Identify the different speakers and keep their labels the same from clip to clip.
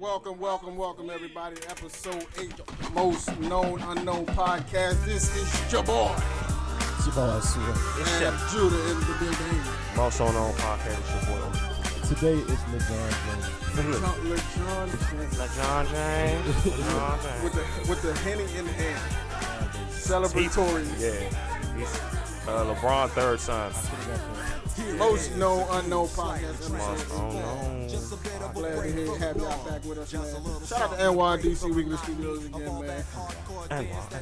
Speaker 1: Welcome, welcome, welcome, everybody. to Episode 8, most known unknown podcast. This is your boy,
Speaker 2: It's your boy, Sue.
Speaker 1: and Judah in the building.
Speaker 3: Most on on podcast, it's your boy
Speaker 2: Today is LeBron
Speaker 1: Count LeJohn
Speaker 3: LeBron James. LeBron
Speaker 1: with
Speaker 3: James.
Speaker 1: the with the henny in hand,
Speaker 2: James.
Speaker 1: celebratory.
Speaker 3: Yeah. He's uh, LeBron third son.
Speaker 1: Most known unknown podcast.
Speaker 3: Most
Speaker 1: Episode.
Speaker 3: on on.
Speaker 1: Glad to hear have y'all back with us, man. Shout out to NYDC Weekly Studios again, man.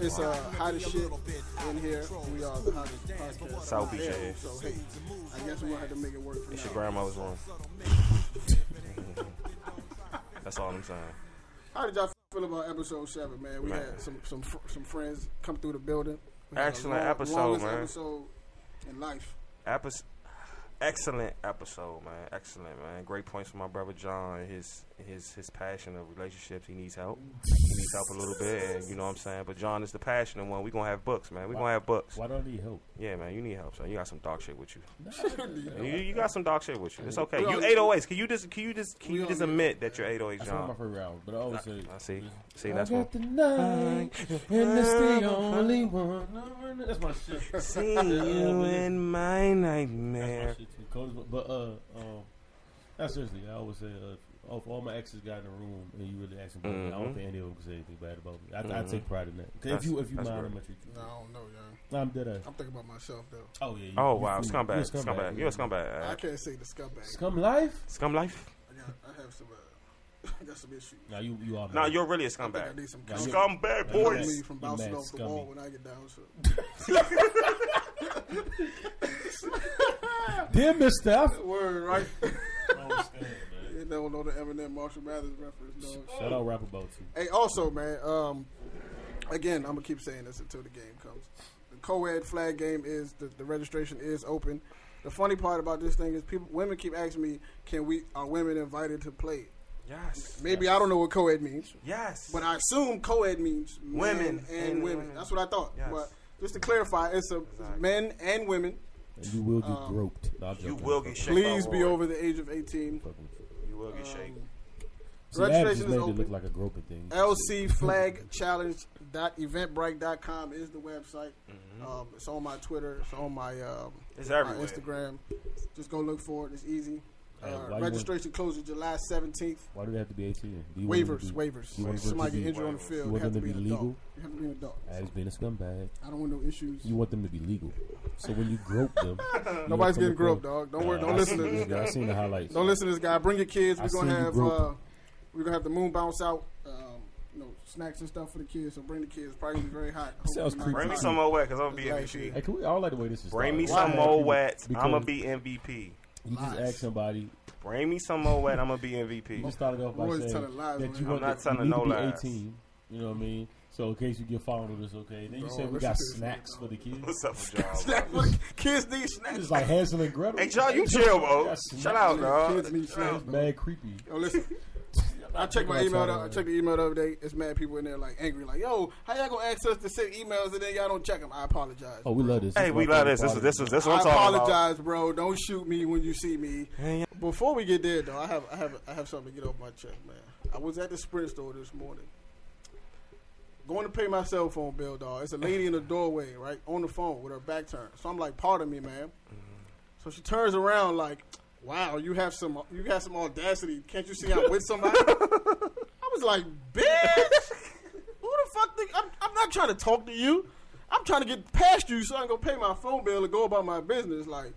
Speaker 1: It's uh, hot as shit in here. We are the hottest podcast.
Speaker 3: South Beach,
Speaker 1: out there.
Speaker 3: yeah.
Speaker 1: So hey, I guess we're gonna have to make it work for
Speaker 3: It's your
Speaker 1: now.
Speaker 3: grandmother's room. That's all I'm saying.
Speaker 1: How did y'all feel about episode seven, man? We
Speaker 3: Man.
Speaker 1: had some some fr- some friends come through the building. We had a
Speaker 3: Excellent episode,
Speaker 1: longest
Speaker 3: man.
Speaker 1: Episode in life.
Speaker 3: Epis- excellent episode, man. Excellent, man. Great points from my brother John. His his his passion of relationships. He needs help. He needs help a little bit. And you know what I'm saying. But John is the passionate one. We gonna have books, man. We gonna have books.
Speaker 2: Why don't he help?
Speaker 3: Yeah, man. You need help, son. You got some dog shit with you. You,
Speaker 2: That's
Speaker 3: you got some dog shit with you. It's okay.
Speaker 1: We
Speaker 3: You
Speaker 1: don't-
Speaker 3: 808s. Can you just can you just can
Speaker 1: We
Speaker 3: you
Speaker 1: don't
Speaker 3: just
Speaker 1: need-
Speaker 3: admit that you're
Speaker 2: not
Speaker 3: 808s,
Speaker 2: my
Speaker 3: John?
Speaker 2: favorite album, but I always say.
Speaker 3: I see. See, that's
Speaker 2: I
Speaker 3: one.
Speaker 2: got the night, and it's the only one. That's my shit. That's
Speaker 3: See you in my
Speaker 2: my
Speaker 3: nightmare.
Speaker 2: shit too. Cold, but- but uh, um, not seriously. I always say, uh, if- oh, if all my exes got in the room and you really asked them, about me, I don't
Speaker 3: Mhm.
Speaker 2: think any of them could say anything bad about me. I, I
Speaker 3: Mhm.
Speaker 2: take pride in that. 'Cause If
Speaker 3: That's-
Speaker 2: you if you
Speaker 3: that's
Speaker 2: mind, I'm
Speaker 3: real.
Speaker 2: gonna treat you.
Speaker 1: No, I don't know, y'all.
Speaker 2: No, I'm dead ass.
Speaker 1: I'm thinking about myself though.
Speaker 2: Oh yeah. You,
Speaker 3: Oh
Speaker 2: you
Speaker 3: wow,
Speaker 2: fool.
Speaker 3: scumbag,
Speaker 2: You
Speaker 3: scumbag, you're a scumbag.
Speaker 1: I
Speaker 3: Uh,
Speaker 1: can't say the scumbag.
Speaker 2: Scum life.
Speaker 3: scum life?
Speaker 1: I got I have some uh, I got some issues.
Speaker 2: No, you you are.
Speaker 3: No,
Speaker 2: bad.
Speaker 3: you're really a
Speaker 1: I think I
Speaker 3: scumbag.
Speaker 1: need some
Speaker 2: Nah,
Speaker 1: counseling.
Speaker 2: you're-
Speaker 3: Scumbag
Speaker 2: Nah,
Speaker 1: Keep
Speaker 3: boys.
Speaker 1: me from
Speaker 2: You
Speaker 1: bouncing
Speaker 2: mad
Speaker 1: off the wall
Speaker 2: scummy.
Speaker 1: when I get down. So
Speaker 2: Dear Miss Steph.
Speaker 1: word right. You don't know the Eminem Marshall Mathers reference. dog.
Speaker 2: Shout out rap about you.
Speaker 1: Hey, also, man. Um, again, I'm gonna keep saying this until the game comes. The co-ed flag game is the, the registration is open. The funny part about this thing is people, women keep asking me, "Can we? Are women invited to play?"
Speaker 3: Yes.
Speaker 1: Maybe I don't know what co-ed means,
Speaker 3: Yes.
Speaker 1: but I assume co-ed means men
Speaker 3: Women
Speaker 1: and,
Speaker 3: and
Speaker 1: women.
Speaker 3: women.
Speaker 1: That's what I thought.
Speaker 3: Yes.
Speaker 1: But just to clarify, it's a it's
Speaker 3: Exactly.
Speaker 1: men and women.
Speaker 2: And you will get
Speaker 1: Um,
Speaker 2: groped. No, I'm
Speaker 3: You
Speaker 2: joking.
Speaker 3: will
Speaker 2: I'm
Speaker 3: get
Speaker 2: fucking-
Speaker 3: shaken.
Speaker 1: Please be over the age of 18.
Speaker 2: fucking with you.
Speaker 3: You will get shaken.
Speaker 1: Um,
Speaker 2: See, that
Speaker 1: Registration
Speaker 2: just
Speaker 1: is
Speaker 2: made
Speaker 1: open.
Speaker 2: it look like a groping thing.
Speaker 1: lcflagchallenge.eventbrite.com is the website. Um, it's on my Twitter. It's on my, um,
Speaker 3: Mm-hmm. It's
Speaker 1: my
Speaker 3: everywhere.
Speaker 1: Instagram. Just go look for it. It's easy.
Speaker 2: Hey, why you
Speaker 1: Uh,
Speaker 2: want-
Speaker 1: registration closes July 17th.
Speaker 2: Why do they have to be 18? Do you want them
Speaker 1: Waivers,
Speaker 2: to be,
Speaker 1: waivers.
Speaker 2: you want
Speaker 1: If
Speaker 2: them
Speaker 1: somebody
Speaker 2: to
Speaker 1: get
Speaker 2: be-
Speaker 1: injured on the
Speaker 3: you
Speaker 1: field, you
Speaker 2: want
Speaker 1: have to
Speaker 2: them
Speaker 1: be an
Speaker 2: to be
Speaker 1: adult.
Speaker 2: legal?
Speaker 1: You have to be an adult.
Speaker 2: As being a scumbag,
Speaker 1: I don't want no issues.
Speaker 2: you want them to be legal. So when you grope them, you
Speaker 1: Nobody's
Speaker 2: want
Speaker 1: getting
Speaker 2: them
Speaker 1: groped,
Speaker 2: to-
Speaker 1: dog. Don't worry.
Speaker 2: Nah,
Speaker 1: Don't
Speaker 2: I
Speaker 1: listen
Speaker 2: seen
Speaker 1: to
Speaker 2: this
Speaker 1: this.
Speaker 2: guy. I seen the highlights.
Speaker 1: Don't listen to this guy. Bring your kids.
Speaker 2: I
Speaker 1: We're gonna
Speaker 2: seen you
Speaker 1: have
Speaker 2: grope.
Speaker 1: uh, we're gonna have the moon bounce out. Um, you know, snacks and stuff for the kids. So bring the kids. Probably gonna be very hot.
Speaker 2: Sounds
Speaker 1: Hopefully not
Speaker 2: creepy.
Speaker 3: Bring me
Speaker 1: hot.
Speaker 3: some uh, more wet, cause I'm gonna be
Speaker 1: That's
Speaker 3: MVP.
Speaker 2: Hey, can we all like the way this is?
Speaker 3: Bring me
Speaker 2: started?
Speaker 3: some
Speaker 2: Why?
Speaker 3: more wet.
Speaker 2: Because
Speaker 3: I'm gonna be MVP.
Speaker 2: You just
Speaker 1: Lies.
Speaker 2: ask somebody.
Speaker 3: Bring me some more wet. I'm gonna be
Speaker 2: You
Speaker 3: MVP.
Speaker 2: just started off by
Speaker 1: Roy's
Speaker 2: saying
Speaker 1: telling lies,
Speaker 2: that
Speaker 1: man.
Speaker 2: you
Speaker 1: I'm
Speaker 2: want
Speaker 3: not
Speaker 2: to,
Speaker 3: telling
Speaker 2: you need
Speaker 3: no
Speaker 2: to be
Speaker 3: lies.
Speaker 2: 18. You know what I mean? So in case you get followed with this, okay? Then you
Speaker 1: Bro,
Speaker 2: said we
Speaker 1: listen
Speaker 2: got
Speaker 1: to this
Speaker 2: snacks
Speaker 1: nigga.
Speaker 2: for the kids.
Speaker 3: What's up, with y'all?
Speaker 1: Snack for the kids need
Speaker 2: It's
Speaker 1: snacks.
Speaker 2: just like Hansel and Gretel.
Speaker 3: Hey, John, you chill, bro.
Speaker 2: Yes,
Speaker 3: Shut out,
Speaker 1: Kids
Speaker 3: dog.
Speaker 1: need snacks. bro.
Speaker 2: Mad creepy.
Speaker 1: Yo, listen. I checked my email. The, I checked the email the other day. It's mad people in there like angry, like, "Yo, how y'all gonna ask us to send emails and then y'all don't check them?" I apologize.
Speaker 2: Oh, we love this.
Speaker 3: Hey,
Speaker 2: is
Speaker 3: we
Speaker 2: my
Speaker 3: love
Speaker 2: favorite
Speaker 3: this. This is
Speaker 2: part.
Speaker 3: this is this is
Speaker 1: I
Speaker 3: what I'm talking about.
Speaker 1: apologize, bro. Don't shoot me when you see me. Before we get there, though, I have I have I have something to get off my chest, man. I was at the Sprint store this morning, going to pay my cell phone bill, dog. It's a lady in the doorway, right, on the phone with her back turned. So I'm like, "Pardon me, ma'am." So she turns around, like, "Wow, you have some you have some audacity. Can't you see I'm with somebody?" I was like, "Bitch, who the fuck think I'm, I'm not trying to talk to you? I'm trying to get past you so I can go pay my phone bill and go about my business." Like.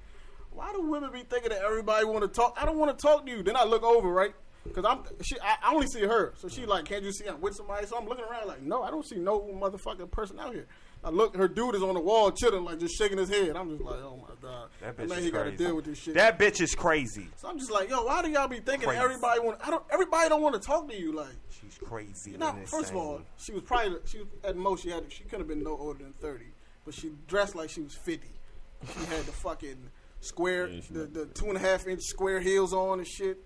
Speaker 1: Why do women be thinking that everybody want to talk? I don't want to talk to you. Then I look over, right? Because I'm she. I, I only see her, so she like, can't you see I'm with somebody? So I'm looking around, like, no, I don't see no motherfucking person out here. I look, her dude is on the wall chilling, like just shaking his head. I'm just like, oh my god,
Speaker 3: That
Speaker 1: And
Speaker 3: bitch
Speaker 1: now
Speaker 3: is
Speaker 1: he gotta
Speaker 3: crazy.
Speaker 1: deal with this shit.
Speaker 3: That bitch is crazy.
Speaker 1: so I'm just like, yo, why do y'all be thinking
Speaker 3: Crazy.
Speaker 1: everybody want? I don't. Everybody don't want to talk to you, like.
Speaker 3: She's crazy.
Speaker 1: No,
Speaker 3: and
Speaker 1: first of
Speaker 3: insane.
Speaker 1: all, she was probably she was, at most she had she could have been no older than thirty, but she dressed like she was fifty. She had the fucking square,
Speaker 2: Yeah, she
Speaker 1: the,
Speaker 2: looked
Speaker 1: the two and a half inch square heels on and shit.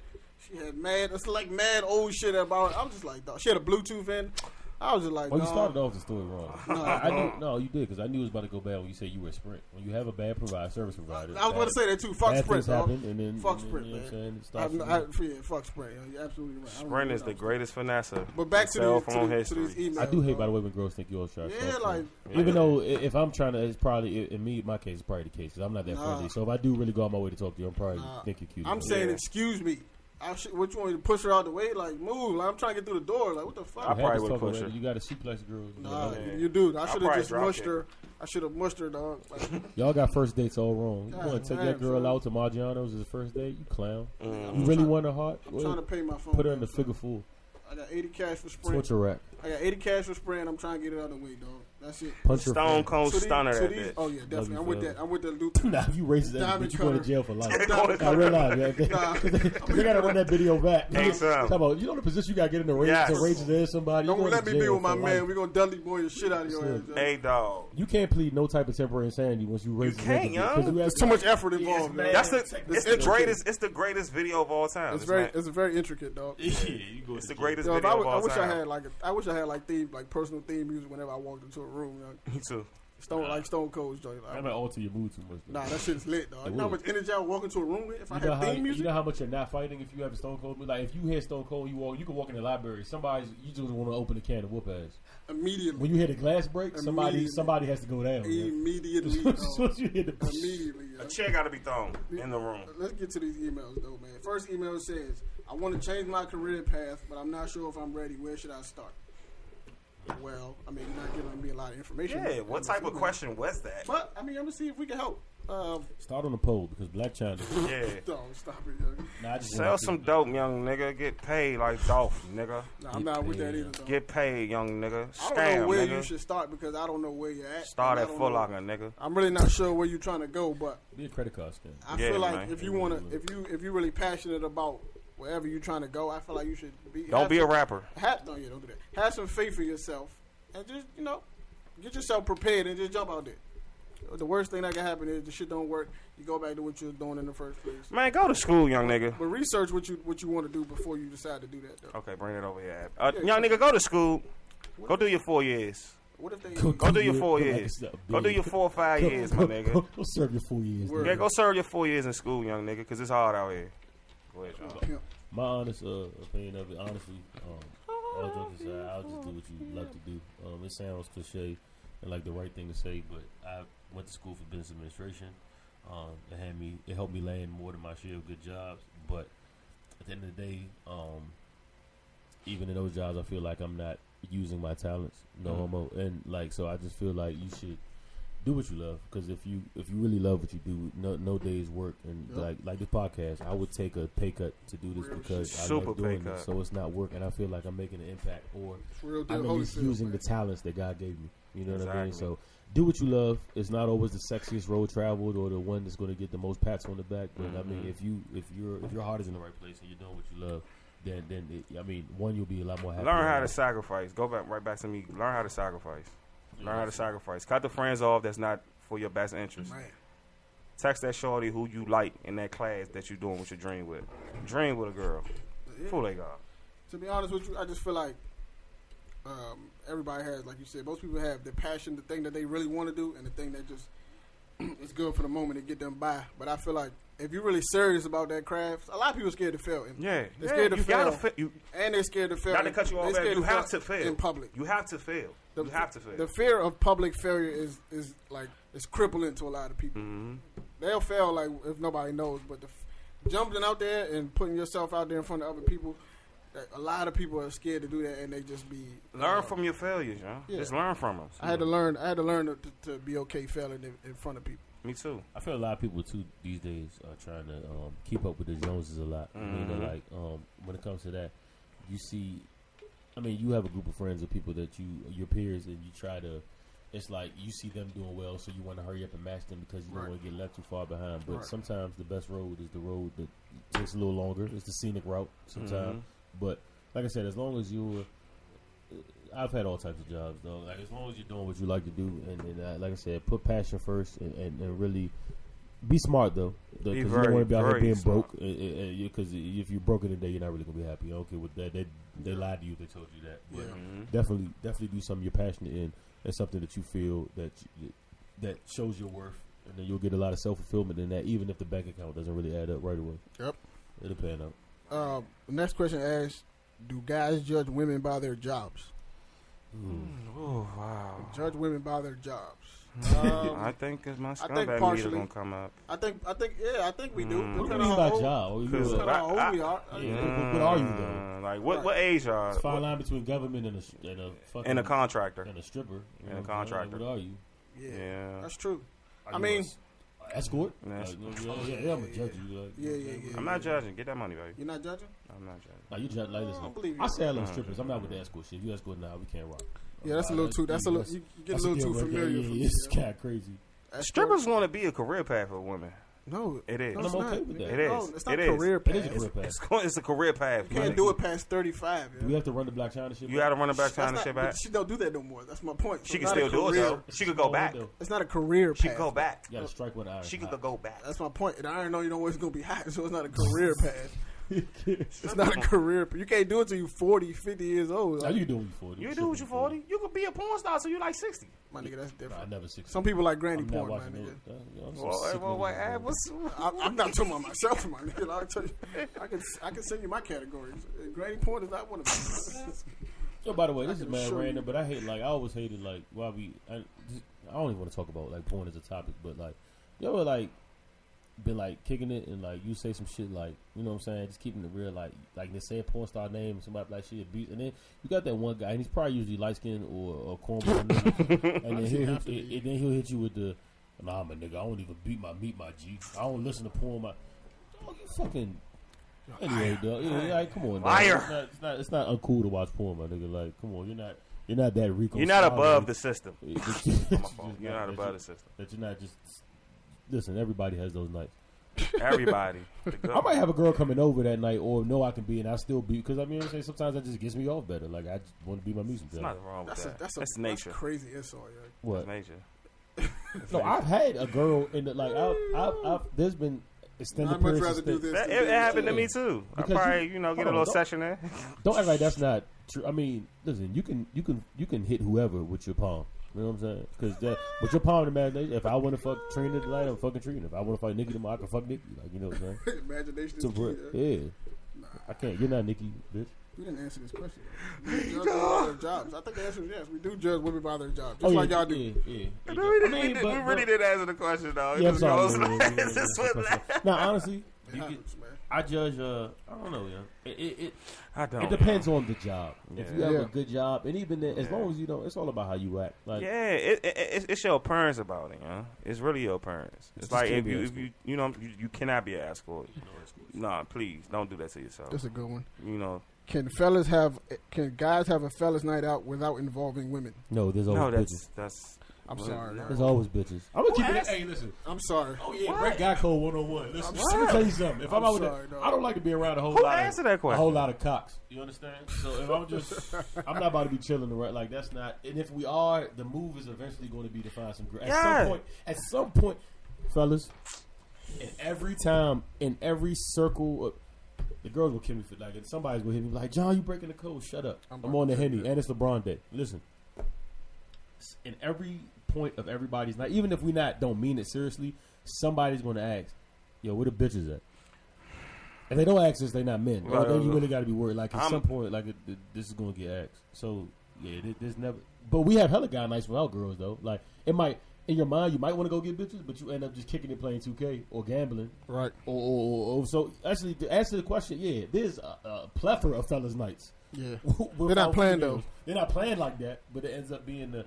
Speaker 1: She had mad, it's like mad old shit about. I'm just like, dog. She had a Bluetooth in. I was just like,
Speaker 2: Well, you
Speaker 1: nah.
Speaker 2: started off the story wrong.
Speaker 1: No.
Speaker 2: I knew, no, you did because I knew it was about to go bad when you said you were at Sprint. When you have a bad provider, service provider,
Speaker 1: I was about to say that too. Fuck
Speaker 2: bad
Speaker 1: Sprint,
Speaker 2: things
Speaker 1: dog.
Speaker 2: happen, and then
Speaker 1: Fuck
Speaker 2: and then,
Speaker 1: Sprint,
Speaker 2: you know what I'm
Speaker 1: man.
Speaker 2: saying? It starts
Speaker 1: I'm,
Speaker 2: from
Speaker 1: I,
Speaker 2: there.
Speaker 1: yeah, fuck Sprint. yo. You're absolutely right. I don't
Speaker 3: Sprint
Speaker 1: know
Speaker 3: is
Speaker 1: what
Speaker 3: the
Speaker 1: I'm
Speaker 3: greatest finesse.
Speaker 1: But back to
Speaker 3: cell
Speaker 1: these, to,
Speaker 3: phone
Speaker 1: these, to these
Speaker 3: history.
Speaker 1: emails.
Speaker 2: I do hate, by
Speaker 1: dog.
Speaker 2: the way, when girls think you're all sharp.
Speaker 1: Yeah, like
Speaker 2: Even though i- if I'm trying to, it's probably i- in me. My case is probably the case. 'cause I'm not that
Speaker 1: Nah.
Speaker 2: friendly. So if I do really go on my way to talk to you, I'm probably
Speaker 1: Nah.
Speaker 2: think you're cute.
Speaker 1: I'm
Speaker 2: Yeah.
Speaker 1: saying,
Speaker 3: Yeah.
Speaker 1: excuse me. I should, what you want me to push her out the way? Like move. Like, I'm trying to get through the door. Like what the
Speaker 2: You
Speaker 1: fuck?
Speaker 3: I
Speaker 2: had
Speaker 3: probably
Speaker 2: this
Speaker 3: would
Speaker 2: talk
Speaker 3: push
Speaker 2: already.
Speaker 3: her.
Speaker 2: You got to see plus girls. you
Speaker 1: Nah,
Speaker 2: know?
Speaker 3: Yeah.
Speaker 1: you do. I
Speaker 3: I'll
Speaker 1: should have
Speaker 3: probably
Speaker 1: just
Speaker 3: drop
Speaker 1: mushed
Speaker 3: it.
Speaker 1: her. I should have mushed her, dog. Like,
Speaker 2: Y'all got first dates all wrong. You
Speaker 1: God
Speaker 2: want to take
Speaker 1: damn,
Speaker 2: that girl
Speaker 1: fool.
Speaker 2: out to Margiano's as a first date? You clown.
Speaker 3: Mm.
Speaker 2: You really want a heart?
Speaker 1: I'm
Speaker 2: Well,
Speaker 1: trying to pay my phone.
Speaker 2: put her in the
Speaker 1: bill,
Speaker 2: figure four.
Speaker 1: dog. I got 80 cash for Sprint.
Speaker 2: Switch her rack.
Speaker 1: I got 80 cash for Sprint. I'm trying to get it out of the way, dog. That's it.
Speaker 2: Punch her.
Speaker 3: Stone
Speaker 2: friend.
Speaker 3: Cold
Speaker 1: To these-
Speaker 3: Stunner
Speaker 1: to
Speaker 3: that
Speaker 1: these-
Speaker 3: bitch.
Speaker 1: Oh yeah, definitely. I'm with
Speaker 2: forever.
Speaker 1: that. I'm with that loop.
Speaker 2: Nah, if you racist, that
Speaker 1: Diamond
Speaker 2: bitch, you going
Speaker 1: cutter.
Speaker 2: to jail for life.
Speaker 1: Diamond
Speaker 2: I realize that.
Speaker 1: Nah.
Speaker 2: Because they got to run that video back.
Speaker 3: Hey, son.
Speaker 2: Talk about, you know the position you got to get in the race
Speaker 3: Yes.
Speaker 2: to rage to somebody. you
Speaker 1: Don't
Speaker 2: going
Speaker 1: let
Speaker 2: to
Speaker 1: me be
Speaker 2: jail
Speaker 1: with my
Speaker 2: for
Speaker 1: man.
Speaker 2: life.
Speaker 1: We're gonna Dudley boy the shit out of your
Speaker 2: Sure.
Speaker 1: ass. dog.
Speaker 3: Hey, dog.
Speaker 2: You can't plead no type of temporary insanity once you raise
Speaker 3: can't, young.
Speaker 1: There's too much effort involved, man.
Speaker 3: That's the. It's the
Speaker 1: It's
Speaker 3: greatest. It's the greatest video of all time.
Speaker 1: It's very,
Speaker 3: not-
Speaker 1: it's very intricate, dog.
Speaker 3: It's the greatest
Speaker 1: Yo, if I,
Speaker 3: video of
Speaker 1: would- I
Speaker 3: all
Speaker 1: wish I
Speaker 3: time.
Speaker 1: had like a, I wish I had like theme like personal theme music whenever I walked into a room. yo.
Speaker 3: Me too.
Speaker 1: Stone like Stone Cold joint.
Speaker 2: That
Speaker 1: Like,
Speaker 2: might alter your mood too much. though.
Speaker 1: nah, that shit's lit, dog. You know how
Speaker 2: would.
Speaker 1: much energy I would walk into a room with if I
Speaker 2: You know,
Speaker 1: had
Speaker 2: how,
Speaker 1: theme
Speaker 2: you
Speaker 1: music.
Speaker 2: know how much you're not fighting if you have a Stone Cold. move? Like if you hit Stone Cold, you walk. You can walk in the library. Somebody's you just want to open a can and whoop ass.
Speaker 1: Immediately,
Speaker 2: When you hear the glass break, somebody
Speaker 1: Immediately.
Speaker 2: somebody has to go down. man.
Speaker 1: immediately,
Speaker 2: As soon
Speaker 1: dog.
Speaker 2: as you hear the
Speaker 1: immediately. yo.
Speaker 3: A chair got to be thrown in the room.
Speaker 1: Let's get to these emails though, man. First email says, "I want to change my career path, but I'm not sure if I'm ready. Where should I start?" Well, I mean, you're not giving me a lot of information.
Speaker 3: Yeah. What type of question was that?
Speaker 1: But I mean, I'm gonna see if we can help. Uh,
Speaker 2: start on the pole because Black China.
Speaker 3: Yeah.
Speaker 1: don't stop it. Yo.
Speaker 2: Nah, I just
Speaker 3: Sell
Speaker 2: wanna-
Speaker 3: some dope, young nigga. Get paid like Dolph, nigga.
Speaker 1: No, I'm not with that
Speaker 2: Yeah.
Speaker 1: either. Though.
Speaker 3: Get paid, young nigga.
Speaker 1: I don't
Speaker 3: Scam,
Speaker 1: know where you
Speaker 3: nigga.
Speaker 1: should start because I don't know where you're at.
Speaker 3: Start
Speaker 1: I
Speaker 3: at
Speaker 1: don't
Speaker 3: Foot
Speaker 1: know-
Speaker 3: Locker, nigga.
Speaker 1: I'm really not sure where you're trying to go, but
Speaker 2: Be a credit card scam.
Speaker 1: I
Speaker 3: Yeah,
Speaker 1: feel like
Speaker 3: man.
Speaker 1: if you wanna, if you if you're really passionate about wherever you're trying to go, I feel like you should be.
Speaker 3: Don't
Speaker 1: have
Speaker 3: be a
Speaker 1: some-
Speaker 3: rapper.
Speaker 1: Have, no, yeah, don't do that. Have some faith in yourself and just you know, get yourself prepared and just jump out there. The worst thing that can happen is the shit don't work. You go back to what you were doing in the first place.
Speaker 3: Man, go to school, young nigga.
Speaker 1: But research what you what you want to do before you decide to do that. Though.
Speaker 3: Okay, bring it over here. Ab. Uh,
Speaker 1: Yeah,
Speaker 3: young
Speaker 1: yeah.
Speaker 3: nigga, go to school. Go do your four years.
Speaker 1: What if they?
Speaker 3: Go do your four
Speaker 2: Go back
Speaker 3: years.
Speaker 2: to the-
Speaker 3: Go do your four or five
Speaker 2: Go-
Speaker 3: years,
Speaker 2: go-
Speaker 3: my
Speaker 2: Go,
Speaker 3: nigga.
Speaker 2: go serve your four years.
Speaker 1: Word.
Speaker 2: nigga.
Speaker 3: Yeah, go serve your four years in school, young nigga, because it's hard out here. Go ahead, John.
Speaker 1: Pimp.
Speaker 2: My honest uh, opinion of it, honestly, um, all jokes aside, I'll just do what you love to do. Um, it sounds cliche and like the right thing to say, but I went to school for business administration. Um, it had me, it helped me land more than my share of good jobs. But at the end of the day, um, even in those jobs, I feel like I'm not using my talents, no
Speaker 3: Mhm.
Speaker 2: homo, and like so, I just feel like you should do what you love because if you if you really love what you do, no no days work and
Speaker 1: Yep.
Speaker 2: like like this podcast, I would take a pay cut to do this
Speaker 1: Real
Speaker 2: because I
Speaker 3: Super
Speaker 2: love
Speaker 3: pay
Speaker 2: doing
Speaker 3: cut.
Speaker 2: it, so it's not work, and I feel like I'm making an impact or
Speaker 1: It's real deal.
Speaker 2: I'm at
Speaker 1: Holyfield,
Speaker 2: least using
Speaker 1: man.
Speaker 2: the talents that God gave me. You know what I mean?
Speaker 3: Exactly.
Speaker 2: So do what you love. It's not always the sexiest road traveled or the one that's going to get the most pats on the back. But I mean,
Speaker 3: Mhm.
Speaker 2: if you if your if your heart is in the right place and you're doing what you love, then then it, I mean, one you'll be a lot more happy.
Speaker 3: Learn how to sacrifice. Go back right back to me. Learn how to sacrifice. Learn how to sacrifice. Cut the friends off that's not for your best interest.
Speaker 1: Man.
Speaker 3: Text that shorty who you like in that class that you doing with your dream with. Dream with a girl.
Speaker 1: Yeah.
Speaker 3: Fool they got.
Speaker 1: To be honest with you, I just feel like um, everybody has, like you said, most people have their passion, the thing that they really want to do, and the thing that just is good for the moment to get them by. But I feel like if you're really serious about that craft, a lot of people are scared to fail, in,
Speaker 3: Yeah.
Speaker 1: They're
Speaker 3: yeah,
Speaker 1: scared to
Speaker 3: you gotta
Speaker 1: fail.
Speaker 3: fa- you,
Speaker 1: and they're scared to fail.
Speaker 3: not to
Speaker 1: in-
Speaker 3: cut you
Speaker 1: they're
Speaker 3: off,
Speaker 1: scared
Speaker 3: man. You have to fail.
Speaker 1: in public.
Speaker 3: You have to fail.
Speaker 1: The-
Speaker 3: you have to fail.
Speaker 1: The fear of public failure is is like it's crippling to a lot of people.
Speaker 3: hmm
Speaker 1: they'll fail like if nobody knows. But the f- jumping out there and putting yourself out there in front of other people, that a lot of people are scared to do that, and they just be
Speaker 3: Learn
Speaker 1: uh,
Speaker 3: from your failures, you know?
Speaker 1: yeah.
Speaker 3: Just learn from them.
Speaker 1: I had to learn. I had to learn to, to be okay failing in, in front of people.
Speaker 3: Me too.
Speaker 2: I feel a lot of people too these days are trying to um, keep up with the Joneses a lot. You
Speaker 1: Mm-hmm.
Speaker 2: know,
Speaker 3: Mhm.
Speaker 2: like um, when it comes to that, you see, I mean, you have a group of friends or people that you your peers, and you try to. It's like you see them doing well, so you want to hurry up and match them because you
Speaker 1: Right.
Speaker 2: don't want to get left too far behind. But
Speaker 1: Right.
Speaker 2: sometimes the best road is the road that takes a little longer. It's the scenic route sometimes.
Speaker 1: Mm-hmm.
Speaker 3: Mhm.
Speaker 2: But like I said, as long as you're, I've had all types of jobs though. Like as long as you're doing what you like to do, and, and uh, like I said, put passion first, and, and, and really Be smart though, because
Speaker 3: Be
Speaker 2: you
Speaker 3: very,
Speaker 2: don't want to be out here
Speaker 3: very
Speaker 2: being
Speaker 3: smart.
Speaker 2: broke. Because if you're broke in the day, you're not really gonna be happy. I don't care what that they they lied to you. They told you that. But
Speaker 1: Yeah.
Speaker 3: Mhm.
Speaker 2: definitely, definitely do something you're passionate in and something that you feel that you, that shows your worth, and then you'll get a lot of self fulfillment in that. Even if the bank account doesn't really add up right away.
Speaker 1: Yep.
Speaker 2: It'll pan out.
Speaker 1: Uh, next question asks: Do guys judge women by their jobs?
Speaker 2: Hmm.
Speaker 3: Mm, Oh wow.
Speaker 1: Judge women by their jobs.
Speaker 3: Mm,
Speaker 1: Um,
Speaker 3: I think 'cause my
Speaker 1: think
Speaker 3: scumbag meter
Speaker 1: partially.
Speaker 3: gonna come up.
Speaker 1: I think, I think, yeah, I think we do.
Speaker 3: Mm.
Speaker 2: What do
Speaker 1: Depending
Speaker 2: you mean
Speaker 1: on
Speaker 2: by
Speaker 1: how old-
Speaker 2: job? You
Speaker 3: Cause
Speaker 2: a-
Speaker 1: depending on how old we are.
Speaker 2: Yeah. What- what are you, though?
Speaker 3: Mm, Like what? What age
Speaker 2: It's a fine
Speaker 3: are?
Speaker 2: line between government and a s- and a fucking
Speaker 3: And a contractor.
Speaker 2: and a stripper you
Speaker 3: and
Speaker 2: know
Speaker 3: a
Speaker 2: what I'm saying? Like,
Speaker 3: contractor.
Speaker 2: What are you?
Speaker 1: Yeah,
Speaker 3: Yeah.
Speaker 1: that's true.
Speaker 2: Are
Speaker 1: I
Speaker 2: you
Speaker 1: mean-
Speaker 2: a s- a escort.
Speaker 3: Yes.
Speaker 2: Like, you know, yeah, yeah, I'm gonna judge you. Like,
Speaker 1: Yeah, yeah, yeah.
Speaker 3: I'm not judging. Get that money, baby.
Speaker 1: You're not judging?
Speaker 3: I'm not judging.
Speaker 2: Nah, you judge like
Speaker 1: I don't
Speaker 2: listen.
Speaker 1: believe you.
Speaker 2: I say I love strippers. I'm not with the escort shit. If you escort now, we can't rock.
Speaker 1: yeah, that's a little too. That's a little. You get a little too familiar.
Speaker 2: Yeah,
Speaker 1: for
Speaker 2: yeah,
Speaker 1: me,
Speaker 2: it's
Speaker 1: yeah.
Speaker 2: kind of crazy.
Speaker 1: That's
Speaker 3: Strippers want to be a career path for women.
Speaker 1: true. No,
Speaker 3: It is.
Speaker 1: no,
Speaker 2: And
Speaker 1: it's
Speaker 2: I'm okay
Speaker 1: not.
Speaker 2: with that.
Speaker 3: It
Speaker 1: No,
Speaker 3: is.
Speaker 1: it's not
Speaker 3: It is.
Speaker 1: career
Speaker 2: It is a
Speaker 1: path.
Speaker 2: career path.
Speaker 3: It's, go- it's a career path.
Speaker 1: You can't do it past 35.
Speaker 2: Do
Speaker 1: Yeah.
Speaker 2: we have to run the Black China shit?
Speaker 3: You got to run it back
Speaker 1: That's
Speaker 3: down and
Speaker 1: not-
Speaker 3: shit
Speaker 1: but
Speaker 3: back.
Speaker 1: She don't do that no more. That's my point. It's
Speaker 3: She can
Speaker 1: not a
Speaker 3: still do it
Speaker 1: career-
Speaker 3: though. She could go back.
Speaker 1: It's not a career.
Speaker 3: She
Speaker 1: path.
Speaker 3: could go back.
Speaker 2: You got to strike with an iron.
Speaker 3: She could go back.
Speaker 1: That's my point. And I don't know. You know where it's gonna be hot, so it's not a career path. It's not a career. path. You can't do it till you 40, 50 years old.
Speaker 2: Now you doing you forty?
Speaker 3: You
Speaker 2: Shit,
Speaker 3: do what you
Speaker 2: you
Speaker 3: forty. You could be a porn star till you like sixty.
Speaker 1: my nigga, that's
Speaker 2: Nah, I
Speaker 1: different.
Speaker 2: never sixty.
Speaker 1: Some people like granny
Speaker 2: I'm not
Speaker 1: porn, my
Speaker 2: watching
Speaker 1: nigga.
Speaker 2: it. Uh, you know, I'm some
Speaker 3: Well, hey,
Speaker 2: sick
Speaker 3: well,
Speaker 2: nigga,
Speaker 3: wait,
Speaker 2: man.
Speaker 3: hey, what's
Speaker 1: I, I'm not talking about myself, my nigga. I'll tell you, I can I can send you my categories. Uh, Granny porn is not one of them.
Speaker 2: Yo, by the way,
Speaker 1: I
Speaker 2: this is
Speaker 1: can
Speaker 2: man
Speaker 1: assure you.
Speaker 2: random, but I hate like I always hated like why we. I, just, I don't even want to talk about like porn as a topic, but like you ever like been like kicking it and like you say some shit like you know what I'm saying, just keeping it real like like they say a porn star name somebody like she abuse and then you got that one guy and he's probably usually light skinned or, or cornball nigga, and then he'll hit, and, then he'll hit you with the nah my nigga I don't even beat my meat my G I don't listen to porn my dog you fucking. Anyway, dog, yeah, like, come on, dog.
Speaker 3: Liar.
Speaker 2: It's not, it's not, it's not uncool to watch porn, my nigga. Like, come on, you're not, you're not that Rico.
Speaker 3: You're not
Speaker 2: Suave.
Speaker 3: above the system.
Speaker 2: That you- that
Speaker 3: My fault. You're not above the system.
Speaker 2: That you're not just. Listen, everybody has those nights.
Speaker 3: Everybody. The
Speaker 2: I
Speaker 3: good-
Speaker 2: might have a girl coming over that night, or no, I can be, and I still be because I mean, I'm saying sometimes that just gets me off better. Like I just want to be my music.
Speaker 3: There's
Speaker 2: better.
Speaker 3: nothing wrong with
Speaker 1: That's a,
Speaker 3: that.
Speaker 1: that's a
Speaker 3: that's nature.
Speaker 1: That's crazy insult. Yeah.
Speaker 2: What?
Speaker 3: That's nature.
Speaker 2: No, I've had a girl in the like. I've, I've, I've there's been extended
Speaker 1: I'd much
Speaker 2: periods of
Speaker 1: rather do
Speaker 2: stay-
Speaker 1: this.
Speaker 3: That,
Speaker 1: than
Speaker 3: it, it
Speaker 1: that.
Speaker 3: happened to me too. I
Speaker 2: Because you-
Speaker 3: probably, you know, get a
Speaker 2: hold on,
Speaker 3: little
Speaker 2: don't-
Speaker 3: session in.
Speaker 2: Don't act like that's not true. I mean, listen, you can you can you can hit whoever with your palm. You know what I'm saying? Because that with your palm imagination. If I want to fuck Trina tonight, I'm fucking Trina. If I want to fuck Nikki tomorrow, I can fuck Nikki. Like you know what I'm saying?
Speaker 1: Imagination is
Speaker 2: It's a
Speaker 1: key.
Speaker 2: real-
Speaker 1: yeah.
Speaker 2: yeah. I can't. You're not Nikki, bitch.
Speaker 1: We didn't answer this question. We judge women by their jobs. I think the answer is yes. We do judge women by their jobs, just like y'all do.
Speaker 2: Oh, Yeah, yeah.
Speaker 3: We, did,
Speaker 2: I mean, but-
Speaker 3: really
Speaker 2: but-
Speaker 3: did answer the question though. It
Speaker 2: Yeah, I'm
Speaker 3: just
Speaker 2: sorry.
Speaker 3: goes
Speaker 2: yeah, yeah, yeah,
Speaker 3: like,
Speaker 2: yeah,
Speaker 3: it's just
Speaker 2: yeah,
Speaker 3: went
Speaker 2: yeah,
Speaker 3: like-
Speaker 2: yeah. Now, honestly,
Speaker 1: It
Speaker 2: you
Speaker 1: happens, man.
Speaker 2: get- I judge. Uh, I don't know, yeah. It, it, it,
Speaker 3: I don't.
Speaker 2: it depends on the job. If you have
Speaker 1: Yeah.
Speaker 2: a good job, and even then, as
Speaker 3: Yeah.
Speaker 2: long as you don't, it's all about how you act. Like,
Speaker 3: Yeah, it, it, it's, it's your parents about it, you know? It's really your parents. It's,
Speaker 2: just
Speaker 3: like
Speaker 2: can't
Speaker 3: if
Speaker 2: be
Speaker 3: you,
Speaker 2: an
Speaker 3: if you, you know, you, you cannot be an escort. Nah, please don't do that to yourself.
Speaker 1: That's a good one.
Speaker 3: You know,
Speaker 1: Can fellas have? Can guys have a fellas night out without involving women?
Speaker 2: no, there's
Speaker 3: no,
Speaker 2: always bitches.
Speaker 3: that's that's.
Speaker 1: I'm
Speaker 3: Well,
Speaker 1: sorry.
Speaker 3: no.
Speaker 2: There's always bitches. I'm gonna keep it. Hey, listen.
Speaker 1: I'm sorry.
Speaker 2: Oh yeah, Brett got cold one on one. Listen, let me tell you something. If I'm,
Speaker 1: I'm
Speaker 2: out with
Speaker 1: sorry,
Speaker 2: that,
Speaker 1: dog.
Speaker 2: I don't like to be around a whole
Speaker 3: Who
Speaker 2: lot
Speaker 3: answered
Speaker 2: of
Speaker 3: that
Speaker 2: a
Speaker 3: question?
Speaker 2: whole lot of cocks. You understand? So if I'm just, I'm not about to be chilling around like that's not. And if we are, the move is eventually going to be to find some. gr- At
Speaker 3: Yeah.
Speaker 2: some point, at some point, fellas, and every time in every circle. Of, the girls will kill me for like, and somebody's gonna hit me like, "John, you breaking the code? Shut up!
Speaker 1: I'm
Speaker 2: I'm,
Speaker 1: about
Speaker 2: on
Speaker 1: to
Speaker 2: the
Speaker 1: say
Speaker 2: henny,
Speaker 1: that.
Speaker 2: and it's LeBron day. Listen, s- in every point of everybody's night, even if we not don't mean it seriously, somebody's gonna ask, "Yo, where the bitches at?" If they don't ask this, they not men.
Speaker 3: Right,
Speaker 2: Or then you
Speaker 3: right,
Speaker 2: really got to be worried. Like at
Speaker 3: I'm-
Speaker 2: some point, like it, th- this is gonna get asked. So yeah, th- there's never. But we have hella guy nights without girls though. Like it might in your mind, you might want to go get bitches, but you end up just kicking it playing 2K or gambling.
Speaker 1: Right.
Speaker 2: Oh, oh, oh, oh. So actually, to answer the question, yeah, there's a, a plethora of fellas' nights.
Speaker 1: Yeah.
Speaker 2: They're
Speaker 1: not playing, though.
Speaker 2: They're not playing like that, but it ends up being the.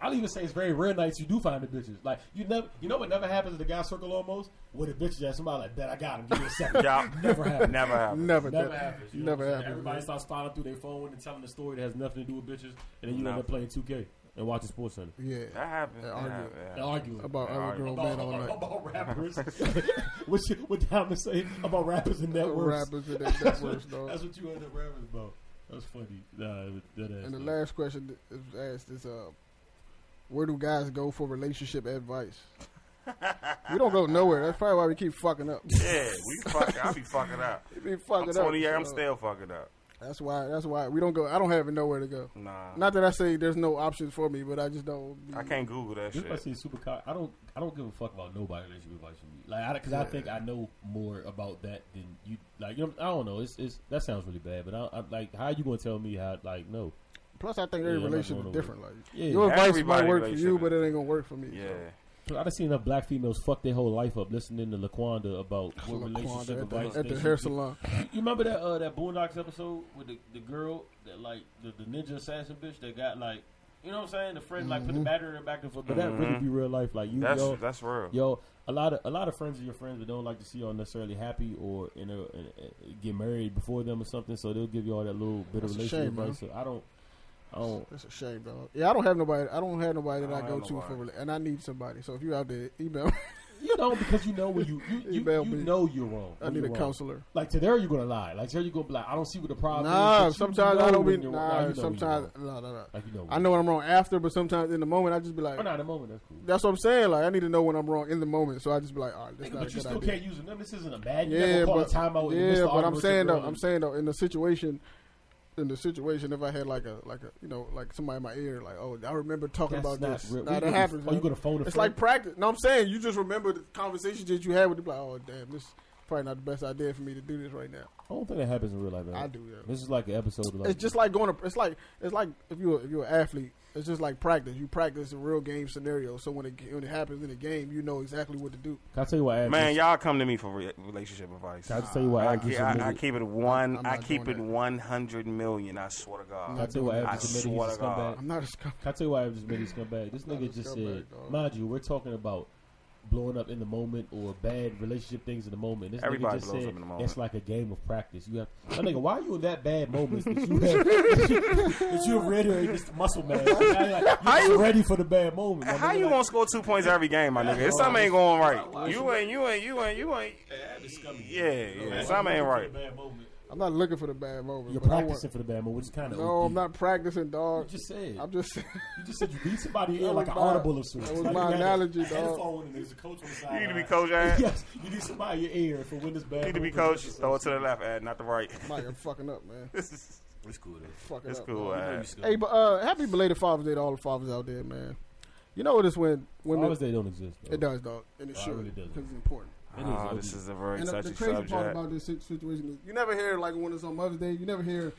Speaker 2: I'll even say it's very rare nights you do find the bitches. Like you never, you know what never happens in the guy circle almost with a bitch that somebody like that I got him give me a second.
Speaker 3: Yeah.
Speaker 2: never happens.
Speaker 3: Never happened.
Speaker 1: Never.
Speaker 2: Never
Speaker 1: did-
Speaker 2: happens. you know
Speaker 1: Never
Speaker 2: what I'm saying?
Speaker 1: happens.
Speaker 2: Everybody
Speaker 1: man.
Speaker 2: starts filing through their phone and telling the story that has nothing to do with bitches, and then you
Speaker 3: No.
Speaker 2: end up playing 2K and watching Sports Center
Speaker 1: Yeah.
Speaker 3: That happened.
Speaker 1: Yeah,
Speaker 3: That
Speaker 1: argue.
Speaker 3: happened.
Speaker 2: and
Speaker 3: yeah.
Speaker 2: arguing
Speaker 1: About other girl
Speaker 2: about,
Speaker 1: bad all
Speaker 2: about-
Speaker 1: night.
Speaker 2: about rappers. what you, what Diamond say about rappers and networks?
Speaker 1: Rappers and that, that worse, dog.
Speaker 2: That's what you end up rapping about. That's funny. Nah, it was dead ass.
Speaker 1: And the
Speaker 2: though.
Speaker 1: last question that was asked is, uh, where do guys go for relationship advice? We don't go nowhere. That's probably why we keep fucking up.
Speaker 3: Yeah, we fucking. I be fucking up.
Speaker 1: We be
Speaker 3: I'm
Speaker 1: fucking up.
Speaker 3: 28. I'm
Speaker 1: so
Speaker 3: still fucking up.
Speaker 1: That's why. That's why we don't go. I don't have nowhere to go.
Speaker 3: Nah,
Speaker 1: Not that I say there's no options for me, but I just don't.
Speaker 3: I can't Google that
Speaker 2: This
Speaker 3: shit.
Speaker 2: is why I say super cock. I don't. I don't give a fuck about nobody unless you advice from me. Like, I, because I think I know more about that than you. Like, you know, I don't know. It's, it's that sounds really bad, but I, I like how you gonna tell me how? Like, no.
Speaker 1: Plus, I think every
Speaker 2: Yeah, I'm not
Speaker 1: relationship
Speaker 2: going
Speaker 1: is
Speaker 2: nowhere.
Speaker 1: different. Like
Speaker 2: Yeah.
Speaker 1: your advice might
Speaker 3: Everybody
Speaker 1: work for you,
Speaker 3: relationship
Speaker 1: but
Speaker 3: is-
Speaker 1: it ain't gonna work for me.
Speaker 3: Yeah,
Speaker 2: I done seen enough black females fuck their whole life up listening to Laquanda about
Speaker 1: So,
Speaker 2: what
Speaker 1: Laquanda
Speaker 2: relationship
Speaker 1: at the,
Speaker 2: advice
Speaker 1: at
Speaker 2: they
Speaker 1: the
Speaker 2: should
Speaker 1: hair
Speaker 2: give.
Speaker 1: salon.
Speaker 2: You remember that uh, that Boondocks episode with the, the girl that like the, the ninja assassin bitch that got like you know what I'm saying? The friend like put the
Speaker 1: Mhm.
Speaker 2: battery in her back and forth. But that really
Speaker 1: Mm-hmm.
Speaker 3: Mhm.
Speaker 2: be real life. Like you
Speaker 3: that's
Speaker 2: yo,
Speaker 3: that's real.
Speaker 2: yo, a lot of a lot of friends of your friends that don't like to see y'all necessarily happy or you know and, and get married before them or something, so they'll give you all that little bit
Speaker 1: That's a
Speaker 2: of relationship
Speaker 1: shame, man.
Speaker 2: advice. So I don't, I don't.
Speaker 1: That's a shame, dog. Yeah, I don't have nobody. I don't have nobody that
Speaker 3: I
Speaker 1: I,
Speaker 3: don't
Speaker 1: go
Speaker 3: have
Speaker 1: to for,
Speaker 3: nobody.
Speaker 1: rela- and I need somebody. So if you out there, email. me.
Speaker 2: You know because you know when you you, you,
Speaker 1: Email
Speaker 2: you
Speaker 1: me.
Speaker 2: know you're wrong.
Speaker 1: I
Speaker 2: when
Speaker 1: need a
Speaker 2: you're wrong.
Speaker 1: counselor.
Speaker 2: Like to there you're gonna lie. Like to there you gonna be like I don't see what the problem
Speaker 1: Nah,
Speaker 2: is. Ah, but you
Speaker 1: sometimes
Speaker 2: know
Speaker 1: I don't be.
Speaker 2: when you're- nah, you know
Speaker 1: Nah,
Speaker 2: when you're
Speaker 1: sometimes
Speaker 2: wrong.
Speaker 1: no, no, no.
Speaker 2: like you know.
Speaker 1: I know when I'm wrong after, but sometimes in Oh, the moment, I just be like,
Speaker 2: Or not in the moment. That's cool.
Speaker 1: that's what I'm saying. Like I need to know when I'm wrong in the moment, so I just be like, all right, that's
Speaker 2: Nigga,
Speaker 1: not a
Speaker 2: but you
Speaker 1: good
Speaker 2: still
Speaker 1: idea.
Speaker 2: can't use them. This isn't a bad. You
Speaker 1: Yeah,
Speaker 2: never call
Speaker 1: but-
Speaker 2: a timeout. in the midst
Speaker 1: Yeah,
Speaker 2: of
Speaker 1: but I'm
Speaker 2: argument with your
Speaker 1: saying though,
Speaker 2: girl.
Speaker 1: I'm saying though, in the situation, in the situation, if I had like a like a you know like somebody in my ear, like oh I remember talking
Speaker 2: That's
Speaker 1: about
Speaker 2: not
Speaker 1: this.
Speaker 2: real.
Speaker 1: Nah,
Speaker 2: You
Speaker 1: that
Speaker 2: gonna-
Speaker 1: happens.
Speaker 2: Are oh, you
Speaker 1: man.
Speaker 2: gonna phone a
Speaker 1: It's
Speaker 2: friend?
Speaker 1: like practice. No, I'm saying you just remember the conversations that you had with the like oh damn this probably not the best idea for me to do this right now.
Speaker 2: I don't think that happens in real life. Man.
Speaker 1: I do that.
Speaker 2: This is like an episode. Of like,
Speaker 1: It's just like going to. It's like it's like if you if you're an athlete. It's just like practice. You practice a real game scenario, so when it when it happens in the game, you know exactly what to do.
Speaker 2: Can I tell you why?
Speaker 3: Man, y'all come to me for re- relationship advice.
Speaker 2: Can I just tell you why?
Speaker 3: I,
Speaker 2: Agnes is
Speaker 3: ke- I, I
Speaker 2: admitted-
Speaker 3: keep it one.
Speaker 1: I'm
Speaker 3: I
Speaker 1: not
Speaker 3: keep
Speaker 1: doing
Speaker 3: it
Speaker 1: that.
Speaker 3: one hundred million. I swear to
Speaker 1: I'm
Speaker 3: God.
Speaker 2: Can I
Speaker 1: not
Speaker 2: tell you why?
Speaker 1: doing
Speaker 2: Adam
Speaker 3: that. I
Speaker 2: admitted he's a
Speaker 3: swear to God.
Speaker 2: scumbag.
Speaker 1: I'm not a scumbag.
Speaker 2: Can I tell you why I just made this scumbag? This
Speaker 1: Not a
Speaker 2: nigga just
Speaker 1: scumbag,
Speaker 2: said,
Speaker 1: dog.
Speaker 2: mind you, we're talking about blowing up in the moment or bad relationship things in the moment. This
Speaker 3: Everybody
Speaker 2: nigga just
Speaker 3: blows
Speaker 2: said
Speaker 3: up in the moment.
Speaker 2: it's like a game of practice. You have, my nigga, why are you in that bad moments that you have, that you, that you ready this muscle man? Like, you're ready for the bad moment. my
Speaker 3: How
Speaker 2: nigga,
Speaker 3: you
Speaker 2: like,
Speaker 3: gonna score two points every game, my nigga? If something ain't going right, you ain't, you ain't, you ain't, you ain't. Yeah, yeah, something ain't right.
Speaker 1: I'm not looking for the bad moment.
Speaker 2: You're
Speaker 1: but I want-
Speaker 2: practicing for the bad moment, which is kind of
Speaker 1: No, I'm not practicing, dog.
Speaker 2: You just said.
Speaker 1: I'm just.
Speaker 2: You just said you beat somebody in
Speaker 1: That
Speaker 2: like an
Speaker 1: was my-
Speaker 2: audible of sorts.
Speaker 1: that was
Speaker 2: Like,
Speaker 1: my
Speaker 2: you got a
Speaker 1: analogy,
Speaker 2: headphone
Speaker 1: dog.
Speaker 2: and there's a coach on the
Speaker 3: You need to be
Speaker 2: sideline.
Speaker 3: coach. Ad.
Speaker 2: Yes, you need somebody in your ear for when this bad.
Speaker 3: You need to be
Speaker 2: moment
Speaker 3: coach.
Speaker 2: happens.
Speaker 3: Throw it to the left, ad, not the right.
Speaker 1: Mike, I'm fucking up, man.
Speaker 2: It's cool. Though.
Speaker 1: Fucking
Speaker 3: It's
Speaker 1: up.
Speaker 3: cool, eh? ad.
Speaker 1: Hey, but uh, happy belated Father's Day to all the fathers out there, man. You know what it's when when
Speaker 2: Fathers
Speaker 1: the,
Speaker 2: Day don't exist. Though.
Speaker 1: it does, dog, and it
Speaker 2: Oh, it
Speaker 1: should
Speaker 2: really
Speaker 1: because
Speaker 2: doesn't.
Speaker 1: it's important.
Speaker 3: Oh, this is a very
Speaker 1: And the, the
Speaker 3: touchy
Speaker 1: crazy part
Speaker 3: subject.
Speaker 1: about this sit- situation is you never hear like when it's on Mother's Day, you never hear.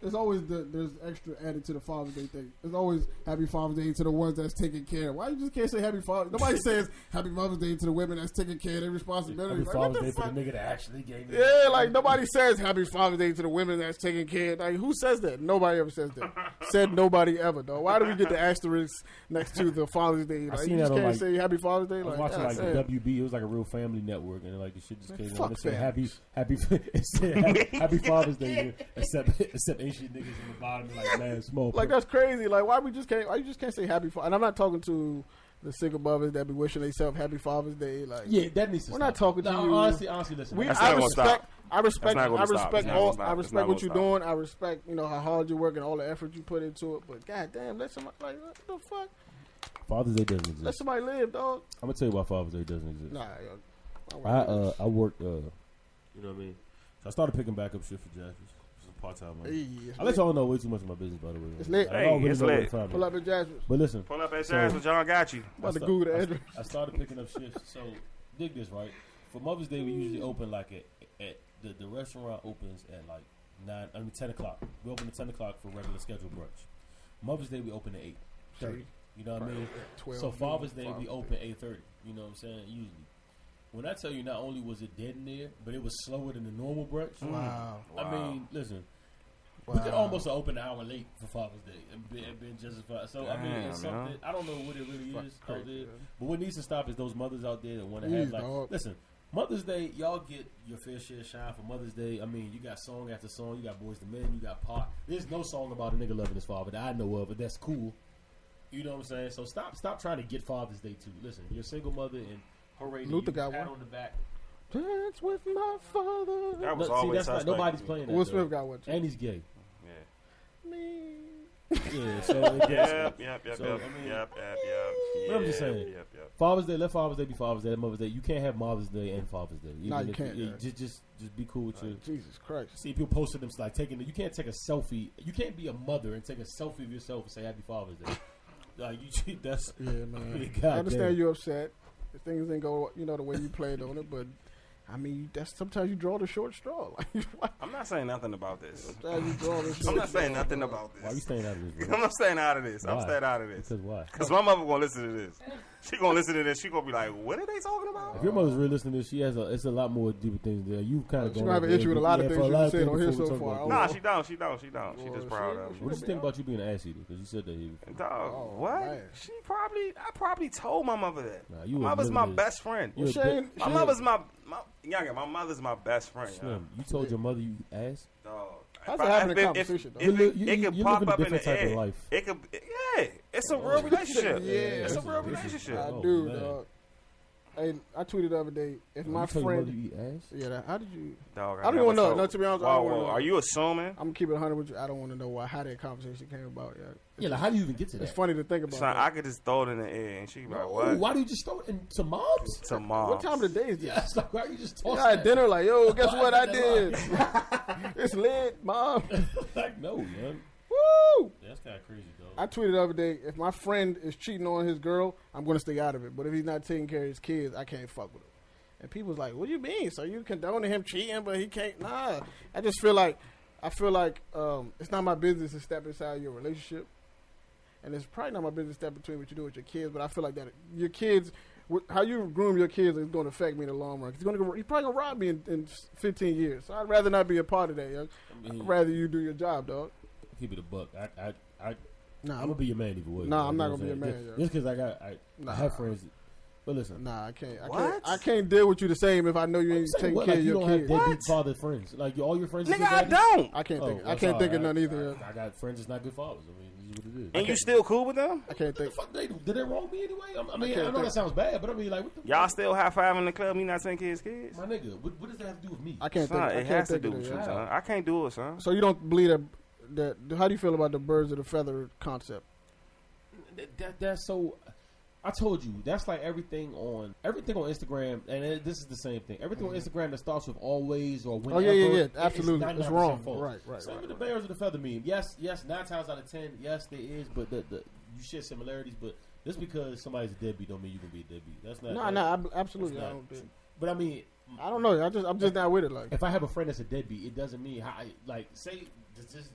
Speaker 1: There's always the there's extra added to the Father's Day thing. There's always Happy Father's Day to the ones that's taking care. Why you just can't say Happy Father? Nobody says Happy Mother's Day to the women that's taking care of their responsibility.
Speaker 2: Happy
Speaker 1: Like, what
Speaker 2: Father's
Speaker 1: the
Speaker 2: Day
Speaker 1: fuck?
Speaker 2: for the nigga that actually gave me.
Speaker 1: Yeah, like nobody says Happy Father's Day to the women that's taking care. Like who says that? Nobody ever says that. Said nobody ever though. Why do we get the asterisk next to the Father's Day? Like
Speaker 2: seen
Speaker 1: you just
Speaker 2: that on,
Speaker 1: can't
Speaker 2: like-
Speaker 1: say Happy Father's Day.
Speaker 2: I was
Speaker 1: Like,
Speaker 2: watching
Speaker 1: God
Speaker 2: like
Speaker 1: damn.
Speaker 2: the WB. It was like a real family network, and like the shit just
Speaker 1: Man,
Speaker 2: came
Speaker 1: fuck
Speaker 2: on. It said happy,
Speaker 1: families.
Speaker 2: happy, it said happy, happy Father's Day, man. except except ancient niggas in the bottom, like man, small.
Speaker 1: like that's crazy. Like why we just can't? Why you just can't say Happy? Fa- and I'm not talking to the single mothers that be wishing themselves Happy Father's Day. Like
Speaker 2: Yeah, that needs to.
Speaker 1: We're
Speaker 2: stop.
Speaker 1: not talking to
Speaker 2: no,
Speaker 1: you.
Speaker 2: Honestly, honestly, listen.
Speaker 1: We,
Speaker 2: I-
Speaker 3: That's
Speaker 1: I
Speaker 3: not gonna stop.
Speaker 1: respect, I respect,
Speaker 3: not gonna
Speaker 1: I
Speaker 3: stop. It's
Speaker 1: respect
Speaker 3: not
Speaker 1: all,
Speaker 3: gonna
Speaker 1: I
Speaker 3: stop. It's not
Speaker 1: respect what
Speaker 3: gonna
Speaker 1: you're
Speaker 3: stop.
Speaker 1: doing. I respect, you know, how hard you work and all the effort you put into it. But goddamn, let somebody like what the fuck,
Speaker 2: Father's Day doesn't
Speaker 1: let
Speaker 2: exist.
Speaker 1: somebody live, dog.
Speaker 2: I'm gonna tell you why Father's Day doesn't exist.
Speaker 1: Nah, yo,
Speaker 2: I uh, I worked. Uh, you know what I mean. So I started picking back up shit for Jackers. It's a part time.
Speaker 1: Hey, it's
Speaker 2: I let
Speaker 1: lit.
Speaker 2: y'all know way too much of my business, by the way.
Speaker 1: It's lit.
Speaker 2: I
Speaker 3: Hey,
Speaker 2: don't really
Speaker 3: it's
Speaker 2: know where
Speaker 3: lit.
Speaker 2: to find me.
Speaker 1: Pull up at Jasper.
Speaker 2: But listen,
Speaker 3: Pull up that
Speaker 2: So-
Speaker 3: ass, so John got you.
Speaker 1: About
Speaker 2: I
Speaker 1: to
Speaker 2: sta-
Speaker 1: Google the
Speaker 2: I-
Speaker 1: address.
Speaker 2: I started picking up shifts. So dig this right. For Mother's Day, we usually open like at, at the the restaurant opens at like nine. I mean ten o'clock. We open at ten o'clock for regular scheduled brunch. Mother's Day we open at eight thirty. You know what I mean? So Father's Day we open eight thirty. You know what I'm saying? Usually. When I tell you, not only was it dead in there, but it was slower than the normal brunch.
Speaker 1: Wow.
Speaker 2: I
Speaker 3: Wow.
Speaker 2: mean, listen, we
Speaker 1: uh,
Speaker 2: could almost open an hour late for Father's Day and be- and been justified. So I mean,
Speaker 3: Damn,
Speaker 2: it's
Speaker 3: man.
Speaker 2: something. I don't know what it really
Speaker 1: Fuck
Speaker 2: is out
Speaker 1: crazy,
Speaker 2: there,
Speaker 1: man.
Speaker 2: but what needs to stop is those mothers out there that want to
Speaker 1: Please,
Speaker 2: have like.
Speaker 1: dog.
Speaker 2: Listen, Mother's Day, y'all get your fair share of shine for Mother's Day. I mean, you got song after song. You got Boys to Men. You got Pop. There's no song about a nigga loving his father that I know of, but that's cool. You know what I'm saying? So stop, stop trying to get Father's Day too. Listen, you're a single mother and hooray, to
Speaker 1: Luther
Speaker 2: you,
Speaker 1: got
Speaker 2: pat
Speaker 1: one.
Speaker 2: on the back.
Speaker 1: Dance with my father.
Speaker 3: That was
Speaker 2: No, see,
Speaker 3: always
Speaker 2: that's not,
Speaker 3: suspect.
Speaker 2: nobody's playing that.
Speaker 1: Will
Speaker 2: though.
Speaker 1: Smith got one. too.
Speaker 2: and he's gay.
Speaker 3: Yeah.
Speaker 1: Me.
Speaker 2: Yeah, so it gets,
Speaker 3: Yep, yep, yep,
Speaker 2: So,
Speaker 3: yep,
Speaker 2: I mean-
Speaker 3: yep, yep, yep.
Speaker 2: I'm just saying.
Speaker 3: Yep, yep.
Speaker 2: Father's Day, let Father's Day be Father's Day, Mother's Day. You can't have Mother's Day and Father's Day.
Speaker 1: No,
Speaker 2: Even
Speaker 1: you
Speaker 2: if-
Speaker 1: can't,
Speaker 2: yeah,
Speaker 1: man.
Speaker 2: Just, just, just be cool with your.
Speaker 1: Jesus Christ.
Speaker 2: See people posting them like taking. You can't take a selfie. You can't be a mother and take a selfie of yourself and say Happy Father's Day. Like you, that's
Speaker 1: Yeah, man.
Speaker 2: God
Speaker 1: I understand
Speaker 2: damn.
Speaker 1: you're upset. If things didn't go, you know, the way you played on it, but I mean, that's sometimes you draw the short straw. Like, why-
Speaker 3: I'm not saying nothing about this.
Speaker 1: sometimes you draw the short
Speaker 3: I'm not
Speaker 1: straw,
Speaker 3: saying nothing
Speaker 1: bro.
Speaker 3: about
Speaker 2: why are you
Speaker 3: this.
Speaker 2: staying out of this?
Speaker 3: I'm
Speaker 2: Bro?
Speaker 3: not staying out of this. I'm
Speaker 4: Why?
Speaker 3: staying out of this.
Speaker 4: Because why?
Speaker 3: Cause my mother gonna listen to this. She gonna listen to this. She gonna be like, "What are they talking about?"
Speaker 2: If your mother's really listening to this, she has a. It's a lot more deeper things there. You kind of
Speaker 1: She's gonna have an issue with a lot of things you said on here so far. Oh,
Speaker 3: Nah, she don't. She don't. She don't. She
Speaker 1: Well,
Speaker 3: just
Speaker 1: she-
Speaker 3: proud of.
Speaker 1: she-
Speaker 2: What do you think about you being an ass eater? Because you said that here before.
Speaker 3: it. Dog,
Speaker 1: Oh,
Speaker 3: what?
Speaker 1: man.
Speaker 3: She probably. I probably told my mother that.
Speaker 2: Nah, you
Speaker 3: my mother's my
Speaker 2: eliminated-
Speaker 3: best friend.
Speaker 2: You a
Speaker 1: Shane-
Speaker 2: bit-
Speaker 3: My
Speaker 2: Slim,
Speaker 3: mother's my my younger. My mother's my best friend.
Speaker 2: Slim, you told your mother you ass.
Speaker 3: yeah, Dog.
Speaker 1: How's
Speaker 3: If
Speaker 1: it
Speaker 3: I-
Speaker 1: happening
Speaker 3: if-
Speaker 1: in
Speaker 3: if-
Speaker 1: conversation, though?
Speaker 3: if it-
Speaker 2: You li- you-
Speaker 3: it could
Speaker 2: you live
Speaker 3: pop
Speaker 2: in a
Speaker 3: up in
Speaker 2: different
Speaker 3: the
Speaker 2: type of
Speaker 3: air.
Speaker 2: life.
Speaker 3: It could. Yeah, it's a
Speaker 2: Oh,
Speaker 3: real relationship.
Speaker 1: Yeah,
Speaker 3: it's a
Speaker 1: this
Speaker 3: real
Speaker 2: this is-
Speaker 3: relationship.
Speaker 1: I
Speaker 2: Oh,
Speaker 1: do,
Speaker 2: man.
Speaker 1: dog. Hey, I tweeted the other day if
Speaker 2: You
Speaker 1: my
Speaker 2: told your mother
Speaker 1: friend.
Speaker 2: you eat ass.
Speaker 1: Yeah, that- how did you?
Speaker 3: Dog,
Speaker 1: I don't
Speaker 3: never
Speaker 1: even know.
Speaker 3: told-
Speaker 1: No, to be honest, I
Speaker 3: Whoa,
Speaker 1: don't wanna
Speaker 3: whoa.
Speaker 1: know.
Speaker 3: Are you assuming?
Speaker 1: I'm keeping it 100 with you. I don't want to know why, how that conversation came about. Yeah,
Speaker 2: Yeah, like how do you even get to that?
Speaker 1: it's funny to think about.
Speaker 3: Son,
Speaker 1: that.
Speaker 3: I could just throw it in the air and she be like,
Speaker 2: No,
Speaker 3: "What?"
Speaker 2: Why do you just throw it in- to moms?
Speaker 3: To mom.
Speaker 1: what time of the day is this?
Speaker 2: Yeah, it's like why are you just
Speaker 1: Yeah,
Speaker 2: tossing?
Speaker 1: I had
Speaker 2: that?
Speaker 1: dinner, like, yo, guess
Speaker 2: Why
Speaker 1: what I
Speaker 2: is
Speaker 1: did?
Speaker 2: that
Speaker 1: it's lit, mom.
Speaker 2: like no, man.
Speaker 1: Woo!
Speaker 4: That's kind of crazy, though.
Speaker 1: I tweeted the other day, if my friend is cheating on his girl, I'm gonna stay out of it. But if he's not taking care of his kids, I can't fuck with him. And people's like, What do you mean? So you condoning him cheating, but he can't nah. I just feel like I feel like um, it's not my business to step inside your relationship. And it's probably not my business to step between what you do with your kids, but I feel like that your kids wh- how you groom your kids is going to affect me in the long run. 'Cause He's going to he's probably going to rob me in, in 15 years. So I'd rather not be a part of that. Yo.
Speaker 4: I mean,
Speaker 1: I'd rather you do your job, dog.
Speaker 4: keep it a buck. I, I, I,
Speaker 1: Nah,
Speaker 4: I'm gonna be your man either way.
Speaker 1: Nah,
Speaker 4: You
Speaker 1: I'm
Speaker 4: know
Speaker 1: not
Speaker 4: what
Speaker 1: gonna be your
Speaker 2: saying?
Speaker 1: man,
Speaker 4: Just-
Speaker 1: yo.
Speaker 4: Just because I got, I, I
Speaker 1: Nah.
Speaker 4: have friends. that- But listen,
Speaker 1: Nah, I can't. I
Speaker 3: What?
Speaker 1: can't. I can't deal with you the same if I know you
Speaker 2: I'm
Speaker 1: ain't
Speaker 2: saying,
Speaker 1: taking
Speaker 2: what,
Speaker 1: care
Speaker 2: like,
Speaker 1: of
Speaker 2: you
Speaker 1: your
Speaker 2: don't have
Speaker 1: kids.
Speaker 2: deadbeat father friends. Like you- all your friends, are
Speaker 3: Nigga,
Speaker 2: good
Speaker 3: I
Speaker 2: daddies?
Speaker 3: don't.
Speaker 1: I can't
Speaker 2: Oh,
Speaker 1: think. I
Speaker 2: well,
Speaker 1: can't
Speaker 2: sorry,
Speaker 1: think of
Speaker 2: I-
Speaker 1: none either.
Speaker 2: I, I got friends that's not good fathers. I mean, this is what it is.
Speaker 3: And you still cool with them?
Speaker 1: I can't think.
Speaker 2: What the fuck they do? Did they wrong me anyway? I'm- I mean,
Speaker 1: Okay,
Speaker 2: I know
Speaker 1: thank-
Speaker 2: that sounds bad, but I mean, like, what the
Speaker 3: Y'all
Speaker 2: fuck?
Speaker 3: still high five in the club? Me not taking kids, kids.
Speaker 2: my nigga, what, what does that have to do with me?
Speaker 1: I can't
Speaker 3: Son,
Speaker 1: think. I
Speaker 3: it
Speaker 1: can't
Speaker 3: has to
Speaker 1: think
Speaker 3: do
Speaker 1: of
Speaker 3: with
Speaker 1: it,
Speaker 3: you,
Speaker 1: yo.
Speaker 2: yeah.
Speaker 3: son. I can't do it, son.
Speaker 1: So you don't believe that? That how do you feel about the birds of the feather concept?
Speaker 2: That, that, that's so. I told you that's like everything on everything on Instagram, and it, this is the same thing. Everything on Instagram that starts with always or
Speaker 1: Mm-hmm. Oh
Speaker 2: whenever.
Speaker 1: yeah, yeah, yeah.
Speaker 2: it-
Speaker 1: Absolutely, it's,
Speaker 2: 99%
Speaker 1: wrong.
Speaker 2: false.
Speaker 1: Right, right,
Speaker 2: Same
Speaker 1: right.
Speaker 2: with the bears of the feather meme. Yes, yes, nine times out of ten, yes, there is, but the, the you share similarities, but just because somebody's a deadbeat don't mean you can be a deadbeat. Uh, That's not.
Speaker 1: No,
Speaker 2: that-
Speaker 1: no, ab- absolutely.
Speaker 2: that's
Speaker 1: I
Speaker 2: not-
Speaker 1: don't think.
Speaker 2: But I mean,
Speaker 1: I don't know. I just, I'm just not with it. Like,
Speaker 2: if I have a friend that's a deadbeat, it doesn't mean how I, like say does this.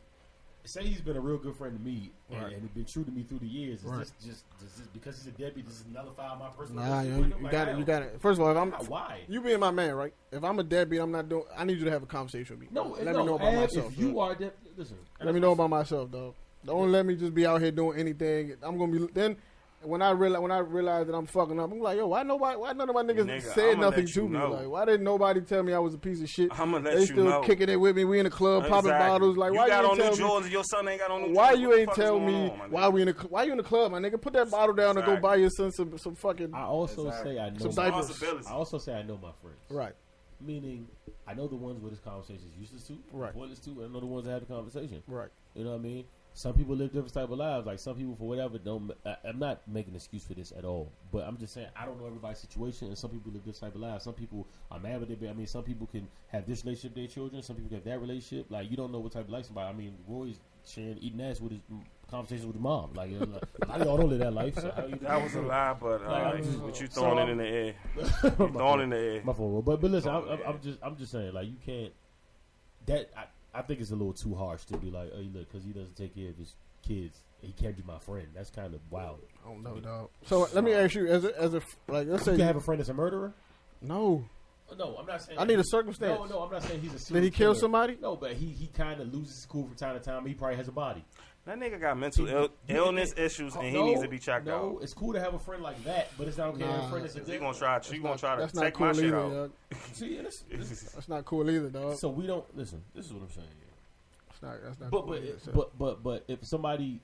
Speaker 2: Say he's been a real good friend to me, and,
Speaker 1: Right.
Speaker 2: and he's been true to me through the years. Is
Speaker 1: Right.
Speaker 2: this just does this, because he's a deadbeat? Does this nullify my personal?
Speaker 1: nah, yo,
Speaker 2: relationship with
Speaker 1: you
Speaker 2: him? Like,
Speaker 1: got
Speaker 2: I
Speaker 1: it. You
Speaker 2: don't-
Speaker 1: got it. First of all, if I'm
Speaker 2: Why? Why?
Speaker 1: you being my man, right? If I'm a deadbeat, I'm not doing. I need you to have a conversation with me.
Speaker 2: No,
Speaker 1: let
Speaker 2: no,
Speaker 1: me know about
Speaker 2: Ab,
Speaker 1: myself.
Speaker 2: If you
Speaker 1: yo.
Speaker 2: are dead, listen.
Speaker 1: Let me know about myself, though. Don't let me just be out here doing anything. I'm gonna be then. When I realize when I realize that I'm fucking up, I'm like, yo, why nobody? Why none of my niggas
Speaker 3: Nigga,
Speaker 1: said
Speaker 3: I'ma
Speaker 1: nothing
Speaker 3: let
Speaker 1: to
Speaker 3: you
Speaker 1: me?
Speaker 3: know.
Speaker 1: Like, why didn't nobody tell me I was a piece of shit?
Speaker 3: I'ma let
Speaker 1: they
Speaker 3: you
Speaker 1: still
Speaker 3: know.
Speaker 1: kicking it with me. We in the club popping
Speaker 3: Exactly.
Speaker 1: bottles. Like,
Speaker 3: you
Speaker 1: why
Speaker 3: got
Speaker 1: you
Speaker 3: on
Speaker 1: ain't
Speaker 3: new
Speaker 1: tell me?
Speaker 3: Jordans? Your son ain't got on new.
Speaker 1: Why
Speaker 3: Jordans?
Speaker 1: you
Speaker 3: What the
Speaker 1: ain't
Speaker 3: fuck is
Speaker 1: tell
Speaker 3: going
Speaker 1: me
Speaker 3: on, my nigga?
Speaker 1: why we in the cl- why you in the club, my nigga? Put that bottle down and go
Speaker 3: Exactly. Ah.
Speaker 1: buy your son some some fucking
Speaker 2: I also
Speaker 3: Exactly.
Speaker 2: say I know.
Speaker 1: Some
Speaker 2: my,
Speaker 1: diapers.
Speaker 3: Responsibility.
Speaker 2: I also say I know my friends.
Speaker 1: right.
Speaker 2: Meaning, I know the ones where this conversation is useless to,
Speaker 1: Right.
Speaker 2: pointless to, and I know the ones that have the conversation.
Speaker 1: Right.
Speaker 2: You know what I mean? Some people live different type of lives. Like some people, for whatever, don't. I, I'm not making an excuse for this at all. But I'm just saying I don't know everybody's situation, and some people live this type of lives. Some people are mad with their. I mean, some people can have this relationship with their children. Some people have that relationship. Like you don't know what type of life somebody. I mean, Roy's sharing eating ass with his mm, conversations with his mom. Like, you know, like, a lot of y'all don't live that life. So how you
Speaker 3: That was a lie, but uh,
Speaker 2: Like,
Speaker 3: but you
Speaker 2: so-
Speaker 3: throwing it in the air.
Speaker 2: My
Speaker 3: You throwing
Speaker 2: fault.
Speaker 3: it in the air.
Speaker 2: My fault, bro. But but listen, I'm,
Speaker 3: Oh,
Speaker 2: I'm,
Speaker 3: man.
Speaker 2: I'm just I'm just saying like you can't. That I, I think it's a little too harsh to be like, oh, you look, because he doesn't take care of his kids, he can't be my friend. That's kind of wild.
Speaker 1: I don't know, dog. So let me ask you, as a, as a like, let's
Speaker 2: You
Speaker 1: say
Speaker 2: can have a friend that's a murderer.
Speaker 1: no,
Speaker 2: No, I'm not saying.
Speaker 1: I need a circumstance.
Speaker 2: No, no, I'm not saying he's a.
Speaker 1: Did
Speaker 2: serial
Speaker 1: he kill
Speaker 2: killer.
Speaker 1: somebody?
Speaker 2: No, but he he kind of loses his cool from time to time. He probably has a body.
Speaker 3: That nigga got mental
Speaker 2: He-
Speaker 3: Ill-
Speaker 2: he-
Speaker 3: illness issues, and he
Speaker 2: No,
Speaker 3: needs to be checked
Speaker 2: no,
Speaker 3: out.
Speaker 2: it's cool to have a friend like that, but it's not okay to have
Speaker 1: Nah.
Speaker 2: a friend that's a.
Speaker 3: You
Speaker 2: dick.
Speaker 3: gonna try? You gonna
Speaker 1: That's
Speaker 3: try
Speaker 1: not-
Speaker 3: to
Speaker 1: that's not
Speaker 3: take
Speaker 1: cool
Speaker 3: my shit
Speaker 1: either.
Speaker 3: out?
Speaker 1: yo.
Speaker 2: See, and it's- it's-
Speaker 1: That's not cool either, dog.
Speaker 2: so we don't listen. This is what I'm saying. yeah.
Speaker 1: That's not, that's not
Speaker 2: But
Speaker 1: cool
Speaker 2: but
Speaker 1: either, so.
Speaker 2: but but but if somebody,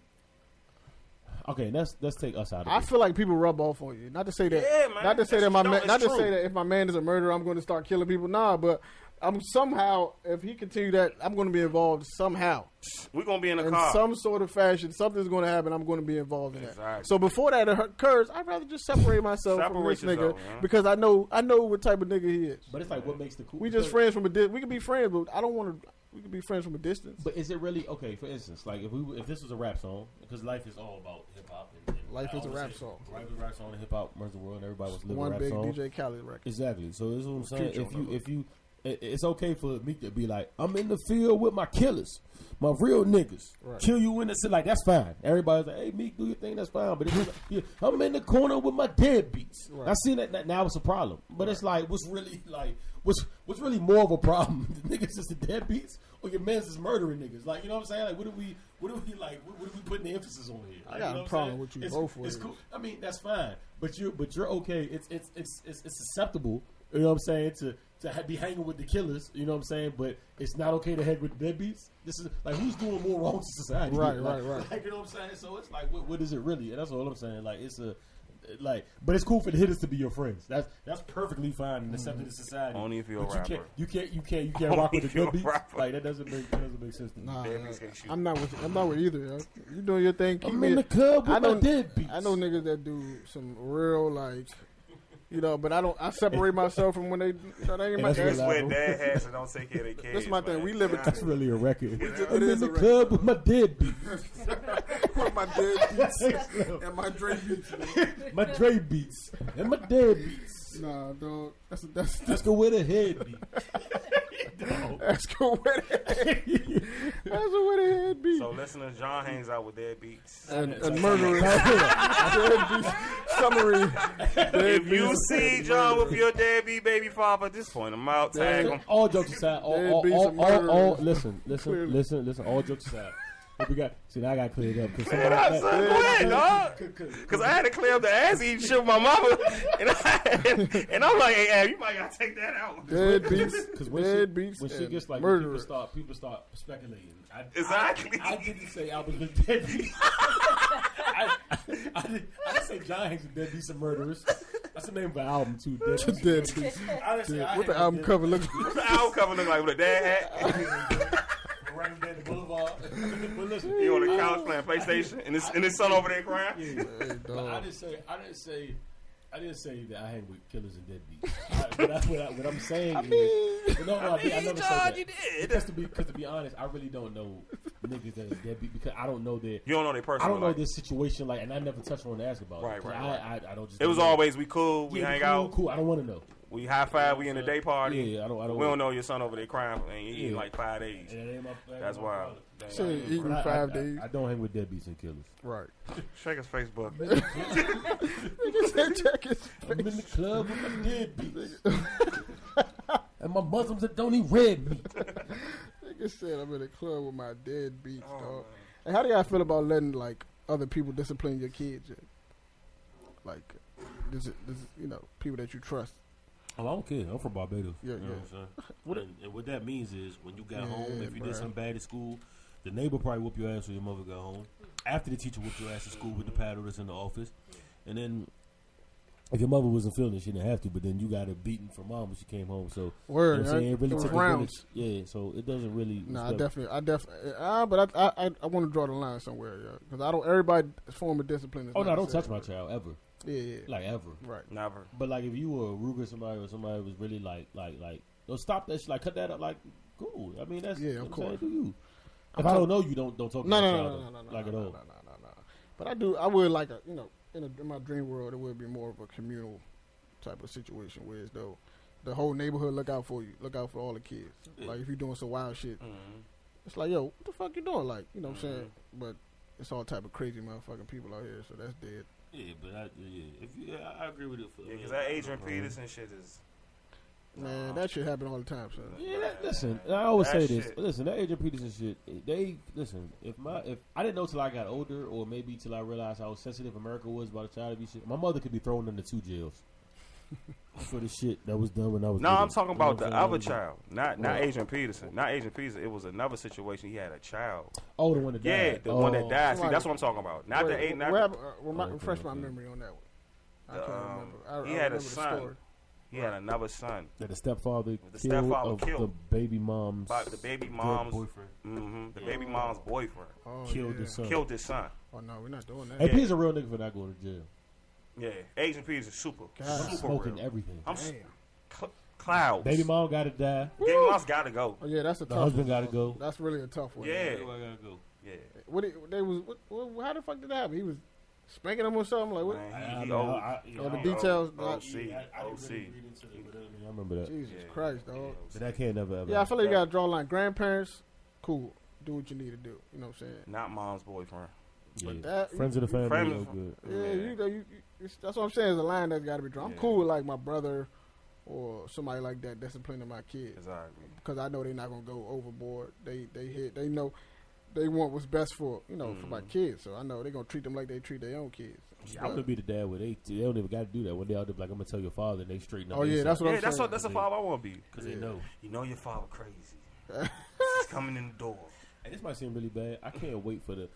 Speaker 2: okay, let's let's take us out
Speaker 1: I
Speaker 2: of it.
Speaker 1: feel like people rub off on you. Not to say that.
Speaker 3: Yeah, man.
Speaker 1: Not to say
Speaker 3: That's-
Speaker 1: that my
Speaker 3: no,
Speaker 1: man,
Speaker 3: it's
Speaker 1: not to
Speaker 3: true.
Speaker 1: say that if my man is a murderer, I'm going to start killing people. Nah, but I'm somehow, if he continue that, I'm going to be involved somehow
Speaker 3: We're gonna be in the
Speaker 1: in
Speaker 3: car.
Speaker 1: some sort of fashion. Something's going to happen. I'm going to be involved in that.
Speaker 3: Exactly.
Speaker 1: So before that occurs, I'd rather just separate myself from
Speaker 3: Separate
Speaker 1: this nigga
Speaker 3: yourself, man.
Speaker 1: because I know I know what type of nigga he is.
Speaker 2: But it's like, what makes the cool?
Speaker 1: We just
Speaker 2: because-
Speaker 1: friends from a di- we could be friends, but I don't want to. We could be friends from a distance.
Speaker 2: But is it really okay? For instance, like if we if this was a rap song, because life is all about hip hop. and- and
Speaker 1: Life
Speaker 2: I
Speaker 1: is a
Speaker 2: always
Speaker 1: rap
Speaker 2: say,
Speaker 1: song.
Speaker 2: Life is a rap song. and Hip hop runs the world, and everybody was living
Speaker 1: One
Speaker 2: rap
Speaker 1: big
Speaker 2: song.
Speaker 1: DJ Khaled record.
Speaker 2: Exactly. So this is what I'm saying.
Speaker 1: Future
Speaker 2: If you
Speaker 1: on
Speaker 2: if you, i- it's okay for Meek to be like, I'm in the field with my killers, my real niggas.
Speaker 1: Right.
Speaker 2: Kill you in the city, like that's fine. Everybody's like, hey Meek, do your thing, that's fine. But if it's like, yeah, I'm in the corner with my deadbeats.
Speaker 1: Right.
Speaker 2: I seen that, that now it's a problem. But it's like, what's really like, what's what's really more of a problem? the niggas is the deadbeats, or your man's is murdering niggas. Like you know what I'm saying? Like what do we what do we like? What, what are we putting the emphasis on here?
Speaker 1: I
Speaker 2: Like,
Speaker 1: got a
Speaker 2: you know what I'm
Speaker 1: problem
Speaker 2: saying?
Speaker 1: with you
Speaker 2: It's-
Speaker 1: both ways.
Speaker 2: It's cool. I mean, that's fine, but you're but you're okay. It's it's it's it's, it's acceptable. You know what I'm saying? To to ha- be hanging with the killers. You know what I'm saying? But it's not okay to hang with the deadbeats. This is like who's doing more wrong to society?
Speaker 1: Right, right,
Speaker 2: Like-
Speaker 1: right.
Speaker 2: like, you know what I'm saying? So it's like, what, what is it really? And that's all I'm saying. Like it's a like, but it's cool for the hitters to be your friends. That's that's perfectly fine and accepted in society.
Speaker 3: Only if you're a
Speaker 2: But you
Speaker 3: rapper.
Speaker 2: can't, you can't, you can't, you can't
Speaker 3: Only
Speaker 2: rock with the
Speaker 3: if you're a
Speaker 2: deadbeats.
Speaker 3: rapper.
Speaker 2: Like that doesn't make that doesn't make sense to me.
Speaker 1: Nah,
Speaker 3: Damn,
Speaker 1: nah,
Speaker 3: he's gonna shoot.
Speaker 1: I'm not with I'm not with either. Yo. You doing your thing. Keep
Speaker 2: I'm
Speaker 1: me
Speaker 2: in the club with
Speaker 1: I
Speaker 2: my
Speaker 1: know
Speaker 2: deadbeats.
Speaker 1: I know niggas that do some real like, you know, but I don't. I separate myself from when they. You know, that ain't my, that's,
Speaker 2: that's
Speaker 3: That's where
Speaker 2: Reliable.
Speaker 3: dad has it. Don't take care of their kids.
Speaker 1: That's my thing.
Speaker 3: man.
Speaker 1: We live in-
Speaker 2: That's really a record.
Speaker 1: it
Speaker 2: I'm in
Speaker 1: is
Speaker 2: the
Speaker 1: a record.
Speaker 2: club with my deadbeats.
Speaker 1: with my deadbeats and my Drake beats.
Speaker 2: my Dre beats and my dead beats.
Speaker 1: Nah, dog. That's that's
Speaker 2: Let's go with a head beat.
Speaker 1: that's good with it. That's what it had be.
Speaker 3: So listeners, John hangs out with deadbeats.
Speaker 1: and and murderers. Deadbeats. Summary.
Speaker 3: If you
Speaker 1: Deadbeats.
Speaker 3: see John with your deadbeat baby father, at this point I'm out. Tag him.
Speaker 2: all jokes aside, all,
Speaker 1: Dead
Speaker 2: all,
Speaker 1: beats
Speaker 2: all,
Speaker 1: and
Speaker 2: all, all,
Speaker 1: murderers.
Speaker 2: listen, listen,
Speaker 1: Clearly.
Speaker 2: listen, listen. All jokes aside, what we got? See, now I got cleared up because somebody.
Speaker 3: I said,
Speaker 2: that-
Speaker 3: go ahead, dog. Cause I had to clear up the ass eating shit with my mama, and, I, and I'm like, hey, Ab, you might gotta take that out.
Speaker 1: Deadbeats.
Speaker 2: Because when, she,
Speaker 1: Deadbeats.
Speaker 2: when she
Speaker 1: and
Speaker 2: gets like, when people
Speaker 1: murderers.
Speaker 2: start, people start speculating. I,
Speaker 3: Exactly.
Speaker 2: I, I didn't say I was with deadbeats. I, I, I, didn't, I didn't say John Hanks with deadbeats and murderers. That's the name of an album too. Deadbeats. and Murderers.
Speaker 1: Deadbeats.
Speaker 2: I didn't say I
Speaker 1: What
Speaker 2: had
Speaker 1: the album
Speaker 2: dead-
Speaker 1: cover looks
Speaker 3: What's the album cover look like with a dad hat?
Speaker 2: running down the boulevard. but listen,
Speaker 3: He on the couch playing PlayStation, and his and his son over there crying.
Speaker 2: yeah,
Speaker 1: like?
Speaker 2: but I
Speaker 1: Dog.
Speaker 2: didn't say I didn't say I didn't say that I hang with killers and deadbeats. I, what, I, what, I, what I'm saying is, no, no, I, did- I never said that.
Speaker 3: you did.
Speaker 2: Because to be, because to be honest, I really don't know niggas that are deadbeat because I don't know their,
Speaker 3: You don't know their
Speaker 2: I
Speaker 3: personal.
Speaker 2: don't know
Speaker 3: life.
Speaker 2: this situation like, and I never touched on to ask about. it,
Speaker 3: Right,
Speaker 2: 'cause
Speaker 3: right,
Speaker 2: I, I, I don't just.
Speaker 3: It was
Speaker 2: don't know.
Speaker 3: always we cool, we
Speaker 2: Yeah,
Speaker 3: hang
Speaker 2: cool,
Speaker 3: out,
Speaker 2: Cool, I don't want to know.
Speaker 3: we high five, we in the day party.
Speaker 2: Yeah, I don't, I don't.
Speaker 3: We don't know your son over there crying, and he
Speaker 2: Yeah.
Speaker 3: like five days.
Speaker 2: And it ain't my- that ain't
Speaker 3: That's
Speaker 2: my
Speaker 3: wild.
Speaker 2: problem.
Speaker 1: So you eating
Speaker 2: But I- I-
Speaker 1: five
Speaker 2: I-
Speaker 1: days.
Speaker 2: I don't hang with deadbeats and killers.
Speaker 1: Right.
Speaker 3: Check his Facebook.
Speaker 1: Nigga said check his
Speaker 2: I'm in the club with my deadbeats. and my Muslims that don't eat red meat.
Speaker 1: Nigga said I'm in a club with my dead beats,
Speaker 3: Oh,
Speaker 1: dog. And how do y'all feel about letting like other people discipline your kids? Jay? Like, this is, this is you know people that you trust.
Speaker 2: Oh, I don't care. I'm from Barbados.
Speaker 1: Yeah,
Speaker 4: You know
Speaker 1: yeah.
Speaker 4: what I'm saying? and, and what that means is when you got
Speaker 1: Yeah,
Speaker 4: home, if you
Speaker 1: bruh.
Speaker 4: did something bad at school, the neighbor probably whooped your ass when your mother got home. After the teacher whooped your ass at school with the paddle that's in the office, and then
Speaker 2: If your mother wasn't feeling it, she didn't have to. But then you got a beating from mom when she came home. So you know
Speaker 1: Word,
Speaker 2: what I'm saying?
Speaker 1: right?
Speaker 2: It really
Speaker 1: It
Speaker 2: took a
Speaker 1: rounds.
Speaker 2: village. Yeah, so it doesn't really.
Speaker 1: No, I
Speaker 2: it's not-
Speaker 1: definitely, I definitely, uh, but I, I, I, I want to draw the line somewhere, yeah, because I don't. Everybody form of discipline. Is
Speaker 2: Oh no!
Speaker 1: not
Speaker 2: Don't
Speaker 1: the
Speaker 2: touch
Speaker 1: same.
Speaker 2: my child ever.
Speaker 1: Yeah, yeah,
Speaker 2: Like ever.
Speaker 1: right.
Speaker 3: Never.
Speaker 2: But like, if you were a Ruger, somebody or somebody was really like, like, like, no, stop that shit. Like, cut that up. Like, cool. I mean, that's
Speaker 1: Yeah,
Speaker 2: you know
Speaker 1: of
Speaker 2: what I'm
Speaker 1: course.
Speaker 2: saying, Do you?
Speaker 1: I'm
Speaker 2: if I
Speaker 1: talking-
Speaker 2: don't know you, don't don't talk
Speaker 1: No,
Speaker 2: to my
Speaker 1: no, no,
Speaker 2: child
Speaker 1: no, no, no,
Speaker 2: like
Speaker 1: no,
Speaker 2: at
Speaker 1: no,
Speaker 2: all.
Speaker 1: no, no, no, no. But I do. I would like a, you know, in, a, in my dream world, it would be more of a communal type of situation, where it's though the whole neighborhood look out for you, look out for all the kids. Like if you're doing some wild shit,
Speaker 3: Mm-hmm.
Speaker 1: it's like, yo, what the fuck you doing? Like, you know what I'm saying?
Speaker 2: Mm-hmm.
Speaker 1: But it's all type of crazy motherfucking people out here, so that's dead.
Speaker 4: yeah, but I, yeah, if you, yeah, I I agree with it. For,
Speaker 3: Yeah, cause that Adrian Peterson shit is.
Speaker 1: Man, that shit happen all the time, son.
Speaker 2: Yeah, that, listen. and I always
Speaker 3: That
Speaker 2: say this.
Speaker 3: shit.
Speaker 2: Listen, that Adrian Peterson shit. They listen. If my if I didn't know till I got older, or maybe till I realized how sensitive America was about the child abuse shit. My mother could be thrown into two jails for the shit that was done when I was.
Speaker 3: No,
Speaker 2: little.
Speaker 3: I'm talking
Speaker 2: You know
Speaker 3: about the
Speaker 2: what I'm saying?
Speaker 3: other child, not not
Speaker 2: Right.
Speaker 3: Adrian Peterson, not Adrian Peterson. It was another situation. He had a child.
Speaker 2: Oh, the one that died.
Speaker 3: Yeah, the one
Speaker 2: Oh.
Speaker 3: that died. See,
Speaker 1: Somebody-
Speaker 3: that's what I'm talking about. Not the
Speaker 1: Wait,
Speaker 3: eight. Not
Speaker 1: where
Speaker 3: the-
Speaker 1: I- uh, remind-
Speaker 2: Okay,
Speaker 1: refresh my
Speaker 2: okay.
Speaker 1: memory on that one. I
Speaker 3: The,
Speaker 1: can't
Speaker 3: um,
Speaker 1: remember. I,
Speaker 3: he
Speaker 1: I
Speaker 3: had a
Speaker 1: remember the
Speaker 3: son.
Speaker 1: story.
Speaker 3: He He had another son.
Speaker 2: That the stepfather killed
Speaker 3: The stepfather
Speaker 2: of
Speaker 3: killed.
Speaker 2: the baby mom's
Speaker 3: But the baby
Speaker 2: dead
Speaker 3: mom's
Speaker 2: boyfriend
Speaker 3: hmm the baby mom's boyfriend
Speaker 1: Oh,
Speaker 2: killed
Speaker 1: yeah.
Speaker 2: his son.
Speaker 3: killed his son.
Speaker 1: Oh no, we're not doing that.
Speaker 2: AP is a real nigga for not going to jail.
Speaker 3: Yeah, Asian P is a super,
Speaker 1: God.
Speaker 3: super
Speaker 2: Smoking
Speaker 3: real.
Speaker 2: everything.
Speaker 3: I'm s-
Speaker 1: Damn.
Speaker 3: cl- clouds.
Speaker 2: Baby mom got to die.
Speaker 3: Baby mom's got to go.
Speaker 1: Oh yeah, that's a
Speaker 2: The
Speaker 1: tough. one.
Speaker 2: husband got to go.
Speaker 1: That's really a tough one.
Speaker 3: Yeah,
Speaker 4: Where I gotta go?
Speaker 3: yeah.
Speaker 1: What it, they was? What, what, how the fuck did that happen? He was spanking him or something. Like what?
Speaker 3: Man, he, he
Speaker 2: mean,
Speaker 3: old.
Speaker 2: I- I-
Speaker 1: Oh, the
Speaker 2: I-
Speaker 1: beat- details,
Speaker 3: Oh,
Speaker 1: not-
Speaker 3: OC, OC.
Speaker 2: I remember that.
Speaker 1: Jesus
Speaker 3: Yeah.
Speaker 1: Christ, dog.
Speaker 2: But that can't never ever.
Speaker 1: Yeah, I feel like you
Speaker 3: Yeah.
Speaker 1: gotta draw a line. Grandparents, cool. Do what you need to do. You know what I'm saying?
Speaker 3: Not mom's boyfriend.
Speaker 2: Yeah.
Speaker 1: But that,
Speaker 2: Friends of the family.
Speaker 3: Friends
Speaker 2: no
Speaker 3: of-
Speaker 2: good.
Speaker 1: yeah, you, know, you, you, it's- that's what I'm saying. Is a line that's got to be drawn. I'm
Speaker 3: Yeah.
Speaker 1: cool with like my brother or somebody like that disciplining my kids
Speaker 3: Exactly.
Speaker 1: because I know they're not gonna go overboard. They they hit. They know they want what's best for you know for my
Speaker 3: Mhm.
Speaker 1: kids. So I know they're gonna treat them like they treat their own kids.
Speaker 2: I'm gonna be the dad where they they don't even got to do that. One day I'll be like, I'm gonna tell your father, and they straighten up.
Speaker 1: Oh, yeah,
Speaker 2: their
Speaker 1: that's
Speaker 2: side.
Speaker 1: what
Speaker 3: yeah,
Speaker 1: I'm
Speaker 3: that's
Speaker 1: saying.
Speaker 3: what that's the father I want to be.
Speaker 4: Because
Speaker 1: Yeah.
Speaker 4: they know.
Speaker 3: You know your father crazy. He's coming in the door.
Speaker 2: And this might seem really bad. I can't wait for the.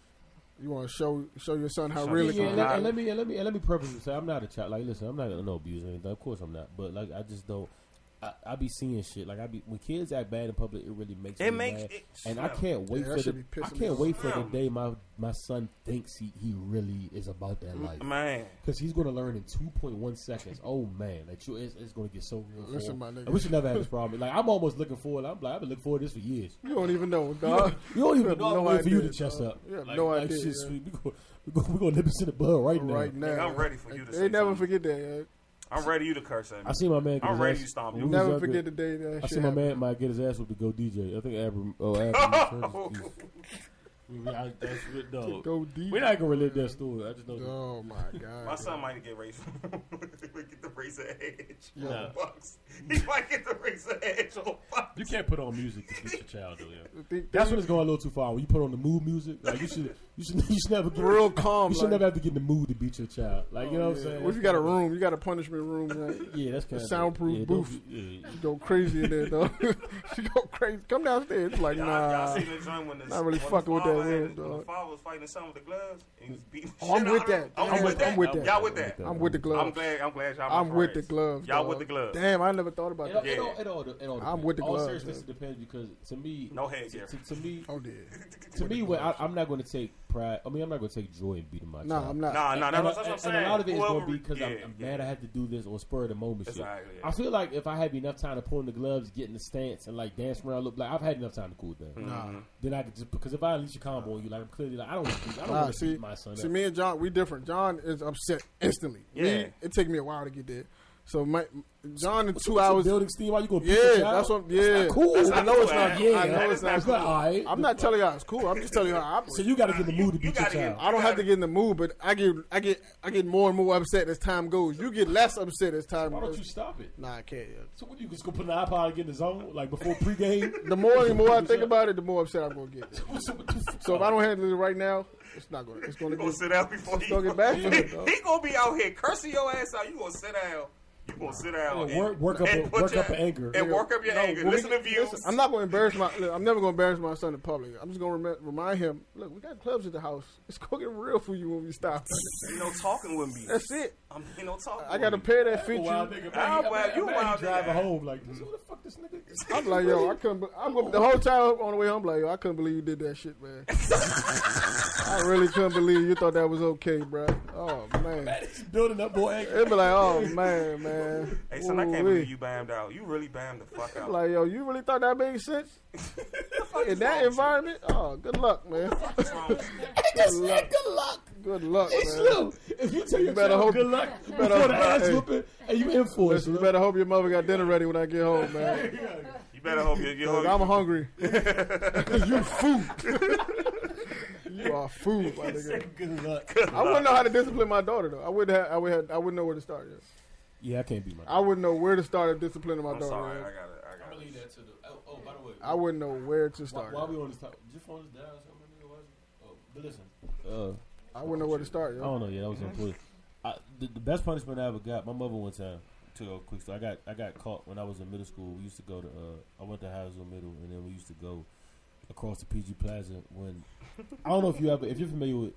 Speaker 1: You want to show show your son how
Speaker 3: Show
Speaker 1: real
Speaker 3: your
Speaker 1: it can
Speaker 2: Yeah, and
Speaker 1: be.
Speaker 2: let, and let me and let me and let me preface it. Say I'm not a child. Like, listen, I'm not no abuse or anything. Of course, I'm not. But like, I just don't. I, I be seeing shit. Like, I be when kids act bad in public, it really makes
Speaker 3: It
Speaker 2: me
Speaker 3: makes
Speaker 2: mad.
Speaker 3: it.
Speaker 2: And I can't wait
Speaker 1: Yeah, that
Speaker 2: for
Speaker 1: should
Speaker 2: the
Speaker 1: be pissing
Speaker 2: I
Speaker 1: me
Speaker 2: can't
Speaker 1: off.
Speaker 2: wait for the
Speaker 3: Damn.
Speaker 2: day my my son thinks he he really is about
Speaker 3: Mm,
Speaker 2: that life
Speaker 3: Man,
Speaker 2: because he's gonna learn in two point one seconds. Oh man, like you, it's, it's gonna get so real. for
Speaker 1: Listen,
Speaker 2: him.
Speaker 1: my nigga.
Speaker 2: And we should never have this problem. Like I'm almost looking forward. I'm like I've been looking forward to this for years.
Speaker 1: You don't even know, dog.
Speaker 2: You don't
Speaker 1: have
Speaker 2: even know I'm
Speaker 1: no
Speaker 2: waiting for you
Speaker 1: idea,
Speaker 2: to chest
Speaker 1: dog.
Speaker 2: up.
Speaker 1: You have
Speaker 2: like,
Speaker 1: no
Speaker 2: like,
Speaker 1: idea,
Speaker 2: Shit,
Speaker 1: yeah.
Speaker 2: sweet. We gonna we gonna, we gonna nip this in the bud right now.
Speaker 1: right now.
Speaker 3: Nigga, I'm ready for you to
Speaker 1: They
Speaker 3: say
Speaker 1: never
Speaker 3: something.
Speaker 1: forget that. yeah.
Speaker 3: I'm ready you to curse at me.
Speaker 2: I see my man. get
Speaker 3: I'm
Speaker 2: his
Speaker 3: ready
Speaker 2: ass-
Speaker 3: to stomp
Speaker 2: when
Speaker 3: you.
Speaker 2: we was
Speaker 1: Never
Speaker 2: younger,
Speaker 1: forget the day that
Speaker 2: I
Speaker 1: shit
Speaker 2: see my
Speaker 1: happened.
Speaker 2: man might get his ass with the go DJ. I think Abram. Oh, Abram. that's good,
Speaker 1: To
Speaker 2: dog.
Speaker 1: Go deep.
Speaker 2: We're not gonna relive that story. I just know.
Speaker 1: Oh my god.
Speaker 3: My son might get razor. get the razor edge.
Speaker 1: Yeah.
Speaker 3: on Bucks. He might get the razor edge. on Bucks.
Speaker 2: You can't put on music to beat your child, though. Yeah.
Speaker 1: The thing-
Speaker 2: That's when it's going a little too far. When you put on the mood music, like you should, you should, you should never get
Speaker 1: real calm.
Speaker 2: You should
Speaker 1: like, Oh,
Speaker 2: never have to get in the mood to beat your child. Like you know what
Speaker 3: oh,
Speaker 2: I'm
Speaker 1: yeah.
Speaker 2: saying?
Speaker 1: What if you got a room? You got a punishment room. Man.
Speaker 2: Yeah, that's kind of
Speaker 1: soundproof
Speaker 2: yeah,
Speaker 1: booth.
Speaker 2: don't- Yeah,
Speaker 1: She go crazy in there though. she go crazy. Come downstairs. It's Like
Speaker 3: Y'all,
Speaker 1: nah.
Speaker 3: y'all seen the joint when the,
Speaker 1: not really
Speaker 3: when
Speaker 1: fucking
Speaker 3: the
Speaker 1: with that
Speaker 3: father had-
Speaker 1: real,
Speaker 3: When
Speaker 1: dog.
Speaker 3: the father was fighting the son with the gloves and he's beating the
Speaker 1: Oh, I'm
Speaker 3: shit
Speaker 1: with
Speaker 3: out of him.
Speaker 1: that.
Speaker 3: I'm with that.
Speaker 1: I'm with that.
Speaker 3: Y'all with that.
Speaker 1: I'm with the gloves.
Speaker 3: I'm glad. I'm glad y'all. my
Speaker 1: I'm with the
Speaker 3: friends.
Speaker 1: gloves.
Speaker 3: Y'all
Speaker 1: dog.
Speaker 3: with the gloves.
Speaker 1: Damn, I never thought about
Speaker 2: It
Speaker 1: that.
Speaker 2: all, it all, it all, it all
Speaker 1: I'm with the
Speaker 2: All
Speaker 1: gloves,
Speaker 2: seriousness,
Speaker 1: yeah.
Speaker 2: it depends because to me,
Speaker 3: No head
Speaker 2: to,
Speaker 3: gear.
Speaker 2: to, to me,
Speaker 1: Oh dear.
Speaker 2: to me, when I, I'm not going to take pride. I mean, I'm not going to take joy in beating my child.
Speaker 1: Nah, I'm not.
Speaker 3: Nah, nah, that's,
Speaker 2: and,
Speaker 3: that's what I'm
Speaker 2: and-
Speaker 3: saying.
Speaker 2: and a lot of it is going
Speaker 3: Whoever-
Speaker 2: to be because I'm,
Speaker 3: yeah,
Speaker 2: I'm
Speaker 3: yeah.
Speaker 2: mad I have to do this or spur of the moment shit.
Speaker 3: Exactly, yeah.
Speaker 2: I feel like if I have enough time to pull in the gloves, get in the stance, and like dance around, look like I've had enough time to cool down.
Speaker 3: Mm-hmm.
Speaker 1: Nah.
Speaker 2: Then I could just because if I unleash a combo on you, like I'm clearly like I don't want to, I don't
Speaker 1: Nah,
Speaker 2: want to
Speaker 1: see,
Speaker 2: beat my son.
Speaker 1: see,
Speaker 2: up.
Speaker 1: me and John, we different. John is upset instantly.
Speaker 3: Yeah.
Speaker 1: me, it took me a while to get there. So my John in
Speaker 2: What's
Speaker 1: two
Speaker 2: up with your
Speaker 1: hours.
Speaker 2: building steam while you going?
Speaker 1: Yeah, that's what. Yeah,
Speaker 2: not cool. That's
Speaker 1: I
Speaker 2: not
Speaker 1: know
Speaker 3: cool.
Speaker 1: it's not.
Speaker 3: Yeah,
Speaker 1: I know
Speaker 3: that
Speaker 1: it's
Speaker 3: is not
Speaker 1: not.
Speaker 3: cool.
Speaker 2: alright.
Speaker 1: I'm not telling y'all it's cool. I'm just telling y'all how I
Speaker 2: So
Speaker 1: operate.
Speaker 2: you got to get in the mood to
Speaker 3: You- you
Speaker 2: beat your
Speaker 3: gotta get-
Speaker 2: child.
Speaker 1: I don't have to get in the mood, but I get I get I get more and more upset as time goes. You get less upset as time
Speaker 2: Why don't you
Speaker 1: goes.
Speaker 2: stop it?
Speaker 1: Nah, I can't. yeah.
Speaker 2: So what, you just go put an iPod and get in the zone like before pregame?
Speaker 1: The more and more I think about it, the more upset I'm gonna get.
Speaker 2: so what the fuck?
Speaker 1: So if I don't handle it right now, it's not gonna. It's gonna
Speaker 3: You
Speaker 1: be.
Speaker 3: gonna sit down before you
Speaker 1: gonna get back to it, dog.
Speaker 3: He gonna be out here cursing your ass out. You gonna sit down. You gonna sit down.
Speaker 2: Yeah, work-
Speaker 3: and-
Speaker 2: work up
Speaker 3: and
Speaker 2: a-
Speaker 3: put
Speaker 2: work
Speaker 3: your-
Speaker 2: up an anger.
Speaker 3: and work up your
Speaker 1: No,
Speaker 3: anger.
Speaker 1: when we
Speaker 3: Listen to
Speaker 1: get-
Speaker 3: views.
Speaker 1: listen, I'm not gonna embarrass my. Look, I'm never gonna embarrass my son in public. I'm just gonna rem- remind him. Look, we got clubs at the house. It's gonna get real for you when we stop.
Speaker 3: You know, talking with me.
Speaker 1: That's it.
Speaker 3: I'm you know talking.
Speaker 1: I gotta
Speaker 3: with
Speaker 1: pair that
Speaker 2: Oh,
Speaker 1: feature.
Speaker 2: wild nigga,
Speaker 3: Ah,
Speaker 2: man, he-
Speaker 3: well,
Speaker 2: I
Speaker 3: you
Speaker 2: bet he
Speaker 3: wild
Speaker 2: driving
Speaker 3: nigga.
Speaker 2: home like this. Who the fuck this nigga? is?
Speaker 1: I'm like, yo, I couldn't. Be- I'm gonna, the whole time on the way home, I'm like, yo, I couldn't believe you did that shit, man. I really couldn't believe you thought that was okay, bro. Oh man,
Speaker 2: He's building up boy anger.
Speaker 1: it'd be like, oh man, man.
Speaker 3: Hey son, I can't
Speaker 1: Ooh-wee.
Speaker 3: believe you bammed out. You really bammed the fuck out.
Speaker 1: Like, yo, you really thought that made sense in that environment? Oh, good luck, man.
Speaker 3: What's wrong with you?
Speaker 1: Good luck.
Speaker 2: Good luck.
Speaker 1: Good luck,
Speaker 2: Hey,
Speaker 1: man.
Speaker 2: Slim, if you tell your
Speaker 1: better
Speaker 2: child
Speaker 1: hope-
Speaker 2: good luck
Speaker 1: you
Speaker 2: before
Speaker 1: better
Speaker 2: the
Speaker 1: hope-
Speaker 2: ass
Speaker 1: hey.
Speaker 2: whooping, and you in for it,
Speaker 1: Listen,
Speaker 2: Slim.
Speaker 1: you better hope your mother got dinner ready when I get home, man.
Speaker 3: You better hope you. you
Speaker 1: Look,
Speaker 3: hope
Speaker 1: I'm
Speaker 3: you-
Speaker 1: hungry. you food. you are food, my nigga.
Speaker 2: Good luck.
Speaker 1: I wouldn't know how to discipline my daughter though. I wouldn't have. I would have. I wouldn't know where to start. yeah.
Speaker 2: Yeah, I can't beat my.
Speaker 1: I wouldn't know where to start of disciplining my
Speaker 3: I'm
Speaker 1: daughter.
Speaker 3: sorry. I
Speaker 1: yeah.
Speaker 3: gotta. I gotta.
Speaker 2: that to the. Oh, oh by the way,
Speaker 1: I wouldn't know where to
Speaker 2: Why,
Speaker 1: start.
Speaker 2: why we on this top? Just phone this down or something, nigga? Why is it- Oh, but listen. Uh,
Speaker 1: I wouldn't know where to start.
Speaker 2: I
Speaker 1: Yo.
Speaker 2: don't know. Yeah, that was important. I, the, the best punishment I ever got. My mother one time. To go quick story, I got I got caught when I was in middle school. We used to go to. Uh, I went to Highsville Middle, and then we used to go across the PG Plaza. When I don't know if you ever, if you're familiar with,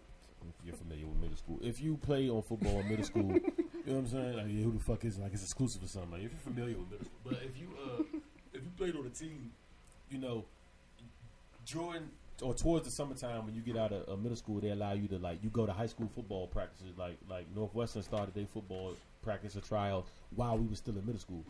Speaker 2: if you're familiar with middle school, if you play on football in middle school,
Speaker 4: You know what I'm saying? Like, yeah, who the fuck is it? like it's exclusive or something? Like, if you're familiar with middle school, but if you uh, if you played on a team, you know, during or towards the summertime when you get out of uh, middle school, they allow you to like you go to high school football practices. Like like Northwestern started their football practice or trial while we were still in middle school.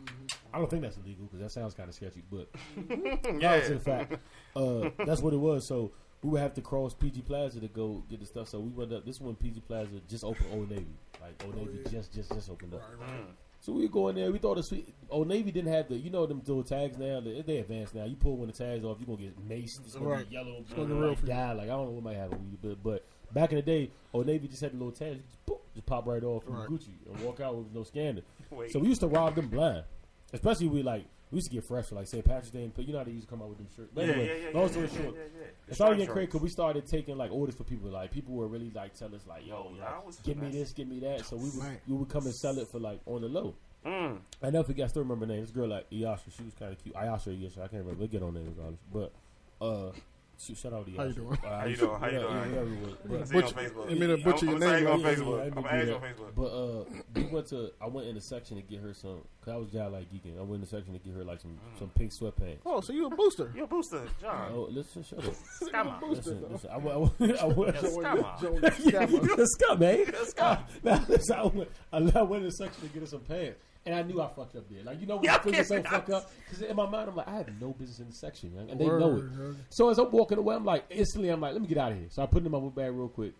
Speaker 4: I don't think that's illegal because that sounds kind of sketchy, but yeah.
Speaker 3: Yeah.
Speaker 2: to the fact. Uh, that's what it was. So we would have to cross PG Plaza to go get the stuff. So we went up. This one PG Plaza just opened Old Navy. Like Old Navy
Speaker 1: yeah.
Speaker 2: just just just opened up.
Speaker 1: Right, right.
Speaker 2: So we go in there. We thought the sweet Old Navy didn't have the you know them little tags now. They, they advanced now. You pull one of the tags off, you are gonna get maced. It's gonna
Speaker 1: Right.
Speaker 2: be yellow. It's
Speaker 1: gonna
Speaker 2: gonna
Speaker 1: be real
Speaker 2: like,
Speaker 1: for you.
Speaker 2: die. Like I don't know what might happen with you, but but back in the day, Old Navy just had the little tags. Just, boop, just pop right off from
Speaker 1: Right.
Speaker 2: Gucci and walk out with no scanner.
Speaker 3: Wait.
Speaker 2: So we used to rob them blind, especially we like we used to get fresh for like say Patrick's Day, and- but you know how they used to come out with them shirts. But anyway, long story short, it started getting crazy because we started taking like orders for people. Like people were really like telling us like, "Yo,
Speaker 3: Yo,
Speaker 2: like,
Speaker 3: I was
Speaker 2: give me
Speaker 3: finessing.
Speaker 2: this, give me that." So we would,
Speaker 1: Man.
Speaker 2: we would come and sell it for like on the low.
Speaker 3: Mm.
Speaker 2: I never forget. I still remember her name. This girl like Iyasha. She was kind of cute. Ayasha, or Iyasha. I can't remember. We'll get on name regardless. But uh, shoot, shout out to Iyasha.
Speaker 1: How you doing?
Speaker 2: Uh,
Speaker 3: you doing? How you
Speaker 2: yeah,
Speaker 3: doing?
Speaker 2: yeah, everywhere. But-
Speaker 3: See you on
Speaker 1: Butcher-
Speaker 3: Facebook.
Speaker 1: you mean to butcher
Speaker 3: I'm,
Speaker 1: your
Speaker 3: I'm
Speaker 1: name,
Speaker 3: on
Speaker 2: right?
Speaker 3: Facebook.
Speaker 2: Yeah, yeah,
Speaker 3: I'm gonna ask you
Speaker 2: yeah.
Speaker 3: on Facebook.
Speaker 2: But uh, we went to. I went in the section to get her some. Cause I was down like geeking. I went in the section to get her like some some pink sweatpants.
Speaker 1: Oh, so you a booster?
Speaker 3: You're a booster, John.
Speaker 2: Oh, listen, shut up.
Speaker 3: Scammer.
Speaker 1: Booster,
Speaker 2: Listen,
Speaker 1: though.
Speaker 2: listen. I, wa- I, wa- I, wa-
Speaker 3: Yes. Scammer.
Speaker 1: Joey the scammer.
Speaker 2: You're a scum, man. You're a scum. Now, listen, I, went, I left- I went in the section to get us some pants, and I knew I fucked up there. Like, you know when you feel yourself fuck up? Because in my mind, I'm like, I have no business in the section, man. And they know it.
Speaker 1: Word, huh?
Speaker 2: So as I'm walking away, I'm like, instantly, I'm like, let me get out of here. So I put it in my book bag real quick.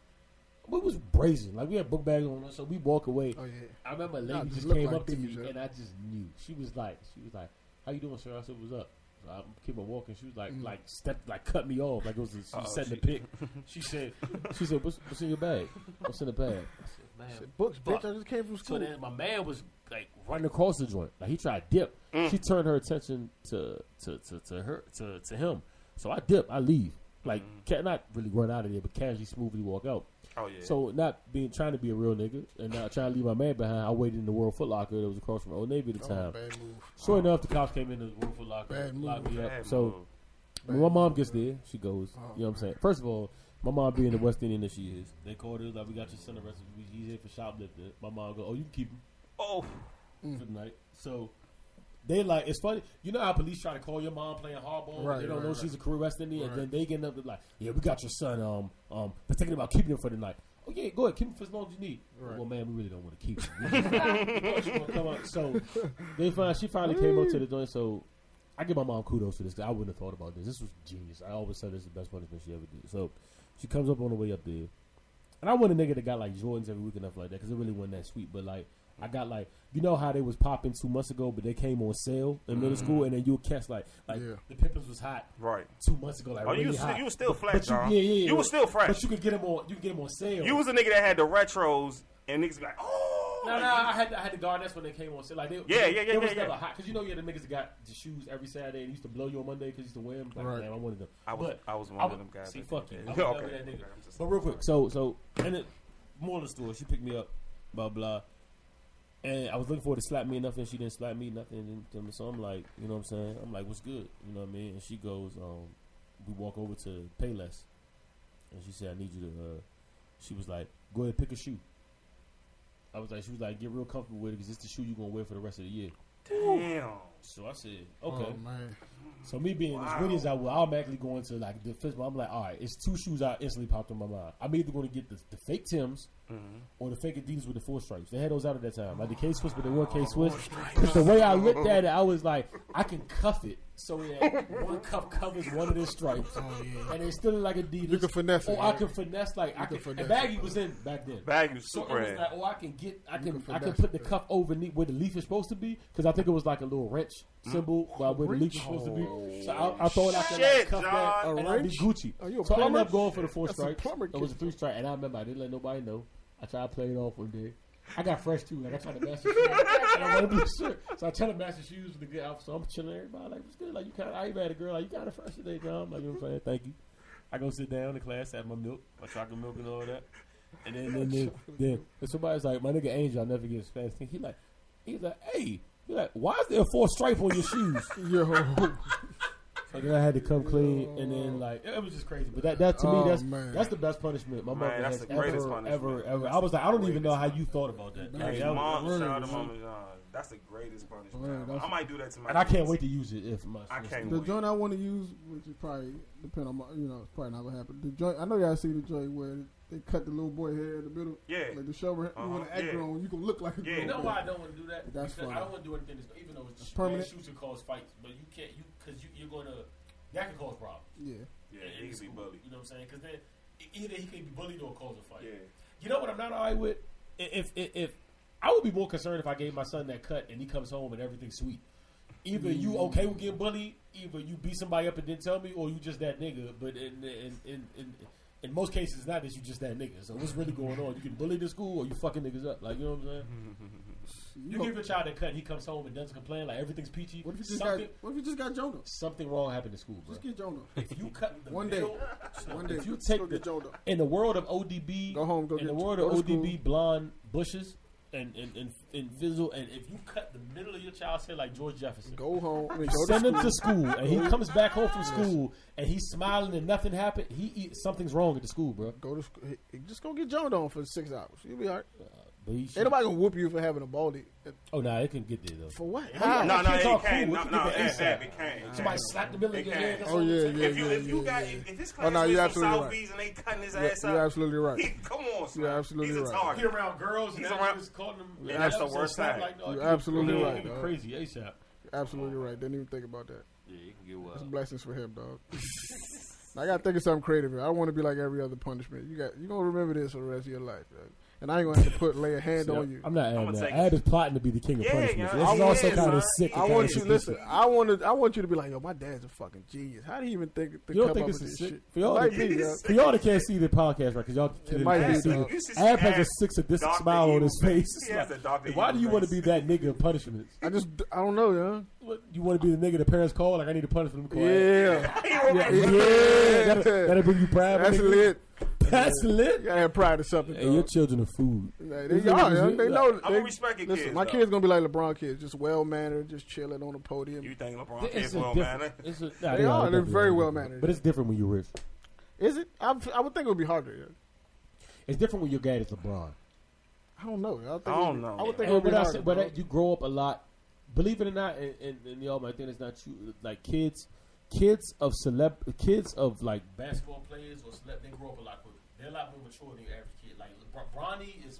Speaker 2: We was brazen. Like, we had book bags on us, so we walk away.
Speaker 1: Oh yeah.
Speaker 2: I remember a lady
Speaker 1: Nah, just
Speaker 2: just
Speaker 1: look
Speaker 2: came
Speaker 1: like
Speaker 2: up to
Speaker 1: thieves,
Speaker 2: me,
Speaker 1: huh?
Speaker 2: and I just knew. She was like, she was like, how you doing, sir? I said, what's up? So I keep on walking. She was like, like step, like cut me off, like it was. She was
Speaker 3: Uh-oh,
Speaker 2: setting the
Speaker 3: she-
Speaker 2: pick. She said, she said, what's, what's in your bag? What's in the bag? I said, man.
Speaker 1: Shit, Books,
Speaker 2: Fuck.
Speaker 1: bitch. I just came from
Speaker 2: So
Speaker 1: school.
Speaker 2: then my man was like running across the joint, like he tried to dip. She turned her attention to to to, to her to, to him. So I dip, I leave, like ca- not really run out of there, but casually, smoothly walk out.
Speaker 3: Oh yeah.
Speaker 2: So not being trying to be a real nigga and not trying to leave my man behind, I waited in the World Foot Locker that was across from Old Navy at the
Speaker 1: Oh,
Speaker 2: time.
Speaker 1: bad move.
Speaker 2: Sure enough, the cops came in the World Foot Locker,
Speaker 1: Bad
Speaker 2: locked
Speaker 1: move.
Speaker 2: me up.
Speaker 3: Bad
Speaker 2: so
Speaker 3: move.
Speaker 2: when my mom gets there, she goes.
Speaker 1: Oh.
Speaker 2: You know what I'm saying? First of all, my mom being the West Indian that she is, they called her like, "We got your son arrested. We- He's here for shoplifting." My mom go, "Oh, you can keep him."
Speaker 3: oh,
Speaker 1: Mm.
Speaker 2: for the night. So they like it's funny. You know how police try to call your mom playing hardball.
Speaker 1: Right,
Speaker 2: they don't
Speaker 1: right,
Speaker 2: know
Speaker 1: right.
Speaker 2: she's a career West Indian,
Speaker 1: Right.
Speaker 2: and then they get up and like, yeah, we got your son. Um, um, but thinking about keeping him for the night. Oh yeah, go ahead, keep him for as long as you need.
Speaker 1: Right.
Speaker 2: Well, man, we really don't want to keep him. We just- we want you to come out. So they find she finally came up to the joint. So I give my mom kudos for this. 'cause I wouldn't have thought about this. This was genius. I always said this is the best punishment she ever did. So she comes up on the way up there. And I wasn't a nigga that got like Jordans every week and stuff like that because it really wasn't that sweet. But like, I got like, you know how they was popping two months ago, but they came on sale in middle
Speaker 3: Mm-hmm.
Speaker 2: school, and then you'll catch like, like
Speaker 1: Yeah.
Speaker 2: the Pippins was hot
Speaker 3: right.
Speaker 2: two months ago, like
Speaker 3: Oh,
Speaker 2: really
Speaker 3: you was,
Speaker 2: hot.
Speaker 3: you was still
Speaker 2: but you,
Speaker 3: fresh, John.
Speaker 2: yeah, yeah, yeah.
Speaker 3: You was still fresh.
Speaker 2: But you could get them on, you could get them on sale.
Speaker 3: You was a nigga that had the retros, and niggas be like, oh.
Speaker 2: no, no, I had to, I had to guard. That's when they came on sale. Like they,
Speaker 3: Yeah, yeah, yeah,
Speaker 2: they was
Speaker 3: yeah, yeah.
Speaker 2: never hot because you know you had the niggas that got the shoes every Saturday and used to blow you on Monday because you used to wear them. Like,
Speaker 1: Right.
Speaker 2: damn, I wanted them.
Speaker 3: I was,
Speaker 2: But
Speaker 3: I was one
Speaker 2: I
Speaker 3: of
Speaker 2: would-
Speaker 3: them guys.
Speaker 2: See,
Speaker 3: that
Speaker 2: fuck
Speaker 3: did
Speaker 2: you.
Speaker 3: that.
Speaker 2: I would
Speaker 3: Okay.
Speaker 2: never that nigga.
Speaker 3: Okay, I'm just-
Speaker 2: But real quick, so so and it, more of the store, she picked me up, blah blah, and I was looking for her to slap me or nothing. She didn't slap me nothing, and so I'm like, you know what I'm saying? I'm like, what's good? You know what I mean? And she goes, um, we walk over to Payless, and she said, I need you to. Uh, she was like, go ahead, pick a shoe. I was like, she was like, get real comfortable with it because it's the shoe you're gonna wear for the rest of the year.
Speaker 3: Damn.
Speaker 2: So I said,
Speaker 1: Oh
Speaker 2: okay.
Speaker 1: man.
Speaker 2: So me being as witty as I will, I automatically go into like the fifth. I'm like, all right, it's two shoes I instantly popped in my mind. I'm either going to get the, the fake Tims
Speaker 1: Mm-hmm.
Speaker 2: or the fake Adidas with the four stripes. They had those out at that time, like the K Swiss, but they weren't
Speaker 1: Oh,
Speaker 2: K Swiss. the way I looked at it, I was like, I can cuff it. So yeah, one cuff covers one of the stripes,
Speaker 1: Oh yeah.
Speaker 2: and it's still like Adidas.
Speaker 1: You can finesse it,
Speaker 2: or I
Speaker 1: right?
Speaker 2: can finesse like I
Speaker 1: can
Speaker 2: can.
Speaker 1: finesse
Speaker 2: and baggy was in back then.
Speaker 3: Value
Speaker 2: So it
Speaker 3: super.
Speaker 2: was
Speaker 3: ass.
Speaker 2: like, oh, I can get, I can,
Speaker 1: can
Speaker 2: I can
Speaker 1: finesse
Speaker 2: put
Speaker 1: it,
Speaker 2: the
Speaker 1: yeah.
Speaker 2: cuff over ne- where the leaf is supposed to be because I think it was like a little wrench
Speaker 3: Hmm?
Speaker 2: symbol while where the leaf is
Speaker 1: wrench?
Speaker 2: supposed to be. So I, I thought I could like,
Speaker 3: Shit,
Speaker 2: cuff that
Speaker 3: John.
Speaker 2: and
Speaker 1: A
Speaker 2: I'd be
Speaker 1: wrench?
Speaker 2: Gucci.
Speaker 1: Are you a
Speaker 2: so I ended
Speaker 1: plumber?
Speaker 2: up going for the four
Speaker 1: That's a
Speaker 2: stripes.
Speaker 1: plumber
Speaker 2: It was a
Speaker 1: kid.
Speaker 2: three stripe, and I remember I didn't let nobody know. I tried to play it off one day. I got fresh too. Like I tried to match the shoes. and I wanted to be sure. So I tried to match the shoes with the good outfit. So I'm chilling. Everybody like, what's good? Like you kind of. I even had a girl like, you kind of fresh today, John. I'm like, you know what I'm saying? Thank you. I go sit down in class, have my milk, my chocolate milk, and all that. And then then then, then and somebody's like, my nigga Angel, I never get his fast thing. He like, he's like, hey, he like, why is there a four stripe on your shoes?
Speaker 1: Yo.
Speaker 2: and then I had to come clean, and then like it was just crazy. But that, that to me,
Speaker 1: Oh,
Speaker 2: that's
Speaker 1: man.
Speaker 2: that's the best punishment my
Speaker 3: Man,
Speaker 2: mother
Speaker 3: that's
Speaker 2: has
Speaker 3: the greatest
Speaker 2: ever,
Speaker 3: punishment.
Speaker 2: ever, ever.
Speaker 3: That's
Speaker 2: I was like, I don't even
Speaker 3: greatest
Speaker 2: know how you thought about that.
Speaker 1: Man,
Speaker 2: Like,
Speaker 3: Hey,
Speaker 2: that was-
Speaker 3: mom,
Speaker 1: word,
Speaker 3: shout out to
Speaker 1: man.
Speaker 3: Mama John. That's the greatest punishment.
Speaker 1: Word, that's-
Speaker 3: I might do that to my.
Speaker 2: and I can't
Speaker 3: kids.
Speaker 2: wait to use it if my
Speaker 3: I can't
Speaker 1: The
Speaker 3: wait.
Speaker 1: joint I want to use, which is probably depend on my, you know, it's probably not gonna happen. The joint I know y'all see the joint where they cut the little boy hair in the middle,
Speaker 3: Yeah,
Speaker 1: like the shower.
Speaker 3: Uh-huh,
Speaker 1: You want to act
Speaker 3: yeah.
Speaker 1: grown, you can look like a
Speaker 3: Yeah.
Speaker 1: grown.
Speaker 3: You know
Speaker 1: man.
Speaker 2: don't want to do that?
Speaker 1: That's Because I funny. don't
Speaker 2: want to do anything that's even though it's
Speaker 1: Permanent.
Speaker 2: shoots and cause fights, but you can't you because you, you're going to that can cause problems.
Speaker 1: Yeah,
Speaker 3: yeah,
Speaker 2: in- in
Speaker 3: he could be
Speaker 2: school,
Speaker 3: bullied.
Speaker 2: You know what I'm saying? Because then e- either he could be bullied or cause a fight.
Speaker 3: Yeah,
Speaker 2: You know what I'm not all right with? I- If, if if I would be more concerned if I gave my son that cut and he comes home and everything's sweet. Either you
Speaker 1: Mm.
Speaker 2: okay with getting bullied, either you beat somebody up and didn't tell me, or you just that nigga. But in in in, in, in most cases, it's not that you just that nigga. So what's really going on? You get bullied in school, or you fucking niggas up. Like you know what I'm saying? You
Speaker 1: go-
Speaker 2: give your child that cut, and he comes home and doesn't complain. Like everything's peachy.
Speaker 1: What if you just
Speaker 2: something,
Speaker 1: got? What if you just got Jonah?
Speaker 2: something wrong happened in school, bro.
Speaker 1: Just get Jonah.
Speaker 2: If you cut the
Speaker 1: One day.
Speaker 2: middle-
Speaker 1: One day,
Speaker 2: If you
Speaker 1: just
Speaker 2: take
Speaker 1: go
Speaker 2: the-
Speaker 1: get Jonah.
Speaker 2: in the world of ODB,
Speaker 1: Go home, go
Speaker 2: in
Speaker 1: get
Speaker 2: the world
Speaker 1: go
Speaker 2: of
Speaker 1: to
Speaker 2: ODB
Speaker 1: school.
Speaker 2: blonde bushes and and and, and fizzle, and if you cut the middle of your child's hair like George Jefferson,
Speaker 1: Go home. I mean, go
Speaker 2: send
Speaker 1: to
Speaker 2: him
Speaker 1: school.
Speaker 2: to school, and he comes back home from school, and he's smiling and nothing happened. He eat, something's wrong at the school, bro.
Speaker 1: Go to school. Hey, hey, Just go get Jonah on for six hours. You'll be all right.
Speaker 2: But he
Speaker 1: Ain't
Speaker 2: should,
Speaker 1: nobody gonna whoop you for having a baldy. Uh,
Speaker 2: oh nah, it can get there though.
Speaker 1: For what?
Speaker 2: Yeah.
Speaker 1: How?
Speaker 3: no, no,
Speaker 2: kids all
Speaker 3: it can't.
Speaker 2: cool.
Speaker 3: No,
Speaker 2: We
Speaker 3: no,
Speaker 2: can get
Speaker 3: it
Speaker 2: the ASAP.
Speaker 3: can't. It can't. It
Speaker 2: Somebody
Speaker 3: can't.
Speaker 2: slap the middle of
Speaker 3: It
Speaker 2: your
Speaker 3: can.
Speaker 2: head. that's
Speaker 1: Oh,
Speaker 2: all
Speaker 1: yeah,
Speaker 2: I'm saying.
Speaker 1: yeah.
Speaker 3: If you if you got if if his
Speaker 2: Oh,
Speaker 3: classmates
Speaker 1: you're
Speaker 3: from
Speaker 1: absolutely
Speaker 3: South
Speaker 1: right.
Speaker 3: Beach and they cutting his
Speaker 1: You're,
Speaker 3: ass
Speaker 1: you're
Speaker 3: up,
Speaker 1: absolutely
Speaker 3: he,
Speaker 1: right.
Speaker 3: come on, son.
Speaker 1: You're absolutely
Speaker 3: he's a
Speaker 1: right.
Speaker 3: target.
Speaker 2: He around girls and
Speaker 3: He's
Speaker 2: everything
Speaker 3: around-
Speaker 2: just calling them.
Speaker 3: Yeah, that's the
Speaker 2: episode
Speaker 3: worst
Speaker 2: slap,
Speaker 3: time.
Speaker 2: no,
Speaker 1: You're
Speaker 2: it can-
Speaker 1: absolutely
Speaker 2: yeah,
Speaker 1: right,
Speaker 2: It can be
Speaker 1: dog.
Speaker 2: crazy ASAP.
Speaker 1: Absolutely right. Didn't even think about that.
Speaker 4: Yeah, you can get
Speaker 1: It's
Speaker 4: wild.
Speaker 1: blessings for him, dog. I gotta think of something creative. here. I don't want to be like every other punishment. You got you gonna remember this for the rest of your life, dog. and I ain't gonna have to put lay a hand
Speaker 2: See,
Speaker 1: on you.
Speaker 2: I'm not adding
Speaker 3: gonna
Speaker 2: that.
Speaker 3: take-
Speaker 2: Ad is plotting to be the king of
Speaker 3: Yeah,
Speaker 2: punishment.
Speaker 3: yeah,
Speaker 2: This is
Speaker 1: I
Speaker 2: also
Speaker 1: want-
Speaker 2: kind
Speaker 3: son.
Speaker 2: of sick.
Speaker 1: I want
Speaker 2: and kinda
Speaker 1: you
Speaker 2: stupid.
Speaker 1: listen. I want to. I want you to be like, yo, my dad's a fucking genius. How do you even think? To
Speaker 2: You don't
Speaker 1: come
Speaker 2: think
Speaker 1: up
Speaker 2: this
Speaker 1: with
Speaker 2: is sick?
Speaker 1: shit?
Speaker 2: For y'all,
Speaker 1: Might
Speaker 2: to- uh,
Speaker 1: be,
Speaker 3: It is
Speaker 1: dog.
Speaker 3: sick.
Speaker 2: for y'all that can't see the podcast, right? Because y'all can't
Speaker 1: might
Speaker 2: can't
Speaker 1: be,
Speaker 2: see
Speaker 1: dog.
Speaker 2: it.
Speaker 3: You should
Speaker 2: Ab
Speaker 3: see
Speaker 2: has a
Speaker 3: Ab.
Speaker 2: six of this
Speaker 3: Dr.
Speaker 2: smile on
Speaker 3: Evil
Speaker 2: his face.
Speaker 3: He has
Speaker 2: It's
Speaker 3: a Dr.
Speaker 2: like, why do
Speaker 3: Evil
Speaker 2: you want to be
Speaker 3: face.
Speaker 2: that nigga of punishments?
Speaker 1: I just. I don't know, yo.
Speaker 2: What, You want to be the nigga the parents call? Like I need to punish them. Call Ab.
Speaker 1: Yeah,
Speaker 2: yeah, yeah. That'll, that'll bring you pride. my
Speaker 1: that's
Speaker 2: nigga.
Speaker 1: lit.
Speaker 2: That's
Speaker 1: You
Speaker 2: lit.
Speaker 1: gotta have pride or something.
Speaker 2: Hey, your
Speaker 1: dog.
Speaker 2: children are food.
Speaker 1: Like,
Speaker 2: These
Speaker 1: they are.
Speaker 2: niggas
Speaker 1: yo.
Speaker 2: is-
Speaker 1: They know.
Speaker 3: I'm
Speaker 1: they-
Speaker 3: gonna respect your
Speaker 1: Listen,
Speaker 3: kids.
Speaker 1: my
Speaker 3: though.
Speaker 1: kids gonna be like LeBron kids, just well mannered, just chilling on the podium.
Speaker 3: You think LeBron
Speaker 2: It's
Speaker 3: kids
Speaker 2: a
Speaker 3: well,
Speaker 2: different-
Speaker 3: man?
Speaker 2: it's a- nah,
Speaker 1: They are. They're
Speaker 2: definitely
Speaker 1: very
Speaker 2: are.
Speaker 1: well-mannered.
Speaker 2: But it's different when you're rich.
Speaker 1: Is it? I, I would think it would be harder. yo.
Speaker 2: It's different when your dad is LeBron.
Speaker 1: I don't know. I, don't think
Speaker 3: I don't
Speaker 1: it would be-
Speaker 3: know,
Speaker 1: I would
Speaker 3: man.
Speaker 1: think it
Speaker 2: And
Speaker 1: would be
Speaker 2: what I
Speaker 1: harder.
Speaker 2: said, but
Speaker 1: bro.
Speaker 2: that, you grow up a lot. Believe it or not, and, and, and y'all might think it's not true. Like kids, kids of celeb, kids of like basketball players or celeb, they grow up a lot quicker. They're a lot more mature than your average kid. Like LeBron, Bronny is,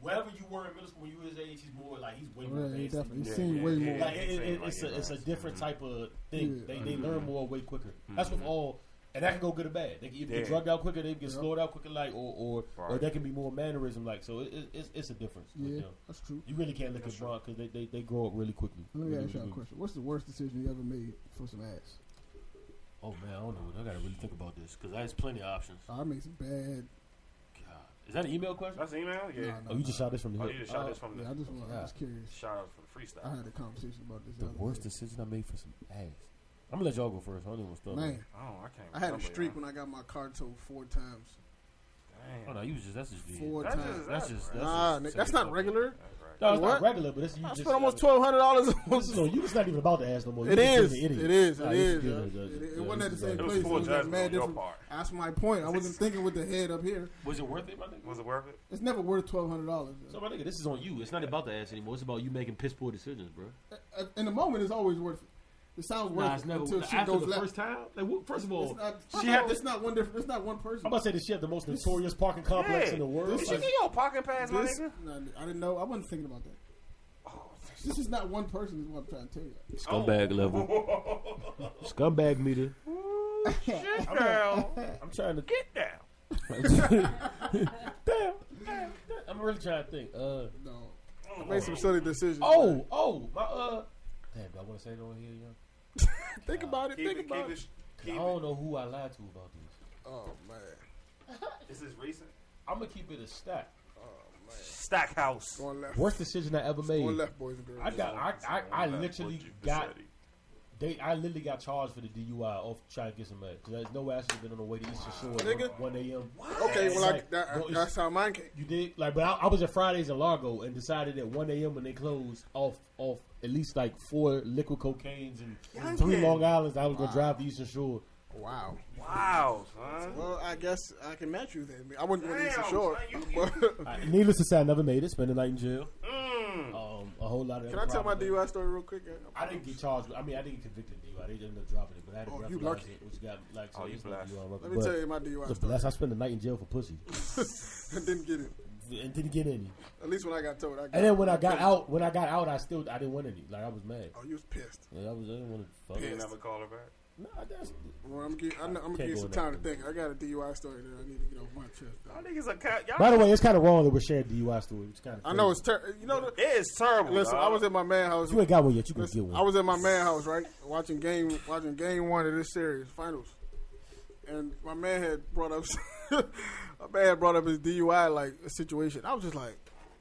Speaker 2: whatever you were in middle school when you were his age, he's more like he's way more
Speaker 1: Yeah, he
Speaker 2: advanced.
Speaker 1: definitely
Speaker 3: Yeah,
Speaker 1: seen
Speaker 3: yeah,
Speaker 1: way
Speaker 3: yeah.
Speaker 1: more.
Speaker 2: Like it, it, it's a it's a different
Speaker 3: Mm-hmm.
Speaker 2: type of thing.
Speaker 1: Yeah.
Speaker 2: They they learn more way quicker. That's what all. And that can go good or bad. They can either get
Speaker 3: Yeah.
Speaker 2: drugged out quicker, they can get slowed out quicker, like, or or, or
Speaker 3: Right.
Speaker 2: they can be more mannerism, like. So it, it, it's it's a difference.
Speaker 1: Yeah,
Speaker 2: With them.
Speaker 1: that's true.
Speaker 2: You really can't look at Bron because they, they, they grow up really quickly.
Speaker 1: Let me
Speaker 2: Really,
Speaker 1: ask y'all
Speaker 2: really
Speaker 1: a
Speaker 2: quick.
Speaker 1: question. What's the worst decision you ever made for some ass?
Speaker 4: Oh man, I don't know. I gotta really think about this because there's plenty of options.
Speaker 1: I made some bad.
Speaker 4: God,
Speaker 2: Is that an email question?
Speaker 3: That's email. Yeah.
Speaker 1: Nah, nah,
Speaker 2: Oh, you just shot this from the
Speaker 3: Oh,
Speaker 2: hip.
Speaker 3: you just shot
Speaker 2: Uh,
Speaker 3: this from the
Speaker 1: Yeah, I just want. I was curious.
Speaker 3: shout out for the
Speaker 1: I
Speaker 3: freestyle.
Speaker 1: had a conversation about this.
Speaker 2: The
Speaker 1: other
Speaker 2: worst
Speaker 1: day.
Speaker 2: decision I made for some ass. I'm gonna let y'all go first. I don't even want to start.
Speaker 1: Man,
Speaker 3: Oh, I can't.
Speaker 1: I had a
Speaker 3: remember,
Speaker 1: streak
Speaker 3: y'all.
Speaker 1: when I got my car towed four times.
Speaker 4: oh no, you was just that's just being-
Speaker 1: Four
Speaker 3: That's
Speaker 1: times.
Speaker 3: just-
Speaker 4: That's just that's
Speaker 1: Nah,
Speaker 4: just
Speaker 1: nigga,
Speaker 4: second
Speaker 1: that's not
Speaker 4: thought.
Speaker 1: regular.
Speaker 2: No, it's not
Speaker 1: What?
Speaker 2: regular, but it's you
Speaker 1: I
Speaker 2: just
Speaker 1: spent almost
Speaker 2: I
Speaker 1: twelve hundred dollars
Speaker 2: mean,
Speaker 1: on
Speaker 2: This is on you. It's not even about the ass no more. You
Speaker 1: It
Speaker 2: just
Speaker 1: is.
Speaker 2: being an idiot.
Speaker 1: It is.
Speaker 2: Nah,
Speaker 1: It
Speaker 2: you
Speaker 1: is.
Speaker 2: just being a
Speaker 1: yo.
Speaker 2: judge.
Speaker 1: It- It
Speaker 2: Yeah,
Speaker 1: wasn't at the same
Speaker 2: you just-
Speaker 3: It
Speaker 1: place.
Speaker 3: was
Speaker 1: It
Speaker 3: full
Speaker 1: was like
Speaker 3: judgment
Speaker 1: mad
Speaker 3: on your
Speaker 1: different.
Speaker 3: part.
Speaker 1: That's my point. I wasn't thinking with the head up here.
Speaker 4: Was it worth it, my nigga?
Speaker 3: Was it worth it?
Speaker 1: It's never worth twelve hundred dollars.
Speaker 4: So my nigga, this is on you. It's not about the ass anymore. It's about you making piss poor decisions, bro.
Speaker 1: In the moment, it's always worth it. It sounds worth
Speaker 4: Nah,
Speaker 1: it
Speaker 4: it's never
Speaker 1: until she
Speaker 4: after
Speaker 1: goes
Speaker 4: the
Speaker 1: left.
Speaker 4: first time. Like, what, first of
Speaker 2: Oh.
Speaker 4: all,
Speaker 1: it's not,
Speaker 4: she had
Speaker 1: it's
Speaker 4: this.
Speaker 1: not one different. It's not one person.
Speaker 2: I'm about to say that she had the most notorious parking complex in the world.
Speaker 3: Did
Speaker 2: Like,
Speaker 3: you get your parking pass, my
Speaker 1: This,
Speaker 3: nigga?
Speaker 1: nah, I didn't know. I wasn't thinking about that. This is not one person. Is what I'm trying to tell you.
Speaker 4: Scumbag level. Scumbag meter.
Speaker 3: Shit, girl.
Speaker 2: I'm trying to.
Speaker 3: Get down.
Speaker 2: damn, damn, damn. I'm really trying to think. Uh,
Speaker 1: No, I made some silly decisions. man.
Speaker 2: oh, oh, my. Uh, damn, do I want to say it on here, yo?
Speaker 1: think about it.
Speaker 3: Keep
Speaker 1: Think
Speaker 3: it,
Speaker 1: about
Speaker 3: keep
Speaker 1: it.
Speaker 3: it.
Speaker 2: I
Speaker 3: Keep it.
Speaker 2: don't know who I lied to about this.
Speaker 1: Oh man,
Speaker 3: This is recent.
Speaker 2: I'm gonna keep it a stack.
Speaker 3: Stackhouse.
Speaker 1: going left.
Speaker 2: Worst decision I ever made.
Speaker 1: Going left, boys and girls.
Speaker 2: I got. I. I, I literally got They, I literally got charged for the DUI off trying to get some mad because there's no way I should have been on the way to Eastern Shore
Speaker 1: Nigga.
Speaker 2: at one a.m.
Speaker 1: Okay,
Speaker 2: It's
Speaker 1: well, I,
Speaker 2: like,
Speaker 1: that,
Speaker 2: bro, it's-
Speaker 1: that's how mine came.
Speaker 2: You did like, but I, I was at Fridays in Largo and decided at one a.m. when they closed off off at least like four liquid cocaines and
Speaker 3: Youngin.
Speaker 2: three Long Islands. I was gonna drive to Eastern Shore.
Speaker 1: Wow.
Speaker 3: Wow, son.
Speaker 1: Well, I guess I can match you then. I wouldn't go to Eastern
Speaker 3: Damn,
Speaker 1: Shore.
Speaker 3: son, you-
Speaker 1: but-
Speaker 2: I- needless to say, I never made it. Spent the night in jail.
Speaker 3: Mm.
Speaker 2: Um, a whole lot of.
Speaker 1: can I
Speaker 2: other
Speaker 1: tell my
Speaker 2: problems.
Speaker 1: DUI story real quick?
Speaker 2: I didn't get charged. with- I mean, I didn't get convicted of DUI. They ended up dropping it, but I had a
Speaker 1: Oh,
Speaker 2: breathalyzer,
Speaker 1: you lucky.
Speaker 2: which got like.
Speaker 3: Oh, you
Speaker 2: it's no
Speaker 3: blessed.
Speaker 2: DUI,
Speaker 1: Let me
Speaker 2: but
Speaker 1: tell you my
Speaker 2: it
Speaker 1: DUI
Speaker 2: was
Speaker 1: story.
Speaker 2: blessed. I spent the night in jail for pussy
Speaker 1: I didn't get it.
Speaker 2: and didn't get any.
Speaker 1: At least when I got told, I got
Speaker 2: And then when I got out, when I got out, I still I didn't want any. Like I was mad.
Speaker 1: Oh, you was pissed.
Speaker 2: Like, I was I didn't want to fuck.
Speaker 3: You didn't never call her back.
Speaker 2: No, that's
Speaker 1: Well, I'm gonna give, I'm, I'm gonna
Speaker 2: Can't
Speaker 1: give
Speaker 2: go
Speaker 1: some
Speaker 2: in
Speaker 1: time to
Speaker 2: that
Speaker 1: think. I got a DUI story that I need to get off my chest.
Speaker 3: Y'all
Speaker 1: Though.
Speaker 3: niggas are cat. Y'all
Speaker 2: By the way, it's kind of wrong that we're sharing DUI stories. It's kind of
Speaker 1: I know it's ter- you know. The,
Speaker 3: it is terrible.
Speaker 1: listen, I
Speaker 3: dog.
Speaker 1: was at my man house.
Speaker 2: you ain't got one yet. You can
Speaker 1: Listen,
Speaker 2: get one.
Speaker 1: I was at my man house, right, watching game, watching game one of this series finals, and my man had brought up, my man had brought up his DUI like situation. I was just like,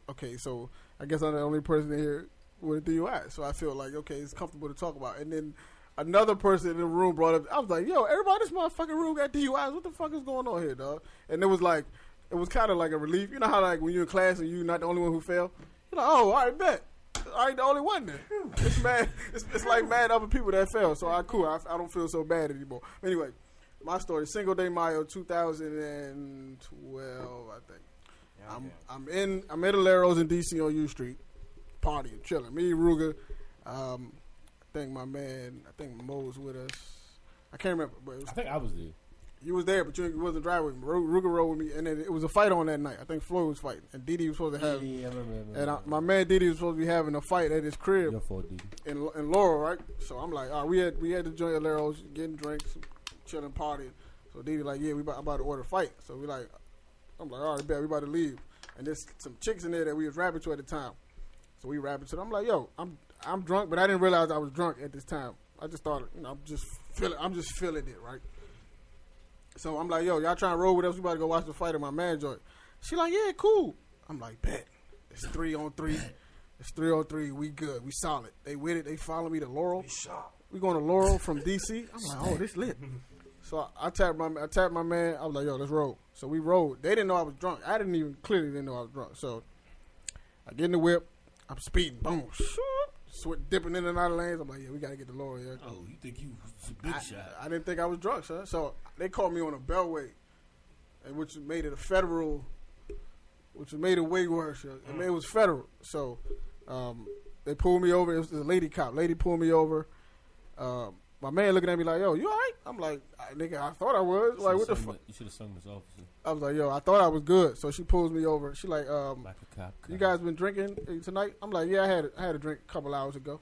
Speaker 1: okay, so I guess I'm the only person in here with a DUI, so I feel like okay, it's comfortable to talk about. And then another person in the room brought up, I was like, yo, everybody, in this motherfucking room got DUIs. What the fuck is going on here, dog? And it was like, it was kind of like a relief. You know how like when you're in class and you're not the only one who failed. You're like, oh, all right, bet. I ain't the only one then. It's mad. It's, it's like mad other people that fell. So I cool. I, I don't feel so bad anymore. Anyway, my story. Single Day Mayo, 2012, I think.
Speaker 3: Y'all
Speaker 1: I'm
Speaker 3: get-
Speaker 1: I'm in I'm in Alero's in DC on U Street, partying, chilling. Me, Ruger, um, I think my man, I think Mo was with us. I can't remember, but it was
Speaker 2: I think I was there.
Speaker 1: you was there, but you you wasn't driving with me. Ru- Ruger rode with me, and then it was a fight on that night. I think Floyd was fighting, and Didi was supposed to have,
Speaker 2: yeah, I remember. I remember.
Speaker 1: and I, my man Didi was supposed to be having a fight at his crib
Speaker 2: your fault, dude.
Speaker 1: in, in Laurel, right? So I'm like, all right, we had we had to join Laurel's, getting drinks, chilling, partying. So Didi like, yeah, we about, about to order a fight. So we like, I'm like, all right, bet we about to leave. And there's some chicks in there that we was rapping to at the time. So we rapping to them. I'm like, yo, I'm I'm drunk, but I didn't realize I was drunk at this time. I just thought, you know, I'm just feeling, I'm just feeling it, right? So I'm like, yo, y'all trying to roll with us? We about to go watch the fight at my man joint. She like, yeah, cool. I'm like, bet. It's three on three. It's three on three. We good. We solid. They with it. They follow me to Laurel.
Speaker 3: Be sharp.
Speaker 1: We going to Laurel from DC. I'm like, oh, this lit. So I, I tapped my I tapped my man. I was like, yo, let's roll. So we rolled. They didn't know I was drunk. I didn't even clearly didn't know I was drunk. So I get in the whip. I'm speeding. Boom. Sw- dipping in and out of lanes. I'm like, yeah, we gotta get to Laurel. Yeah.
Speaker 4: Oh, you think you was a big
Speaker 1: I,
Speaker 4: shot?
Speaker 1: I didn't think I was drunk, sir. So they caught me on a bellway, and which made it a federal, which made it way worse. sir. I mean, it was federal. So um, they pulled me over. It was a lady cop. Lady pulled me over. Um, my man looking at me like, "Yo, you all right?" I'm like, "I- "Nigga, I thought I was." Like, what the fuck?
Speaker 4: You should have sung this officer
Speaker 1: I was like, "Yo, I thought I was good." So she pulls me over. She like, um,
Speaker 4: like a cop.
Speaker 1: you guys been drinking eh, tonight? I'm like, yeah, I had I had a drink a couple hours ago.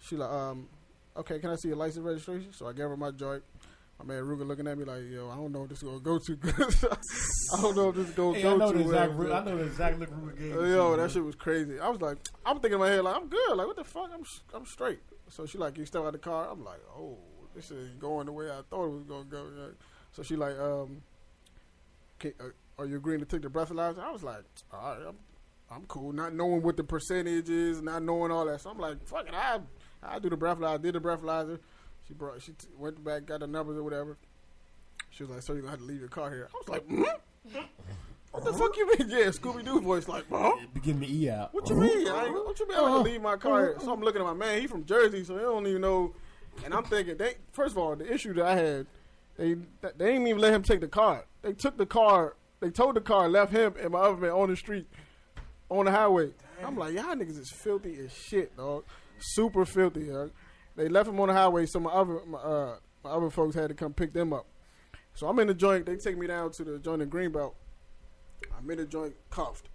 Speaker 1: She like, um, okay, can I see your license registration? So I gave her my joint. My man Ruger looking at me like, yo, I don't know if this gonna go too good. I don't know if this gonna
Speaker 2: Hey,
Speaker 1: go
Speaker 2: I know
Speaker 1: too
Speaker 2: the exact.
Speaker 1: well.
Speaker 2: Ru- I know the exact look Ruger gave.
Speaker 1: Uh,
Speaker 2: me,
Speaker 1: Yo,
Speaker 2: too,
Speaker 1: that
Speaker 2: man.
Speaker 1: shit was crazy. I was like, I'm thinking in my head like, I'm good. Like, what the fuck? I'm s- I'm straight. So she like, you step out the car. I'm like, oh, this shit ain't going the way I thought it was gonna go. Like, So she like, um, can, uh, are you agreeing to take the breathalyzer? I was like, all right, I'm, I'm cool. Not knowing what the percentage is, not knowing all that. So I'm like, fuck it, I I do the breathalyzer. Did the breathalyzer? She brought, she t- went back, got the numbers or whatever. She was like, so you're gonna have to leave your car here. I was like, hmm? what the fuck you mean? Yeah, Scooby Doo voice, like, huh?
Speaker 2: Be giving the e out.
Speaker 1: What you mean? Uh-huh. I ain't, what you mean? I'm gonna leave my car. here? So I'm looking at my man. He from Jersey, so they don't even know. And I'm thinking, they first of all, the issue that I had, they they didn't even let him take the car. They took the car. They towed the car, left him and my other man on the street, on the highway. I'm like, y'all niggas is filthy as shit, dog. Super filthy, dog. They left him on the highway, so my other my, uh, my other folks had to come pick them up. So I'm in the joint. They take me down to the joint in Greenbelt. I'm in the joint, cuffed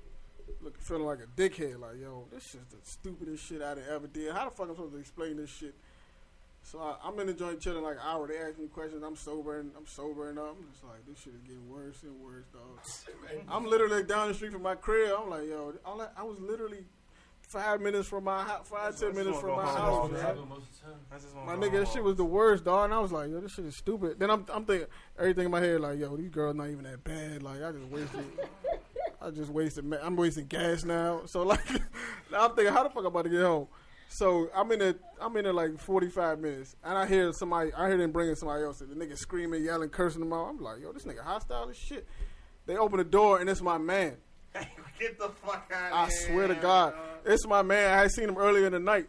Speaker 1: look, feeling like a dickhead. Like, yo, this is the stupidest shit I done ever did. How the fuck I'm supposed to explain this shit? So I, I'm in the joint chilling like an hour. They ask me questions. I'm sober and I'm sober and I'm just like, this shit is getting worse and worse, dog. I'm literally down the street from my crib. I'm like, yo, all I, I was literally five minutes from my house, five ten
Speaker 3: That's
Speaker 1: minutes
Speaker 3: what
Speaker 1: from
Speaker 3: go
Speaker 1: my house.
Speaker 3: home. That's
Speaker 1: man.
Speaker 3: what I just wanna
Speaker 1: My
Speaker 3: go
Speaker 1: nigga, that
Speaker 3: home.
Speaker 1: shit was the worst, dog. And I was like, yo, this shit is stupid. Then I'm, I'm thinking everything in my head, like, yo, these girls not even that bad. Like, I just wasted, I just wasted, ma- I'm wasting gas now. So like, now I'm thinking, how the fuck I'm about to get home? So I'm in a I'm in there like 45 minutes, and I hear somebody I hear them bringing somebody else. in. The nigga screaming, yelling, cursing them out. I'm like, yo, this nigga hostile as shit. They open the door and it's my man.
Speaker 3: Get the fuck out
Speaker 1: I swear to God, it's my man. I had seen him earlier in the night.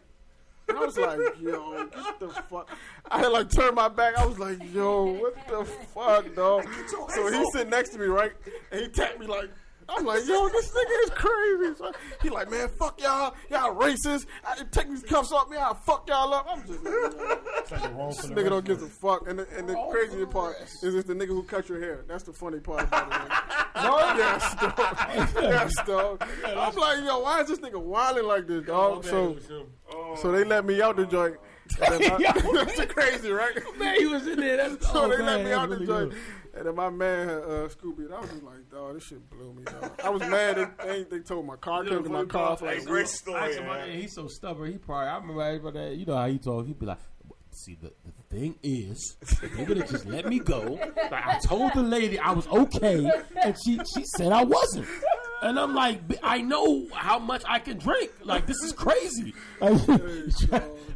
Speaker 1: And I was like, yo, get the fuck. I had like turned my back. I was like, yo, what the fuck, dog?
Speaker 3: your
Speaker 1: So
Speaker 3: ass
Speaker 1: he
Speaker 3: off.
Speaker 1: sitting next to me, right? And he tapped me like, I'm like, yo, this nigga is crazy. So he like, man, fuck y'all. Y'all racist. I take these cuffs off me. I'll fuck y'all up. I'm just like, yo,
Speaker 5: It's like a roll for
Speaker 1: this
Speaker 5: the
Speaker 1: nigga don't
Speaker 5: rest
Speaker 1: give
Speaker 5: of
Speaker 1: a fuck. And the, and the craziest part is it's the nigga who cut your hair. That's the funny part about it. nigga. no, yes, dog. Yes, dog. I'm like, yo, why is this nigga wilding like this, dog? So,
Speaker 3: Oh,
Speaker 1: so they let me out the joint. And then my- That's crazy, right?
Speaker 2: Man, he was in there. That's
Speaker 1: So
Speaker 2: oh,
Speaker 1: they
Speaker 2: man,
Speaker 1: let me
Speaker 2: that's
Speaker 1: out the
Speaker 2: really
Speaker 1: joint.
Speaker 2: good.
Speaker 1: And then my man had uh, Scooby, and I was just like, dog, this shit blew me, dog. I was mad that they, they told my car, came to my car for like a week.
Speaker 2: I
Speaker 3: Great story.
Speaker 2: told my
Speaker 3: man.
Speaker 2: dad, he's so stubborn. He probably I remember everybody. that- You know how he talk. He'd be like. See the, the thing is, they would have just let me go. Like, I told the lady I was okay, and she she said I wasn't. And I'm like, "B- I know how much I can drink. Like this is crazy. Like,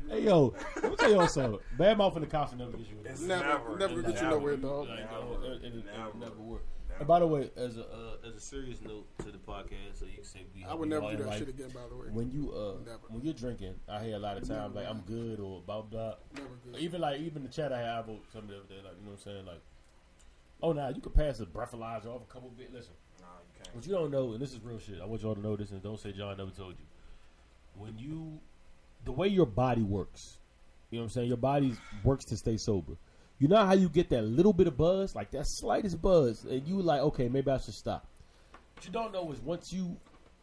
Speaker 2: hey yo, let me tell y'all something. Bad mouth in the cops will never get you. in.
Speaker 3: It's
Speaker 1: Never, never get you nowhere, dog.
Speaker 4: Like, uh,
Speaker 3: Never.
Speaker 4: it- it- it
Speaker 3: Never.
Speaker 4: never worked.
Speaker 3: Never.
Speaker 2: And by the way,
Speaker 4: As a uh, as a serious note to the podcast, so you can say we.
Speaker 1: I would
Speaker 4: we
Speaker 1: never
Speaker 4: all
Speaker 1: do
Speaker 4: in
Speaker 1: that
Speaker 4: life.
Speaker 1: shit again, by the way.
Speaker 2: when you uh
Speaker 1: Never.
Speaker 2: when you're drinking, I hear a lot of times like I'm good or blah blah. blah.
Speaker 1: Never good.
Speaker 2: Even like even the chat I had, I vote something the other day, like you know what I'm saying, like. Oh, now you can pass the breathalyzer off a couple bit. Listen,
Speaker 3: Nah, you can't.
Speaker 2: what you don't know, and this is real shit. I want y'all to know this, and don't say John never told you. When you, the way your body works, you know what I'm saying. Your body works to stay sober. You know how you get that little bit of buzz, like that slightest buzz, and you like, okay, maybe I should stop. What you don't know is once you,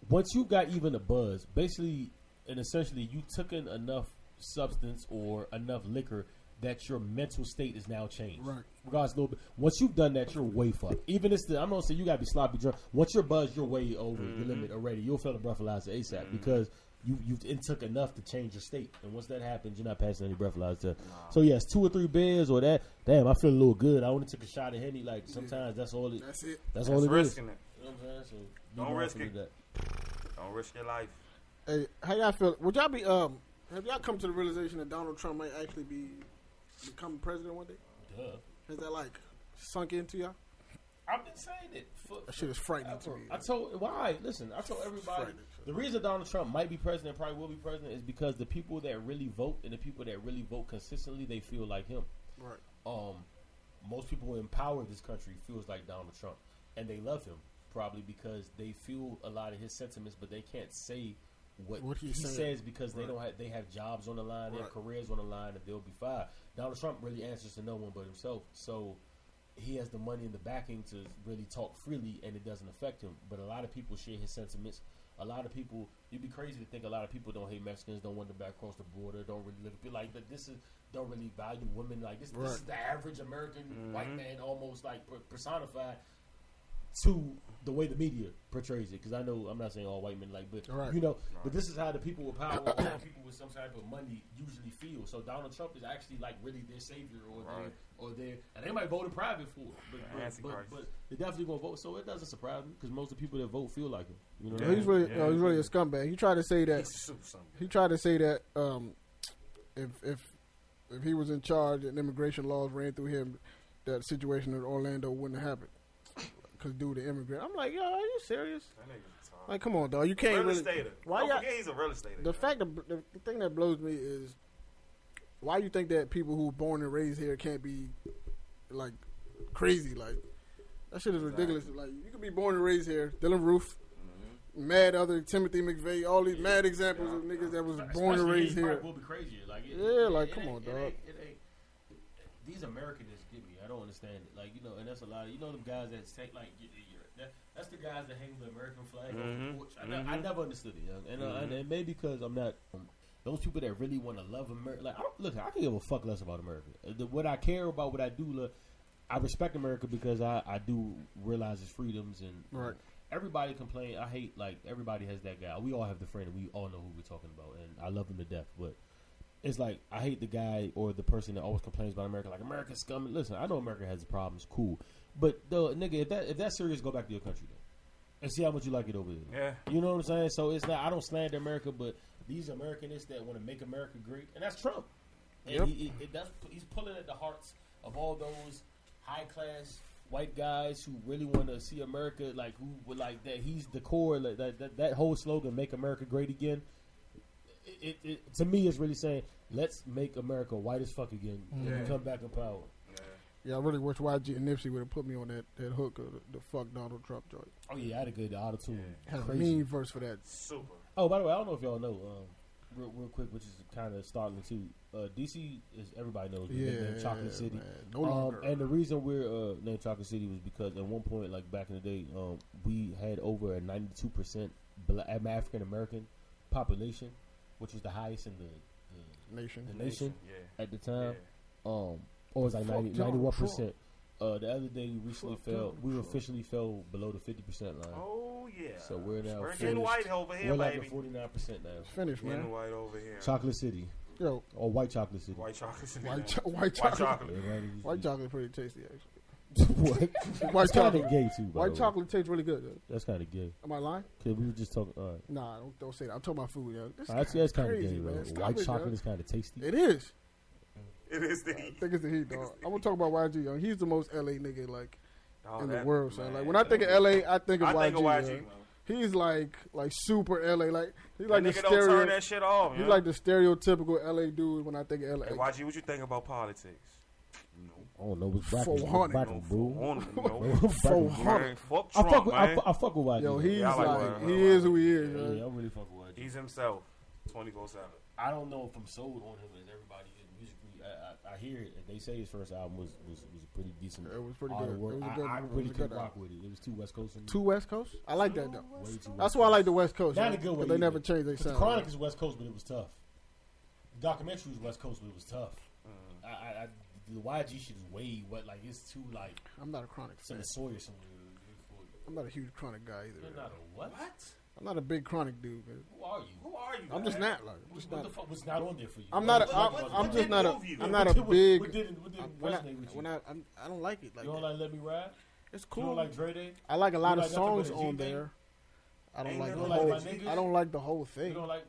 Speaker 2: once you got even a buzz, basically and essentially, you took in enough substance or enough liquor that your mental state is now changed.
Speaker 1: Right.
Speaker 2: Regardless, a little bit. Once you've done that, you're way fucked. Even if the, I'm gonna say you gotta be sloppy drunk. Once you're buzzed, you're way over your limit already. You'll feel the breathalyzer ASAP because you you it took enough to change your state. And once that happens, you're not passing any breathalyzer. test. So yes, two or three beers or that. Damn, I feel a little good. I only took a shot of henny. Like sometimes that's all it. That's,
Speaker 1: That's it.
Speaker 2: all it
Speaker 3: That's
Speaker 2: is.
Speaker 3: risking it.
Speaker 2: You know what I'm saying? So, be
Speaker 3: Don't risk
Speaker 2: mindful of
Speaker 3: it.
Speaker 2: that.
Speaker 3: Don't risk your life.
Speaker 1: Hey, how y'all feel? Would y'all be um? Have y'all come to the realization that Donald Trump might actually be become president one day?
Speaker 2: Duh.
Speaker 1: Has that like sunk into y'all?
Speaker 2: I've been saying it. For,
Speaker 1: That shit is frightening to me.
Speaker 2: I told why? Listen, I told everybody the reason Donald Trump might be president, probably will be president, is because the people that really vote and the people that really vote consistently, they feel like him.
Speaker 1: Right.
Speaker 2: Um, most people in power in this country feels like Donald Trump, and they love him probably because they feel a lot of his sentiments, but they can't say what,
Speaker 1: What
Speaker 2: he,
Speaker 1: he said.
Speaker 2: says because they don't have they have jobs on the line, their
Speaker 1: Right.
Speaker 2: careers on the line, and they'll be fired. Donald Trump really answers to no one but himself, so he has the money and the backing to really talk freely, and it doesn't affect him. But a lot of people share his sentiments. A lot of people, you'd be crazy to think a lot of people don't hate Mexicans, don't want them back across the border, don't really look be like, but this is don't really value women like this. This
Speaker 1: Right.
Speaker 2: is
Speaker 1: Mm-hmm.
Speaker 2: the average American white man, almost like per- personified to the way the media portrays it. Because I know I'm not saying all white men like, but
Speaker 1: Right.
Speaker 2: you know, but this is how the people with power, or the people with some type of money, usually feel. So Donald Trump is actually like really their savior, or their,
Speaker 3: Right.
Speaker 2: or their, and they might vote in private for it, but but, but,
Speaker 3: Antichrist.
Speaker 2: but they're definitely gonna vote. So it doesn't surprise me because most of the people that vote feel like him. You know, what I
Speaker 1: No, he's
Speaker 2: mean?
Speaker 1: really, uh,
Speaker 3: yeah,
Speaker 1: no, he's really a scumbag. He tried to say that.
Speaker 3: He's super something.
Speaker 1: He tried to say that um, if if if he was in charge and immigration laws ran through him, that situation in Orlando wouldn't happen. Cause due to immigrant, I'm like, yo, are you serious?
Speaker 3: That nigga's retarded.
Speaker 1: Like, come on, dog, you can't
Speaker 3: real
Speaker 1: really.
Speaker 3: estater.
Speaker 1: Why
Speaker 3: Don't
Speaker 1: y'all?
Speaker 3: Oh, forget he's a real estater.
Speaker 1: The
Speaker 3: man.
Speaker 1: fact, that, the, the thing that blows me is why you think that people who born and raised here can't be like crazy. Like that shit is ridiculous. Like you could be born and raised here, Dylan Roof, mad other Timothy McVeigh, all these mad examples of niggas that was born and
Speaker 2: Especially
Speaker 1: raised
Speaker 2: he probably
Speaker 1: here.
Speaker 2: Will be crazy. Like it,
Speaker 1: Yeah,
Speaker 2: it-
Speaker 1: like,
Speaker 2: it
Speaker 1: come
Speaker 2: ain't-
Speaker 1: on,
Speaker 2: it
Speaker 1: dog.
Speaker 2: ain't- it ain't- These Americanists get me. I don't understand it. Like you know, and that's a lot. Of, you know, them guys that take like you, you, that, that's the guys that hang the American flag. off the
Speaker 3: Mhm,
Speaker 2: porch. I, ne- I never understood it, young. And, uh, and, and maybe because I'm not. Um, those people that really want to love America, like I don't, look, I can give a fuck less about America. Uh, The, what I care about, what I do, look, I respect America because I, I do realize its freedoms and
Speaker 1: Right.
Speaker 2: everybody complain. I hate like everybody has that guy. We all have the friend, and we all know who we're talking about, and I love him to death. But it's like I hate the guy or the person that always complains about America. Like America's scum. Listen, I know America has problems, cool, but though nigga, if that if that's serious, go back to your country then, and see how much you like it over there.
Speaker 3: Yeah.
Speaker 2: You know what I'm saying? So it's not. I don't slander America, but these Americanists that want to make America great, and that's Trump. And
Speaker 1: Yep.
Speaker 2: he, he, it does, he's pulling at the hearts of all those high class white guys who really want to see America like who would like that. He's the core like, that, that that whole slogan "Make America Great Again." It, it, it to me is really saying let's make America white as fuck again and
Speaker 3: Yeah.
Speaker 2: come back in power.
Speaker 1: Yeah, I really wish YG and Nipsey would have put me on that, that hook of the, the fuck Donald Trump joint.
Speaker 2: Oh yeah, I had a good auto tune.
Speaker 1: Had a
Speaker 2: Crazy.
Speaker 1: mean verse for that.
Speaker 3: Super.
Speaker 2: Oh, by the way, I don't know if y'all know, um, real, real quick, which is kind of startling too. Uh, DC is everybody knows.
Speaker 1: Yeah,
Speaker 2: Yeah, Chocolate City.
Speaker 1: man. No
Speaker 2: Um,
Speaker 1: longer.
Speaker 2: and the reason we're uh, named Chocolate City was because at one point, like back in the day, um, we had over a ninety-two percent African American population, which was the highest in the,
Speaker 1: nation.
Speaker 2: the, the nation
Speaker 3: Yeah.
Speaker 2: at the
Speaker 3: Yeah.
Speaker 2: time. Um, or was like
Speaker 1: Fuck
Speaker 2: 90,
Speaker 1: Donald
Speaker 2: 91
Speaker 1: Trump.
Speaker 2: percent. Uh, the other day, we recently
Speaker 1: Fuck
Speaker 2: fell.
Speaker 1: Donald
Speaker 2: We
Speaker 1: Trump.
Speaker 2: officially fell below the fifty percent line.
Speaker 3: Oh yeah.
Speaker 2: uh, So we're now
Speaker 3: We're
Speaker 2: finished.
Speaker 3: getting white over here,
Speaker 2: We're like
Speaker 3: baby.
Speaker 2: at forty-nine percent now.
Speaker 1: Finish,
Speaker 3: Getting
Speaker 1: man.
Speaker 3: white over here.
Speaker 2: Chocolate City
Speaker 1: Yo,
Speaker 2: or white chocolate city.
Speaker 3: White chocolate.
Speaker 1: white,
Speaker 3: chocolate.
Speaker 1: cho- white
Speaker 3: White
Speaker 1: chocolate.
Speaker 3: chocolate.
Speaker 1: White chocolate pretty tasty, actually.
Speaker 2: what?
Speaker 1: White
Speaker 2: That's kind
Speaker 1: chocolate.
Speaker 2: of gay too. by the
Speaker 1: White
Speaker 2: way.
Speaker 1: chocolate tastes really good. Though.
Speaker 2: That's kind of gay.
Speaker 1: Am I lying?
Speaker 2: Cause we were just talking. All right.
Speaker 1: Nah, don't, don't say that. I'm talking about food, yo. This
Speaker 2: All right, that's
Speaker 1: guy
Speaker 2: that's
Speaker 1: is
Speaker 2: kind of
Speaker 1: crazy,
Speaker 2: gay,
Speaker 1: man.
Speaker 2: man.
Speaker 1: Stop
Speaker 2: White
Speaker 1: it, yo.
Speaker 2: chocolate is kind of tasty.
Speaker 1: It is.
Speaker 3: It is the
Speaker 1: I think it's the heat, dog. I'm gonna talk about YG, yo. He's the most LA nigga like
Speaker 3: Oh,
Speaker 1: in the
Speaker 3: that-
Speaker 1: world, son.
Speaker 3: man.
Speaker 1: Like when I think of LA, I think of
Speaker 3: I
Speaker 1: YG.
Speaker 3: think of YG.
Speaker 1: yo.
Speaker 3: man.
Speaker 1: He's like like super LA. Like he's
Speaker 3: That
Speaker 1: like the
Speaker 3: nigga don't turn
Speaker 1: stereo.
Speaker 3: that shit off.
Speaker 1: He's
Speaker 3: yo.
Speaker 1: like the stereotypical LA dude when I think of LA.
Speaker 3: Hey, YG, what you think about politics?
Speaker 2: I don't know what's black.
Speaker 1: 400,
Speaker 2: Black boo.
Speaker 3: On, you know,
Speaker 2: Black and blue.
Speaker 1: 400.
Speaker 3: man, fuck
Speaker 2: I
Speaker 3: Trump,
Speaker 2: fuck with. I,
Speaker 3: man.
Speaker 2: fu- I fuck with white.
Speaker 1: Yo,
Speaker 2: dude.
Speaker 1: he's
Speaker 3: Yeah, I
Speaker 1: like,
Speaker 3: like YG.
Speaker 1: he is who he is.
Speaker 2: Yeah,
Speaker 1: yo.
Speaker 2: yeah, I really fuck with white. dude.
Speaker 3: He's himself, twenty four seven.
Speaker 2: I don't know if I'm sold on him as everybody is musically. I, I, I hear it. They say his first album was was, was a pretty decent.
Speaker 1: It was pretty
Speaker 2: all the
Speaker 1: good.
Speaker 2: work.
Speaker 1: It was a
Speaker 2: I-
Speaker 1: good-
Speaker 2: I,
Speaker 1: it was
Speaker 2: really
Speaker 1: a good
Speaker 2: could
Speaker 1: album.
Speaker 2: rock with it. It was too West Coast. for me.
Speaker 1: Two West Coast. I like that though.
Speaker 2: Way too West
Speaker 1: That's why I like
Speaker 2: Coast.
Speaker 1: the West Coast.
Speaker 2: Not
Speaker 1: yo,
Speaker 2: a good
Speaker 1: 'cause
Speaker 2: way
Speaker 1: They
Speaker 2: either.
Speaker 1: never changed their
Speaker 2: But The
Speaker 1: sound.
Speaker 2: Chronic is West Coast, but it was tough. The documentary was West Coast, but it was tough. I,
Speaker 3: Mm.
Speaker 2: I, I the YG shit is way what like it's too like
Speaker 1: I'm not a Chronic
Speaker 2: it's in
Speaker 1: fan.
Speaker 2: the Sawyer somewhere.
Speaker 1: I'm not a huge Chronic guy either.
Speaker 2: You're
Speaker 1: yo.
Speaker 2: not a what?
Speaker 1: I'm not a big Chronic dude. Man.
Speaker 2: Who are you?
Speaker 3: Who are you?
Speaker 1: I'm just
Speaker 3: man?
Speaker 1: not like. I'm
Speaker 2: What,
Speaker 1: just
Speaker 2: what the
Speaker 1: not.
Speaker 2: fuck was not on there for you?
Speaker 1: I'm not. A,
Speaker 2: What-
Speaker 1: I'm,
Speaker 2: what-
Speaker 1: I'm
Speaker 2: what-
Speaker 1: just
Speaker 3: did
Speaker 1: not a.
Speaker 3: move you?
Speaker 1: I'm not a
Speaker 2: what-
Speaker 1: big.
Speaker 2: What didn't? What didn't
Speaker 1: When I,
Speaker 2: resonate with you?
Speaker 1: when I, I'm, I don't like it like
Speaker 2: you don't
Speaker 1: that.
Speaker 2: like Let Me Ride?
Speaker 1: It's
Speaker 2: You
Speaker 1: cool.
Speaker 2: don't like Dre Day?
Speaker 1: I like a lot
Speaker 2: you
Speaker 1: of
Speaker 2: don't like nothing
Speaker 1: songs
Speaker 2: but the
Speaker 1: on
Speaker 2: G thing?
Speaker 1: there. I don't
Speaker 3: Ain't
Speaker 1: like the
Speaker 3: nothing
Speaker 1: whole.
Speaker 3: like my
Speaker 2: niggas.
Speaker 1: I don't like the whole
Speaker 2: You
Speaker 1: thing.
Speaker 2: don't like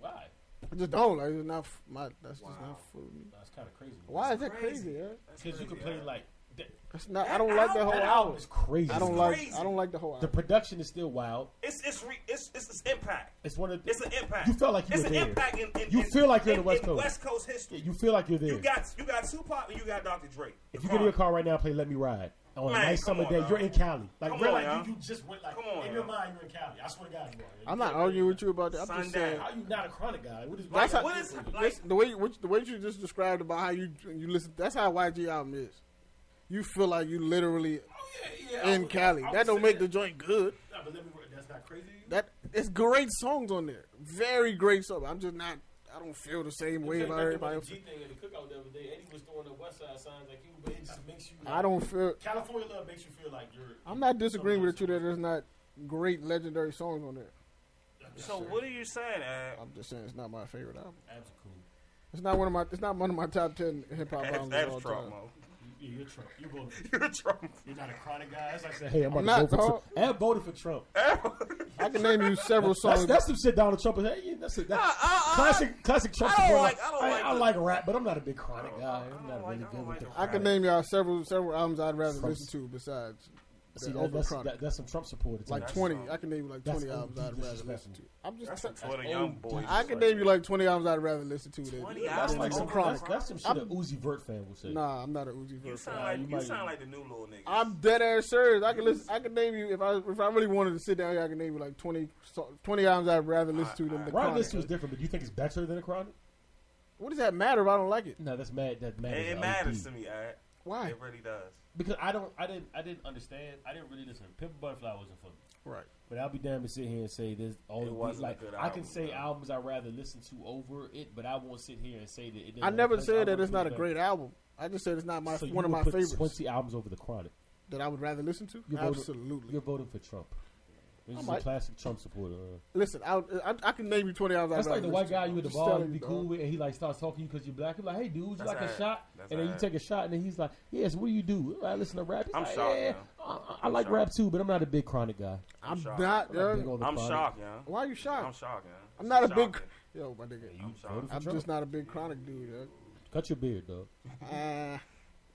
Speaker 2: why?
Speaker 1: I just don't like. It's not f- my. That's just
Speaker 3: Wow.
Speaker 1: not for me.
Speaker 2: That's kind of crazy.
Speaker 1: Why is
Speaker 3: That's
Speaker 1: that crazy?
Speaker 3: crazy.
Speaker 1: Yeah,
Speaker 3: That's
Speaker 2: Because you
Speaker 3: crazy,
Speaker 2: could play
Speaker 3: yeah.
Speaker 2: like that,
Speaker 1: it's not. I
Speaker 3: That
Speaker 1: don't like that whole
Speaker 3: album-
Speaker 2: that
Speaker 1: album.
Speaker 2: album is crazy.
Speaker 1: Oh, I don't
Speaker 3: It's
Speaker 1: like.
Speaker 3: crazy.
Speaker 1: I don't like the whole
Speaker 2: the
Speaker 1: album.
Speaker 2: production is still wild.
Speaker 3: It's it's re, it's it's it's impact.
Speaker 2: It's one of the,
Speaker 3: It's an impact.
Speaker 2: You felt like you
Speaker 3: it's
Speaker 2: were
Speaker 3: an
Speaker 2: there.
Speaker 3: impact in, in
Speaker 2: You
Speaker 3: in-
Speaker 2: feel like you're in the West
Speaker 3: in
Speaker 2: Coast.
Speaker 3: West Coast history.
Speaker 2: you feel like you're there.
Speaker 3: You got you got Tupac and you got Dr. Dre.
Speaker 2: If
Speaker 3: The
Speaker 2: you get in your car right now, and play "Let Me Ride" on
Speaker 3: Man,
Speaker 2: a nice
Speaker 3: come
Speaker 2: summer
Speaker 3: on,
Speaker 2: day.
Speaker 3: dog.
Speaker 2: You're in Cali, like
Speaker 3: Come
Speaker 2: real
Speaker 3: on,
Speaker 2: like
Speaker 3: y'all.
Speaker 2: you, you just went like
Speaker 3: Come on,
Speaker 2: in your
Speaker 3: y'all.
Speaker 2: mind you're in Cali. I swear to God, you are. You
Speaker 1: I'm not
Speaker 2: can't-
Speaker 1: arguing with you about that. I'm
Speaker 3: Sundown.
Speaker 1: just saying.
Speaker 2: How you not a chronic guy? What is
Speaker 1: That's
Speaker 3: Like,
Speaker 1: how-
Speaker 3: what is
Speaker 1: That's-
Speaker 3: like?
Speaker 1: the way what, the way you just described about how you you listen. That's how YG album is. You feel like you literally
Speaker 2: Oh, yeah, yeah, I
Speaker 1: in
Speaker 2: was-
Speaker 1: Cali.
Speaker 2: I was
Speaker 1: That don't
Speaker 2: saying
Speaker 1: make the joint good.
Speaker 2: Nah, but let me. That's not crazy. to you?
Speaker 1: That it's great songs on there. Very great songs. I'm just not. I don't feel the same way
Speaker 2: You
Speaker 1: about
Speaker 2: said
Speaker 1: everybody
Speaker 2: nothing
Speaker 1: else.
Speaker 2: but the G thing in the cookout the other day. Eddie was throwing up West Side signs like you, but it just makes you.
Speaker 1: I don't feel.
Speaker 2: California love makes you feel like you're.
Speaker 1: I'm not disagreeing with you that there's not great legendary songs on there.
Speaker 3: So what are you saying? Uh,
Speaker 1: I'm just saying it's not my favorite album.
Speaker 2: Abs are cool.
Speaker 1: It's not one of my. It's not one of my top ten hip hop
Speaker 3: that's
Speaker 1: albums
Speaker 3: that's
Speaker 1: of all
Speaker 3: Trump.
Speaker 1: time.
Speaker 3: Mo.
Speaker 2: You- You're Trump. You're voting. For,
Speaker 3: You're Trump.
Speaker 2: you're not a chronic guy. It's like saying, hey, I'm
Speaker 1: I'm not,
Speaker 2: about to vote
Speaker 1: dog.
Speaker 2: for Trump. Ab voted for Trump.
Speaker 1: I can name you several
Speaker 2: That's,
Speaker 1: songs.
Speaker 2: that's some shit Donald Trump is. Hey, yeah, that's a, that, classic, classic Trump.
Speaker 3: I don't
Speaker 2: supporter.
Speaker 3: like- I don't like
Speaker 2: I
Speaker 3: the-
Speaker 2: like rap, but I'm not a big chronic guy.
Speaker 3: I
Speaker 2: I'm
Speaker 3: don't
Speaker 2: not
Speaker 3: like-
Speaker 2: really
Speaker 3: I
Speaker 2: good
Speaker 3: don't
Speaker 2: with
Speaker 3: like
Speaker 2: the.
Speaker 3: the
Speaker 1: I can name y'all several several albums I'd rather
Speaker 2: From-
Speaker 1: listen to besides.
Speaker 2: See,
Speaker 1: the
Speaker 2: that,
Speaker 1: Oprah
Speaker 2: that's
Speaker 1: Chronic.
Speaker 2: that, that's some Trump supporters.
Speaker 1: like
Speaker 3: That's
Speaker 1: twenty.
Speaker 3: wrong.
Speaker 1: I can name you like
Speaker 2: That's
Speaker 1: twenty albums
Speaker 2: OD
Speaker 1: I'd rather
Speaker 2: disrespectful.
Speaker 1: listen to. I'm
Speaker 3: That's
Speaker 1: just.
Speaker 3: some Twitter young boy.
Speaker 1: I can name you like twenty albums I'd rather listen to than
Speaker 3: 20
Speaker 1: than
Speaker 3: albums?
Speaker 2: That's like some
Speaker 1: some
Speaker 3: Oprah
Speaker 1: chronic.
Speaker 2: That's, that's some shit
Speaker 1: I'm-
Speaker 2: that Uzi Vert fan would say.
Speaker 1: Nah, I'm not an Uzi
Speaker 3: You
Speaker 1: Vert. fan.
Speaker 3: sound like
Speaker 2: you
Speaker 3: you,
Speaker 2: might-
Speaker 3: sound like the new little nigga.
Speaker 1: I'm dead ass serious. I can listen. I can name you if I if I really wanted to sit down. here, I can name you like 20, so- 20 albums I'd rather listen to than the
Speaker 2: Ryan
Speaker 1: chronic.
Speaker 2: List was different, but you think it's better than a chronic?
Speaker 1: What does that matter if I don't like it?
Speaker 2: No, that's mad. That
Speaker 3: it,
Speaker 2: matters.
Speaker 3: it matters to me. alright?
Speaker 1: Why?
Speaker 3: It really does.
Speaker 2: because I don't. I didn't. I didn't understand. I didn't really listen. Pimp a Butterfly wasn't for me.
Speaker 1: Right.
Speaker 2: But I'll be damned to sit here and say this. All
Speaker 3: It
Speaker 2: the
Speaker 3: wasn't a
Speaker 2: like
Speaker 3: good
Speaker 2: I can
Speaker 3: album,
Speaker 2: say
Speaker 3: bro.
Speaker 2: albums I rather listen to over it, but I won't sit here and say that. it doesn't
Speaker 1: I never
Speaker 2: place
Speaker 1: said that
Speaker 2: wouldn't
Speaker 1: it's not
Speaker 2: put
Speaker 1: a
Speaker 2: it
Speaker 1: great album. I just said it's not my
Speaker 2: back. So you
Speaker 1: one of
Speaker 2: would
Speaker 1: my
Speaker 2: put
Speaker 1: favorites
Speaker 2: Twenty albums over the Chronic.
Speaker 1: that I would rather listen to.
Speaker 2: You voted-
Speaker 1: Absolutely.
Speaker 2: You're voting for Trump. This
Speaker 1: I
Speaker 2: is
Speaker 1: might.
Speaker 2: a classic Trump supporter. uh.
Speaker 1: Listen, I, I I can name you twenty albums.
Speaker 2: That's
Speaker 1: I'd
Speaker 2: like
Speaker 1: rather
Speaker 2: the white
Speaker 1: listen to.
Speaker 2: guy you at the
Speaker 1: uh, Just
Speaker 2: bar
Speaker 1: telling
Speaker 2: would be
Speaker 1: you,
Speaker 2: cool
Speaker 1: dog.
Speaker 2: with, and he like starts talking to you because you're black. He's like, "Hey, dude, you
Speaker 3: That's
Speaker 2: like a
Speaker 3: alright.
Speaker 2: shot?"
Speaker 3: That's
Speaker 2: and then you
Speaker 3: alright.
Speaker 2: take a shot, and then he's like, "Yeah, so what do you do?" "Well, I listen to rap. He's
Speaker 3: I'm
Speaker 2: like,
Speaker 3: shocked,
Speaker 2: Yeah,
Speaker 3: man.
Speaker 2: I, I- I like rap too, but I'm not a big chronic guy.
Speaker 1: I'm
Speaker 3: shocked.
Speaker 1: not.
Speaker 2: I'm, not
Speaker 1: yeah.
Speaker 2: big on the
Speaker 3: I'm
Speaker 2: chronic.
Speaker 3: shocked, yeah.
Speaker 1: Why are you shocked?
Speaker 3: I'm shocked, yeah.
Speaker 1: I'm not a
Speaker 3: Shocking.
Speaker 1: big. Yo, my nigga.
Speaker 4: You
Speaker 3: sorry.
Speaker 4: voted for
Speaker 1: I'm
Speaker 4: Trump.
Speaker 1: just not a big chronic dude. yo.
Speaker 2: Cut your beard, dog.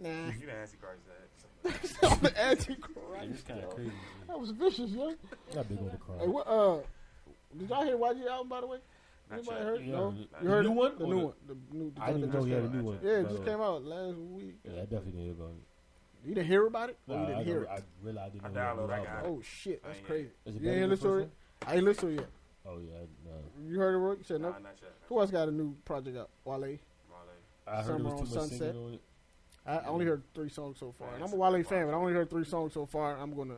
Speaker 1: Uh, nah.
Speaker 3: You the Antichrist, that.
Speaker 1: I'm the
Speaker 4: Yeah,
Speaker 1: antichrist.
Speaker 4: It's kind of crazy. man.
Speaker 1: That was vicious, yo.
Speaker 2: Not big on the
Speaker 1: Hey,
Speaker 2: crime.
Speaker 1: what? Uh, did y'all hear YG album by the way?
Speaker 3: Not
Speaker 1: Anybody
Speaker 3: yet.
Speaker 1: heard?
Speaker 4: Yeah,
Speaker 1: No.
Speaker 4: the-
Speaker 1: You heard
Speaker 2: new
Speaker 1: it?
Speaker 2: one
Speaker 1: The
Speaker 2: or
Speaker 1: new
Speaker 2: the-
Speaker 1: one. The new. the
Speaker 2: I
Speaker 1: joint
Speaker 2: didn't even
Speaker 1: that
Speaker 2: know
Speaker 1: just
Speaker 2: he had a
Speaker 1: came
Speaker 2: new
Speaker 1: out.
Speaker 2: one.
Speaker 1: Yeah, it just
Speaker 2: but, uh,
Speaker 1: came out last week.
Speaker 2: Yeah, I definitely didn't hear about it.
Speaker 1: You didn't hear about it? Oh, you
Speaker 2: Nah,
Speaker 1: didn't
Speaker 2: I
Speaker 1: hear
Speaker 2: don't-
Speaker 1: it?
Speaker 2: I realized I didn't
Speaker 3: I
Speaker 2: know what
Speaker 3: downloaded, I
Speaker 2: it was
Speaker 3: got
Speaker 2: about.
Speaker 3: it.
Speaker 1: Oh shit, that's
Speaker 3: I ain't
Speaker 1: crazy.
Speaker 2: Is it
Speaker 1: You ain't hear
Speaker 2: better than the
Speaker 1: this story?
Speaker 2: first
Speaker 1: I ain't listen to it yet.
Speaker 2: Oh yeah, I- no.
Speaker 1: You heard it, Roy? You said
Speaker 3: Nah,
Speaker 1: no.
Speaker 3: not yet.
Speaker 1: Who else got a new project out? Wale.
Speaker 2: I heard it
Speaker 1: Summer
Speaker 2: was
Speaker 1: on
Speaker 2: too much
Speaker 1: Sunset.
Speaker 2: singing on it.
Speaker 1: I I only heard three songs so far.
Speaker 3: Yeah,
Speaker 1: And I'm
Speaker 3: it's
Speaker 1: a
Speaker 3: a
Speaker 1: Wale
Speaker 3: good
Speaker 1: fan,
Speaker 3: project.
Speaker 1: but I only heard three songs so far. I'm gonna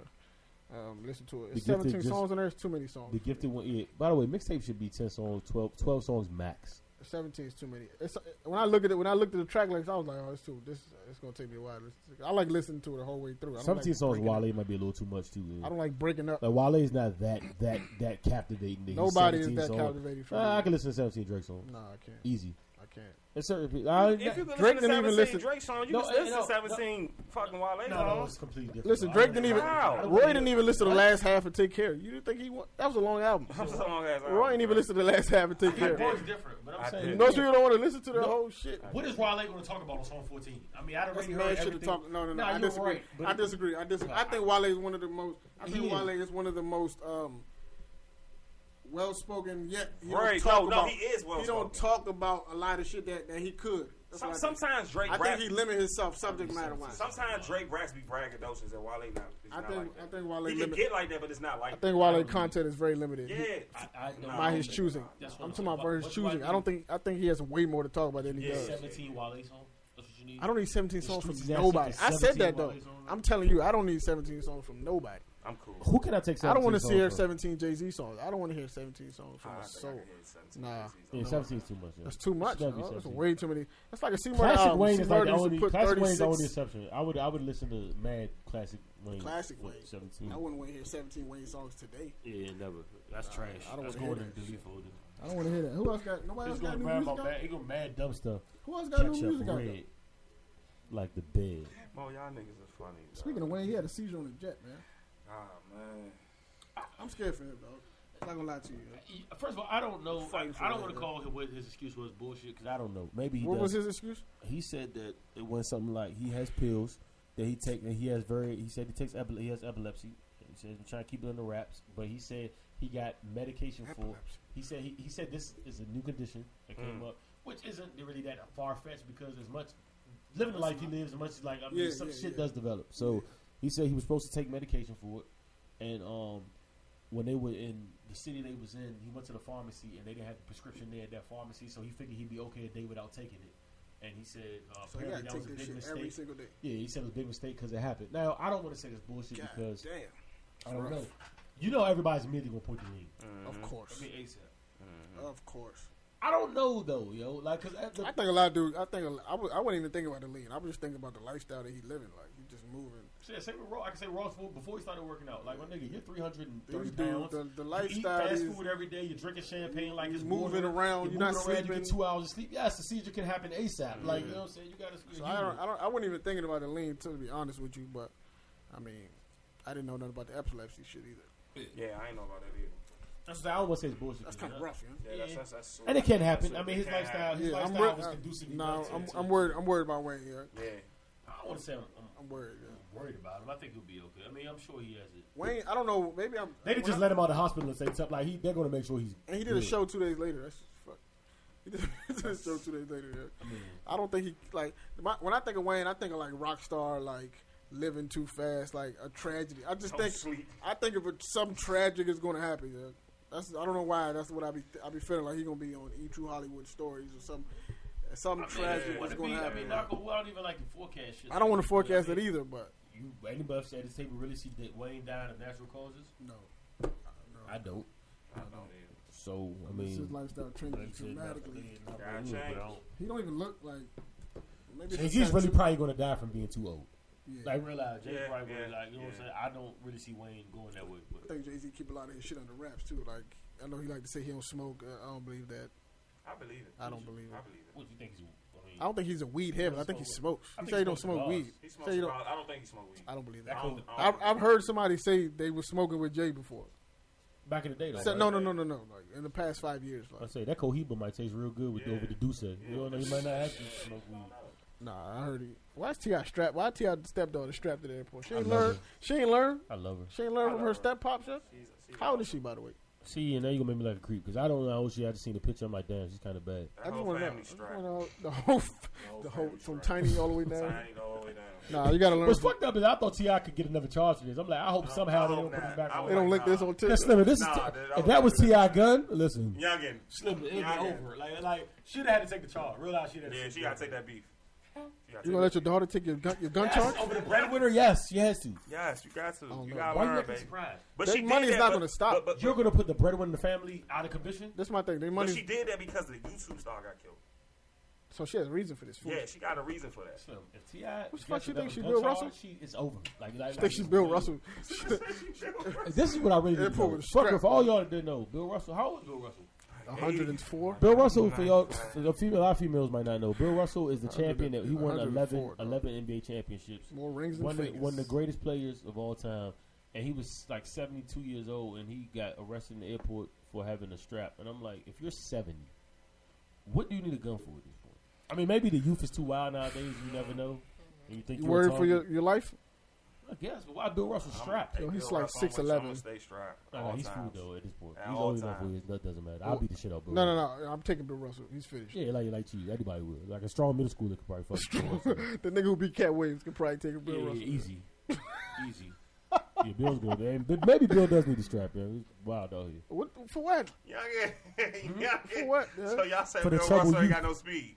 Speaker 1: um, listen to it. It's
Speaker 2: The Gifted
Speaker 1: 17
Speaker 2: just-
Speaker 1: songs in there. It's too many songs.
Speaker 2: The gifted one. Yeah. By the way, mixtape should be ten songs, 12, 12 songs max.
Speaker 1: 17 is too many. It's when I look at it, when I looked at the track list, I was like, oh, it's too. This it's gonna take me a while. It's- I like listening to it the whole way through. I don't
Speaker 2: Seventeen
Speaker 1: like
Speaker 2: songs.
Speaker 1: breaking
Speaker 2: Wale
Speaker 1: Up.
Speaker 2: might be a little too much too. yeah.
Speaker 1: I don't like breaking up.
Speaker 2: Like Wale is not that that that captivating. that he's
Speaker 1: Nobody is
Speaker 2: 17
Speaker 1: that
Speaker 2: songs.
Speaker 1: captivating for
Speaker 2: Nah, I
Speaker 1: me.
Speaker 2: can listen to seventeen Drake songs
Speaker 1: Nah, I can't.
Speaker 2: easy.
Speaker 1: I can't.
Speaker 2: And certain people. I,
Speaker 3: If you could
Speaker 1: Drake
Speaker 3: listen to
Speaker 1: didn't even
Speaker 3: 17
Speaker 1: listen-
Speaker 3: Drake songs, you
Speaker 2: No,
Speaker 3: can
Speaker 2: eh,
Speaker 3: listen
Speaker 2: no,
Speaker 3: to 17 fucking Wale
Speaker 2: no, no,
Speaker 3: songs.
Speaker 2: it's completely different.
Speaker 1: Listen,
Speaker 2: I
Speaker 1: Drake
Speaker 2: don't-
Speaker 1: didn't even.
Speaker 2: I don't-
Speaker 3: Wow.
Speaker 1: Roy didn't even listen to the last half of Take Care. You didn't think he wa- That was a long album.
Speaker 3: That's a long ass album,
Speaker 1: Roy didn't even
Speaker 3: bro.
Speaker 1: listen to the last half of Take
Speaker 3: I
Speaker 1: Care.
Speaker 3: did.
Speaker 5: It's different, but
Speaker 3: I
Speaker 5: I'm saying.
Speaker 3: did.
Speaker 1: Most people don't want to listen to the whole shit.
Speaker 5: What is Wale going to talk about on song 14? I mean, I
Speaker 1: That's
Speaker 5: already heard
Speaker 1: mad shit to
Speaker 5: everything.
Speaker 1: talk. No, no, no.
Speaker 5: Nah,
Speaker 1: I
Speaker 5: you're
Speaker 1: disagree.
Speaker 5: right, but-
Speaker 1: I disagree. I disagree. I think Wale is one of the most. I think
Speaker 2: He is.
Speaker 1: Wale is one of the most um, well spoken. Yet he don't
Speaker 3: Right.
Speaker 1: talk
Speaker 3: No, no,
Speaker 1: about,
Speaker 3: he is
Speaker 1: He don't
Speaker 3: well-spoken.
Speaker 1: talk about a lot of shit that, that he could. That's
Speaker 3: Some,
Speaker 1: what I think.
Speaker 3: sometimes Drake
Speaker 1: I
Speaker 3: rap.
Speaker 1: think he limit himself subject matter wise.
Speaker 3: Sometimes Drake raps be braggadocious and Wale not. It's
Speaker 1: I
Speaker 3: not
Speaker 1: think
Speaker 3: like
Speaker 1: I
Speaker 3: that.
Speaker 1: think Wale
Speaker 3: he can
Speaker 1: limit.
Speaker 3: get like that, but it's not like
Speaker 1: I think Wale content is very limited.
Speaker 3: that.
Speaker 1: He-
Speaker 3: Yeah.
Speaker 5: I, I don't
Speaker 1: by
Speaker 5: know.
Speaker 1: his choosing.
Speaker 5: That's what
Speaker 1: I'm
Speaker 5: I'm
Speaker 1: talking about
Speaker 5: saying.
Speaker 1: by his
Speaker 5: What do I
Speaker 1: choosing. I
Speaker 5: do?
Speaker 1: don't think I think he has way more to talk about than he
Speaker 3: Yeah.
Speaker 1: does.
Speaker 5: 17 Wale songs. That's what you need.
Speaker 1: I don't need 17 songs
Speaker 2: streets
Speaker 1: from
Speaker 2: is asking
Speaker 1: nobody.
Speaker 2: for
Speaker 1: I said
Speaker 2: 17
Speaker 1: that though.
Speaker 5: Wale's on it.
Speaker 1: I'm telling you, I don't need 17 songs from nobody.
Speaker 3: I'm cool.
Speaker 2: Who can I take? 17
Speaker 1: I don't want to
Speaker 2: songs
Speaker 1: hear
Speaker 2: from?
Speaker 1: 17 Jay Z songs. I don't want to hear 17 songs from
Speaker 3: I
Speaker 1: a
Speaker 3: think I
Speaker 1: soul.
Speaker 3: can hit 17
Speaker 1: Nah.
Speaker 3: songs.
Speaker 2: Yeah, seventeen is too much. yeah.
Speaker 1: That's too much.
Speaker 2: It's gotta be
Speaker 1: yo. That's
Speaker 2: 17.
Speaker 1: way too many. That's like a C Murder
Speaker 2: Classic
Speaker 1: album.
Speaker 2: Wayne
Speaker 1: C
Speaker 2: is like
Speaker 1: Murder
Speaker 2: the
Speaker 1: used to
Speaker 2: only
Speaker 1: put
Speaker 2: classic Wayne is the only
Speaker 1: 36.
Speaker 2: exception. I would I would listen to Mad Classic Wayne.
Speaker 1: Classic
Speaker 2: for
Speaker 1: Wayne.
Speaker 2: Seventeen.
Speaker 1: I wouldn't want to hear 17 Wayne songs today.
Speaker 4: Yeah, never. That's trash.
Speaker 1: I don't
Speaker 4: That's
Speaker 1: wanna hear
Speaker 4: going in
Speaker 1: that
Speaker 4: the delete
Speaker 1: shit.
Speaker 4: folder.
Speaker 1: I don't want to hear that. Who else got? Nobody
Speaker 2: It's
Speaker 1: else
Speaker 2: gonna
Speaker 1: got new
Speaker 2: rap
Speaker 1: music.
Speaker 2: about
Speaker 1: Out?
Speaker 2: mad. It gonna mad dumb stuff.
Speaker 1: Who else got new
Speaker 2: Ketchup
Speaker 1: music out? there?
Speaker 2: red, like the bed.
Speaker 3: Oh, y'all niggas is funny. dog.
Speaker 1: Speaking of Wayne, he had a seizure on the jet, man.
Speaker 3: Ah, man.
Speaker 1: I'm scared for him, dog. I'm not gonna lie to you. yo.
Speaker 5: First of all, I don't know. I,
Speaker 3: Fighting for
Speaker 5: I don't
Speaker 3: it,
Speaker 5: want to
Speaker 3: yeah.
Speaker 5: call him what his excuse was bullshit because I
Speaker 2: I don't know. Maybe he
Speaker 1: What was
Speaker 2: does.
Speaker 1: his excuse?
Speaker 2: He said that it was something like he has pills that he take that he has very. He said he takes epile- he has epilepsy. He says I'm trying to keep it under wraps, but he said he got medication for.
Speaker 1: Epilepsy.
Speaker 2: He said he, he said this is a new condition that came
Speaker 3: Mm.
Speaker 2: up, which isn't really that far fetched because as much living the life he lives, as much as like I mean,
Speaker 1: Yeah,
Speaker 2: some
Speaker 1: yeah,
Speaker 2: shit
Speaker 1: yeah.
Speaker 2: does develop. So he said he was supposed to take medication for it, and um, when they were in the city they was in, he went to the pharmacy and they didn't have the prescription there at that pharmacy, so he figured he'd be okay a day without taking it. And he said uh,
Speaker 1: So you
Speaker 2: apparently
Speaker 1: gotta
Speaker 2: that was
Speaker 1: take
Speaker 2: a
Speaker 1: this
Speaker 2: big
Speaker 1: shit
Speaker 2: mistake.
Speaker 1: every single day.
Speaker 2: yeah, he said it was a big mistake because it happened. Now I don't want to say this bullshit
Speaker 1: God
Speaker 2: because
Speaker 1: damn.
Speaker 2: I don't
Speaker 1: rough.
Speaker 2: know. You know everybody's immediately gonna point the lead.
Speaker 1: Of course.
Speaker 5: mean, ASAP.
Speaker 2: Mm-hmm.
Speaker 1: Of course.
Speaker 2: I don't know though, yo. Like, cause at the,
Speaker 1: I think a lot of dudes. I think a, I, was, I wasn't even thinking about the lean. I was just thinking about the lifestyle that he living. Like he just moving.
Speaker 5: Shit, say with Raw. I can say Raw food before he started working out. Like my nigga, you're 330
Speaker 1: These dudes,
Speaker 5: pounds.
Speaker 1: the, the
Speaker 5: you eat
Speaker 1: lifestyle
Speaker 5: fast
Speaker 1: is
Speaker 5: food every day. You're drinking champagne like it's
Speaker 1: moving
Speaker 5: water.
Speaker 1: around. You're
Speaker 2: you're
Speaker 1: not
Speaker 2: moving around, you
Speaker 1: sleeping.
Speaker 2: get two hours of sleep. Yes, the seizure can happen ASAP. Like, you know what I'm saying? You gotta.
Speaker 1: so I don't. I don't. I wasn't even thinking about the lean. To be honest with you, but I mean, I didn't know nothing about the epilepsy shit either.
Speaker 3: Yeah, I ain't know about that either.
Speaker 2: That's what I don't want to say it's bullshit.
Speaker 1: That's
Speaker 2: you
Speaker 1: kind
Speaker 2: know?
Speaker 1: of rough, you know?
Speaker 3: Yeah, that's, that's, that's
Speaker 2: And it can happen.
Speaker 3: That's
Speaker 2: I
Speaker 3: what-
Speaker 2: mean,
Speaker 3: it
Speaker 2: his
Speaker 3: can
Speaker 2: lifestyle,
Speaker 3: happen.
Speaker 2: his
Speaker 1: Yeah, I'm
Speaker 2: lifestyle
Speaker 1: worried.
Speaker 2: was conducive.
Speaker 1: No,
Speaker 2: enough to-
Speaker 1: I'm,
Speaker 2: to-
Speaker 1: I'm worried. I'm worried about Wayne. Yeah,
Speaker 3: Yeah.
Speaker 5: I don't want to say I'm, I'm
Speaker 1: I'm worried. Yeah.
Speaker 5: worried about him. I think he'll be okay. I mean, I'm sure he has it.
Speaker 1: Wayne, I don't know. Maybe I'm.
Speaker 2: They could
Speaker 1: when
Speaker 2: just
Speaker 1: I-
Speaker 2: let him out of the hospital and say something like he. They're gonna make sure he's.
Speaker 1: And he did a
Speaker 2: good.
Speaker 1: show two days later. That's just fuck. He did, he did a show two days later. Yeah.
Speaker 2: I mean,
Speaker 1: I don't think he like my, when I think of Wayne, I think of like rock star, like living too fast, like a tragedy. I just
Speaker 3: Don't
Speaker 1: think
Speaker 3: sleep.
Speaker 1: I think if it- some tragic is going to happen, yeah. That's I don't know why. That's what I be I be feeling like he gonna be on E True Hollywood Stories or some some
Speaker 5: I mean, if
Speaker 1: tragic
Speaker 5: you
Speaker 1: is
Speaker 5: wanna
Speaker 1: going to
Speaker 5: be, I
Speaker 1: happen.
Speaker 5: mean,
Speaker 1: yeah.
Speaker 5: knock on wood, I don't even like to forecast shit.
Speaker 1: I don't want to
Speaker 5: to
Speaker 1: forecast it either, but
Speaker 2: you anybody else at this table really see that Wayne died of natural causes?
Speaker 1: no,
Speaker 2: I don't.
Speaker 3: I don't know.
Speaker 2: So I
Speaker 1: this is
Speaker 2: mean,
Speaker 1: lifestyle
Speaker 2: like I
Speaker 1: changes
Speaker 2: said, not-
Speaker 1: dramatically.
Speaker 2: not
Speaker 3: Gotta
Speaker 2: really, but I
Speaker 3: change.
Speaker 2: don't-
Speaker 1: He don't even look like. Maybe
Speaker 2: And
Speaker 1: it's
Speaker 2: he's
Speaker 1: a
Speaker 2: really
Speaker 1: tattoo.
Speaker 2: probably gonna die from being too old.
Speaker 1: Yeah.
Speaker 2: Like realize, Jay
Speaker 3: Yeah,
Speaker 2: probably
Speaker 3: yeah,
Speaker 2: like you know what I'm
Speaker 3: yeah.
Speaker 2: saying. I don't really see Wayne going that way.
Speaker 1: I
Speaker 2: But
Speaker 1: think Jay Z keep a lot of his shit under wraps too. Like I know he like to say he don't smoke. Uh, I don't believe that.
Speaker 3: I believe it.
Speaker 1: I don't believe
Speaker 3: I
Speaker 1: it.
Speaker 3: believe it.
Speaker 2: what do you think? He's, I mean,
Speaker 1: I don't think he's a weed head, but I think he smokes.
Speaker 2: I
Speaker 1: He
Speaker 2: think
Speaker 1: say
Speaker 2: he
Speaker 1: he don't
Speaker 2: smokes
Speaker 1: smoke
Speaker 2: cigars.
Speaker 1: weed.
Speaker 3: He
Speaker 1: Say
Speaker 3: smokes
Speaker 1: he
Speaker 3: a
Speaker 1: don't-
Speaker 3: lot. I don't think he smokes weed.
Speaker 1: I don't believe
Speaker 3: I
Speaker 1: that.
Speaker 3: don't- I
Speaker 1: I've,
Speaker 3: don't-
Speaker 1: I've heard somebody say they was smoking with Jay before.
Speaker 2: back in the day, though.
Speaker 1: So,
Speaker 2: right?
Speaker 1: no, no, no, no, no. Like in the past five years,
Speaker 2: I
Speaker 1: like
Speaker 2: say that Cohiba might taste real good with over the Duce. You don't know, you might not have to smoke weed.
Speaker 1: nah, I heard he. Why is Ti strapped? Why Ti stepdaughter strapped at the airport? She
Speaker 2: I
Speaker 1: ain't
Speaker 2: love
Speaker 1: learned.
Speaker 2: her.
Speaker 1: She ain't learned.
Speaker 2: I love her.
Speaker 1: She ain't learned
Speaker 3: I
Speaker 1: from
Speaker 3: love
Speaker 1: her
Speaker 3: her.
Speaker 1: step pop shot.
Speaker 3: She's- she's
Speaker 1: How old
Speaker 3: like-
Speaker 1: is she, by the way?
Speaker 2: See, and now you gonna make me like a creep because I don't know how old she. is. I just seen the picture. I'm like, damn, she's kind of bad.
Speaker 3: that
Speaker 1: I just
Speaker 3: whole
Speaker 1: want to know.
Speaker 3: family
Speaker 1: I just
Speaker 3: strapped.
Speaker 1: wanna know The whole, f- the whole,
Speaker 3: family
Speaker 1: from
Speaker 3: strapped.
Speaker 1: tiny all the way down.
Speaker 3: Tiny all the way down.
Speaker 1: Nah, you gotta learn.
Speaker 2: What's
Speaker 1: from-
Speaker 2: fucked up is I thought Ti could get another charge for this. I'm like, I hope somehow
Speaker 3: I
Speaker 2: they
Speaker 3: hope
Speaker 2: don't put
Speaker 3: not.
Speaker 2: him back
Speaker 3: I
Speaker 2: on.
Speaker 1: They don't
Speaker 3: Like,
Speaker 1: lick this
Speaker 3: nah.
Speaker 1: on
Speaker 2: That's
Speaker 1: Tinder.
Speaker 2: Slimmer. This
Speaker 3: Nah,
Speaker 2: is
Speaker 3: dude, I
Speaker 2: if
Speaker 3: would
Speaker 2: that was Ti
Speaker 3: never
Speaker 2: gun. Listen,
Speaker 3: Youngin.
Speaker 5: Slim, it'd be
Speaker 3: Yeah, yeah.
Speaker 5: over. Like, like she'd have had to take the charge. Realize she'd have.
Speaker 3: Yeah,
Speaker 5: to
Speaker 3: she gotta take that beef. She gotta
Speaker 1: You
Speaker 3: take
Speaker 1: gonna let your
Speaker 3: that
Speaker 1: daughter take your gun, your gun
Speaker 5: Yes,
Speaker 1: charge?
Speaker 5: over the breadwinner.
Speaker 2: breadwinner. Yes, she has to.
Speaker 3: beef. Yes, you got to.
Speaker 1: don't
Speaker 3: You
Speaker 1: know.
Speaker 3: gotta
Speaker 2: Why you
Speaker 3: learn,
Speaker 2: acting
Speaker 3: baby.
Speaker 5: Surprise.
Speaker 3: But
Speaker 1: That
Speaker 3: she
Speaker 1: money's
Speaker 3: did that,
Speaker 1: not
Speaker 3: but-
Speaker 1: gonna stop.
Speaker 3: But, but,
Speaker 2: You're gonna put the breadwinner in the family out of commission.
Speaker 1: That's my thing. They
Speaker 3: but
Speaker 1: money.
Speaker 3: she did that because the YouTube star got killed.
Speaker 1: so she has a reason for this. Fool.
Speaker 3: Yeah, she got a reason for that.
Speaker 2: Slim, if Ti,
Speaker 1: What the fuck
Speaker 2: gets
Speaker 1: you think
Speaker 2: another
Speaker 1: she
Speaker 2: gun
Speaker 1: Bill
Speaker 2: charge,
Speaker 1: Russell?
Speaker 2: She is over. Like, like,
Speaker 1: I think she's Bill Russell.
Speaker 2: This is what I really didn't
Speaker 1: Airport
Speaker 2: know.
Speaker 1: was
Speaker 2: Fuck
Speaker 1: strapped.
Speaker 2: if all y'all didn't know. Bill Russell, how old is Bill Russell?
Speaker 1: 104.
Speaker 2: Bill Russell, for y'all, for the female, a lot of females might not know. Bill Russell is the champion that he won 11,
Speaker 1: 104, dog.
Speaker 2: 11 NBA championships.
Speaker 1: More rings than
Speaker 2: One of, the,
Speaker 1: Vegas.
Speaker 2: one of the greatest players of all time, and he was like seventy two years old, and he got arrested in the airport for having a strap. And I'm like, if you're seventy, what do you need a gun for at this point? I mean, maybe the youth is too wild nowadays. You never know. And you think
Speaker 1: You
Speaker 2: you're
Speaker 1: worried for your,
Speaker 2: your?
Speaker 1: your life?
Speaker 2: I guess, but why Bill Russell strapped?
Speaker 1: Yo, he's
Speaker 3: Bill
Speaker 1: like Oh,
Speaker 3: Russell, I'm with you.
Speaker 1: 6'11.
Speaker 3: I'm gonna stay strapped.
Speaker 2: Nah, nah,
Speaker 3: all
Speaker 2: he's fooled
Speaker 3: times.
Speaker 2: though at this point.
Speaker 3: At
Speaker 2: he's
Speaker 3: all
Speaker 2: old enough for
Speaker 3: times.
Speaker 2: his nut doesn't matter.
Speaker 1: Well,
Speaker 2: I'll beat the shit out. Bill
Speaker 1: No, no,
Speaker 2: Russell.
Speaker 1: no. I'm taking Bill Russell. He's finished.
Speaker 2: Yeah, like like you, anybody would. Like a strong middle schooler could probably fuck. Bill Russell.
Speaker 1: The nigga who beat Cat Williams could probably take a Bill
Speaker 2: Yeah, yeah,
Speaker 1: Russell.
Speaker 2: easy, easy. Yeah, Bill's good. man. But maybe Bill does need to strap. Man, He's wild out here.
Speaker 1: What for? What
Speaker 3: Youngin. Mm-hmm.
Speaker 1: for?
Speaker 3: Youngin.
Speaker 1: What?
Speaker 3: So y'all say
Speaker 2: For the
Speaker 3: Bill
Speaker 2: trouble
Speaker 3: Russell
Speaker 2: you-
Speaker 3: ain't got no speed.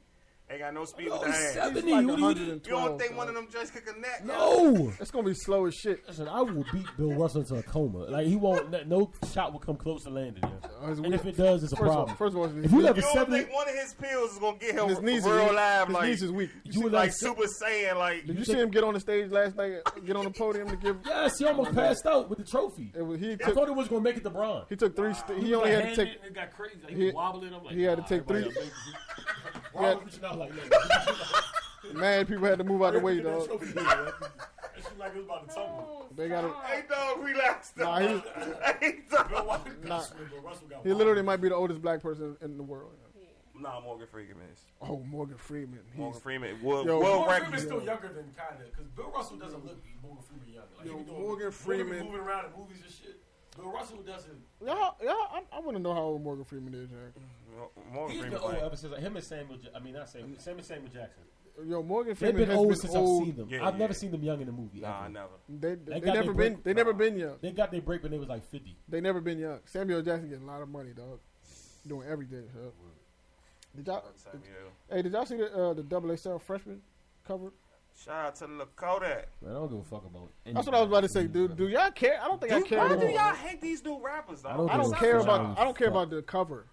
Speaker 3: Ain't got no speed with the hands.
Speaker 1: He's
Speaker 2: Ebony,
Speaker 1: like
Speaker 2: what do you do?
Speaker 1: 112.
Speaker 3: You don't think one of
Speaker 1: Oh, dog.
Speaker 3: them joints could connect?
Speaker 2: No.
Speaker 1: It's gonna be slow as shit.
Speaker 2: Listen, I will beat Bill Russell into a coma. Like he won't. n- No shot will come close to landing him.
Speaker 1: Uh, his
Speaker 2: And
Speaker 1: wheel-
Speaker 2: if it does, it's a
Speaker 1: first of all,
Speaker 2: problem.
Speaker 1: first of all,
Speaker 2: If you
Speaker 1: his,
Speaker 2: have
Speaker 3: You
Speaker 2: a
Speaker 3: don't
Speaker 2: seventy,
Speaker 3: think one of his pills is gonna get him
Speaker 1: his knees
Speaker 3: real
Speaker 1: is weak.
Speaker 3: live,
Speaker 1: his
Speaker 3: like
Speaker 1: knees is weak.
Speaker 2: you would
Speaker 3: like
Speaker 2: like.
Speaker 3: Super Saiyan, like
Speaker 1: Did you,
Speaker 2: you
Speaker 1: see
Speaker 2: think-
Speaker 1: him get on the stage last night? Get on the podium to give.
Speaker 2: Yes, he almost passed out with the trophy.
Speaker 1: It was, he
Speaker 2: I
Speaker 1: took
Speaker 2: thought it was gonna make it to Bron.
Speaker 1: he took three. St- he only had to
Speaker 5: Hand
Speaker 1: take.
Speaker 5: it, and It got crazy. Like,
Speaker 1: he-
Speaker 5: he, was wobbling. I'm like,
Speaker 1: he had to
Speaker 5: nah,
Speaker 1: take
Speaker 5: everybody
Speaker 1: three-
Speaker 5: else making it.
Speaker 1: he
Speaker 5: Bron
Speaker 1: had-
Speaker 5: was reaching out like, look,
Speaker 1: Mad people had to move out of the way,
Speaker 5: that
Speaker 1: dog.
Speaker 5: trophy here, man. It seemed like it was about to tumble.
Speaker 1: They got to
Speaker 3: Hey dog, relax.
Speaker 1: Nah,
Speaker 3: dog.
Speaker 1: he-
Speaker 3: Hey, dog.
Speaker 5: Bill Russell-
Speaker 1: Nah.
Speaker 5: Bill Russell got
Speaker 1: He literally might be the oldest black person in the world.
Speaker 3: Nah, Morgan Freeman is.
Speaker 1: Oh, Morgan Freeman. He's,
Speaker 3: Morgan Freeman. World,
Speaker 1: Yo,
Speaker 3: world
Speaker 5: Morgan
Speaker 3: record.
Speaker 5: Freeman's still younger than kinda, because Bill Russell doesn't look Morgan Freeman young. Like,
Speaker 1: Yo,
Speaker 5: he be doing-
Speaker 1: Morgan
Speaker 5: Morgan be
Speaker 1: Freeman-
Speaker 5: moving around in movies and shit. Bill Russell doesn't.
Speaker 1: Y'all, y'all, I, I want to know how old Morgan Freeman is. Man.
Speaker 3: Mo- Morgan
Speaker 2: He's been
Speaker 3: Freeman.
Speaker 2: old
Speaker 3: playing.
Speaker 2: ever since like, him and Samuel. Ja- I mean, not Samuel. Sam and Samuel Jackson.
Speaker 1: Yo, Morgan
Speaker 2: They've
Speaker 1: Freeman
Speaker 2: been
Speaker 1: has
Speaker 2: old
Speaker 1: been
Speaker 2: since
Speaker 1: old.
Speaker 2: I've seen them.
Speaker 3: Yeah,
Speaker 2: I've
Speaker 3: yeah.
Speaker 2: never seen them young in a movie.
Speaker 3: Nah,
Speaker 2: ever.
Speaker 3: never.
Speaker 1: They, they,
Speaker 2: got
Speaker 1: never
Speaker 2: their
Speaker 1: been.
Speaker 2: break.
Speaker 1: They never been young.
Speaker 2: They got their break when they was like fifty.
Speaker 1: They never been young. Samuel Jackson getting a lot of money, dog. Doing everything. Huh? Did y'all?
Speaker 3: Samuel.
Speaker 1: Hey, did y'all see the uh, the double XL freshman cover?
Speaker 3: Shout out to Lakota.
Speaker 2: Man, I don't give a fuck about.
Speaker 1: That's what I was about to say, dude. Do y'all care? I don't think I care.
Speaker 3: Why
Speaker 1: at
Speaker 3: do
Speaker 1: all.
Speaker 3: y'all hate these new rappers? Dog?
Speaker 2: I don't
Speaker 1: I don't
Speaker 2: Fuck
Speaker 1: care
Speaker 2: y'all.
Speaker 1: about. I don't care
Speaker 2: Fuck.
Speaker 1: about the cover.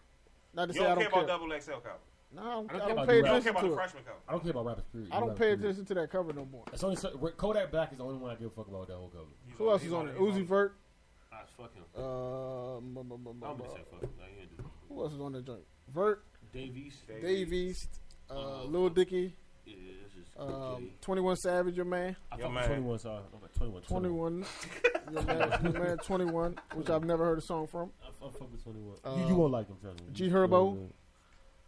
Speaker 1: Not to
Speaker 3: You
Speaker 1: say I
Speaker 3: don't
Speaker 1: don't
Speaker 3: care
Speaker 1: care.
Speaker 3: about double XL cover.
Speaker 1: No, I don't,
Speaker 2: I don't
Speaker 1: I
Speaker 2: care
Speaker 1: don't
Speaker 2: about
Speaker 1: pay
Speaker 2: the-
Speaker 3: You don't care
Speaker 1: attention
Speaker 3: about
Speaker 1: to
Speaker 3: the
Speaker 1: it.
Speaker 3: freshman cover.
Speaker 2: I don't care about rappers. Period.
Speaker 1: I don't
Speaker 2: Rappers,
Speaker 1: pay
Speaker 2: period.
Speaker 1: attention to that cover no more.
Speaker 2: It's only certain, Kodak Black is the only one I give a fuck about with that whole cover.
Speaker 3: He's
Speaker 1: Who else is
Speaker 3: he's
Speaker 1: on it?
Speaker 3: he's
Speaker 1: Uzi Vert.
Speaker 5: Ah, fuck him.
Speaker 1: Uh, m- m- m- m-
Speaker 5: I'm gonna
Speaker 1: uh,
Speaker 5: say fuck him. Like, he ain't doing
Speaker 1: who else is on that joint? Vert,
Speaker 5: it. Davies.
Speaker 3: Dave
Speaker 1: Dave
Speaker 3: East.
Speaker 1: East, uh,
Speaker 5: Uh,
Speaker 1: Lil Dicky,
Speaker 5: Yeah, that's just.
Speaker 1: um,
Speaker 5: okay.
Speaker 1: Twenty One Savage, your man,
Speaker 2: I
Speaker 3: Yo,
Speaker 2: fuck with
Speaker 3: man.
Speaker 2: 21, sorry. I'm like 21.
Speaker 1: Twenty One, your man, your man Twenty One, which I've never heard a song from.
Speaker 2: I fuck, I fuck with 21.
Speaker 1: Uh,
Speaker 2: you, you won't like him, trust me.
Speaker 1: G Herbo?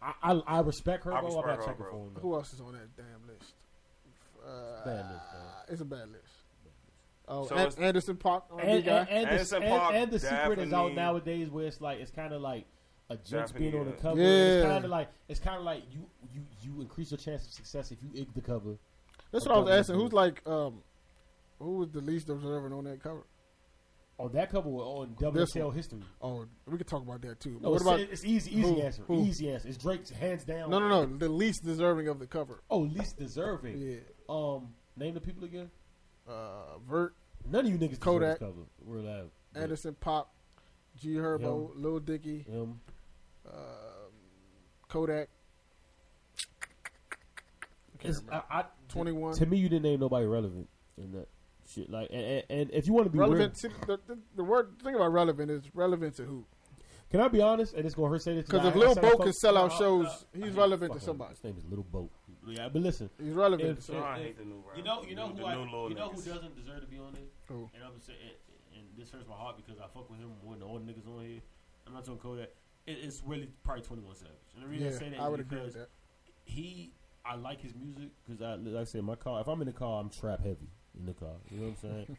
Speaker 2: I, I, I respect Herbo.
Speaker 3: I
Speaker 2: I am
Speaker 3: respect
Speaker 2: not checking
Speaker 3: Herbo.
Speaker 2: for him. though.
Speaker 1: Who else is on that damn list? Uh,
Speaker 2: Bad list, man.
Speaker 1: It's a bad list. Oh,
Speaker 3: So
Speaker 1: An-
Speaker 3: it's-
Speaker 1: Anderson Park, on
Speaker 2: And,
Speaker 1: guy.
Speaker 2: and, and, the,
Speaker 3: Anderson
Speaker 2: and,
Speaker 3: Paak,
Speaker 2: and the secret is out
Speaker 3: Daphne.
Speaker 2: nowadays where it's like, it's kind of like a jinx
Speaker 3: Daphne,
Speaker 2: being on the
Speaker 3: yeah.
Speaker 2: cover. It's
Speaker 1: Yeah.
Speaker 2: kind of like, it's kind of like you, you, you increase your chance of success if you ig the cover.
Speaker 1: That's what I was asking. Who's like, um, who was the least observant on that cover?
Speaker 2: On that cover, we're on
Speaker 1: This
Speaker 2: WSL
Speaker 1: one.
Speaker 2: history.
Speaker 1: Oh, we could talk about that too.
Speaker 2: No,
Speaker 1: what
Speaker 2: it's,
Speaker 1: about
Speaker 2: it's easy, easy
Speaker 1: Who?
Speaker 2: answer.
Speaker 1: Who?
Speaker 2: Easy answer. It's Drake's hands down.
Speaker 1: no, no, no? The least deserving of the cover.
Speaker 2: Oh, least deserving.
Speaker 1: Yeah,
Speaker 2: Um, name the people again.
Speaker 1: uh, Vert,
Speaker 2: None of you niggas
Speaker 1: Kodak.
Speaker 2: Kodak. cover. Real loud. But
Speaker 1: Anderson Pop, G Herbo, Lil Dicky,
Speaker 2: Him.
Speaker 1: um, Kodak.
Speaker 2: It's- I, I,
Speaker 1: Twenty one.
Speaker 2: to me, you didn't name nobody relevant in that shit. Like, and, and, and if you want to be
Speaker 1: Relevant.
Speaker 2: relevant,
Speaker 1: See, the, the, the word the thing about relevant is relevant to who?
Speaker 2: can I be honest? And it's gonna hurt say this
Speaker 1: Because
Speaker 2: I-
Speaker 1: if
Speaker 2: I
Speaker 1: Lil
Speaker 2: sound
Speaker 1: Bo
Speaker 2: fuck-
Speaker 1: can sell out
Speaker 2: I- I-
Speaker 1: shows,
Speaker 2: I
Speaker 1: he's
Speaker 2: hate
Speaker 1: relevant to
Speaker 2: fucking-
Speaker 1: somebody.
Speaker 2: His name is Little Bo. Yeah, but listen,
Speaker 1: He's relevant.
Speaker 2: If-
Speaker 1: to
Speaker 3: Oh, I
Speaker 2: Yeah.
Speaker 3: hate the new rappers.
Speaker 5: You know, you know
Speaker 3: The
Speaker 5: who
Speaker 3: new
Speaker 5: I,
Speaker 3: little
Speaker 5: you know who
Speaker 3: niggas.
Speaker 5: doesn't deserve to be on it,
Speaker 1: who?
Speaker 5: and I'm saying, and, and
Speaker 2: this hurts my heart because I fuck with him more than all the niggas on here. I'm not gonna call that. It, it's really probably 21 Savage, and the reason I say that
Speaker 1: I
Speaker 2: is
Speaker 1: would
Speaker 2: because
Speaker 1: agree with that.
Speaker 2: he I like his music because I like I said my car. If I'm in the car, I'm trap heavy in the car. You know what I'm saying?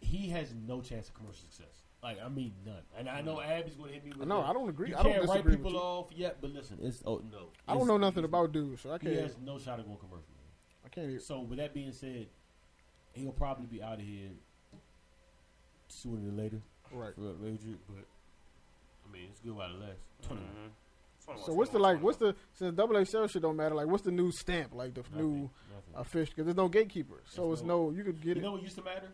Speaker 2: he has no chance of commercial success. Like I mean none. And I know Abby's gonna hit me with
Speaker 1: No,
Speaker 2: that.
Speaker 1: I don't agree.
Speaker 2: You
Speaker 1: I don't
Speaker 2: can't write
Speaker 1: disagree with
Speaker 2: people
Speaker 1: you.
Speaker 2: off yet, but listen, it's oh no.
Speaker 1: I don't
Speaker 2: It's-
Speaker 1: know nothing
Speaker 2: he's-
Speaker 1: about dudes, so I
Speaker 2: He
Speaker 1: can't.
Speaker 2: has no shot at going commercial. man.
Speaker 1: I can't. Even,
Speaker 2: So with that being said, he'll probably be out of here sooner than later.
Speaker 1: right.
Speaker 2: For that major, but I mean it's good while it lasts.
Speaker 3: Mm-hmm.
Speaker 2: 21.
Speaker 1: So what's the like? What's the since double XL shit don't matter? Like, what's the new stamp? Like the
Speaker 2: Nothing,
Speaker 1: new
Speaker 2: nothing.
Speaker 1: official? Because there's no gatekeeper, so
Speaker 2: There's
Speaker 1: it's no. You could get
Speaker 2: You
Speaker 1: it.
Speaker 2: know what used to matter?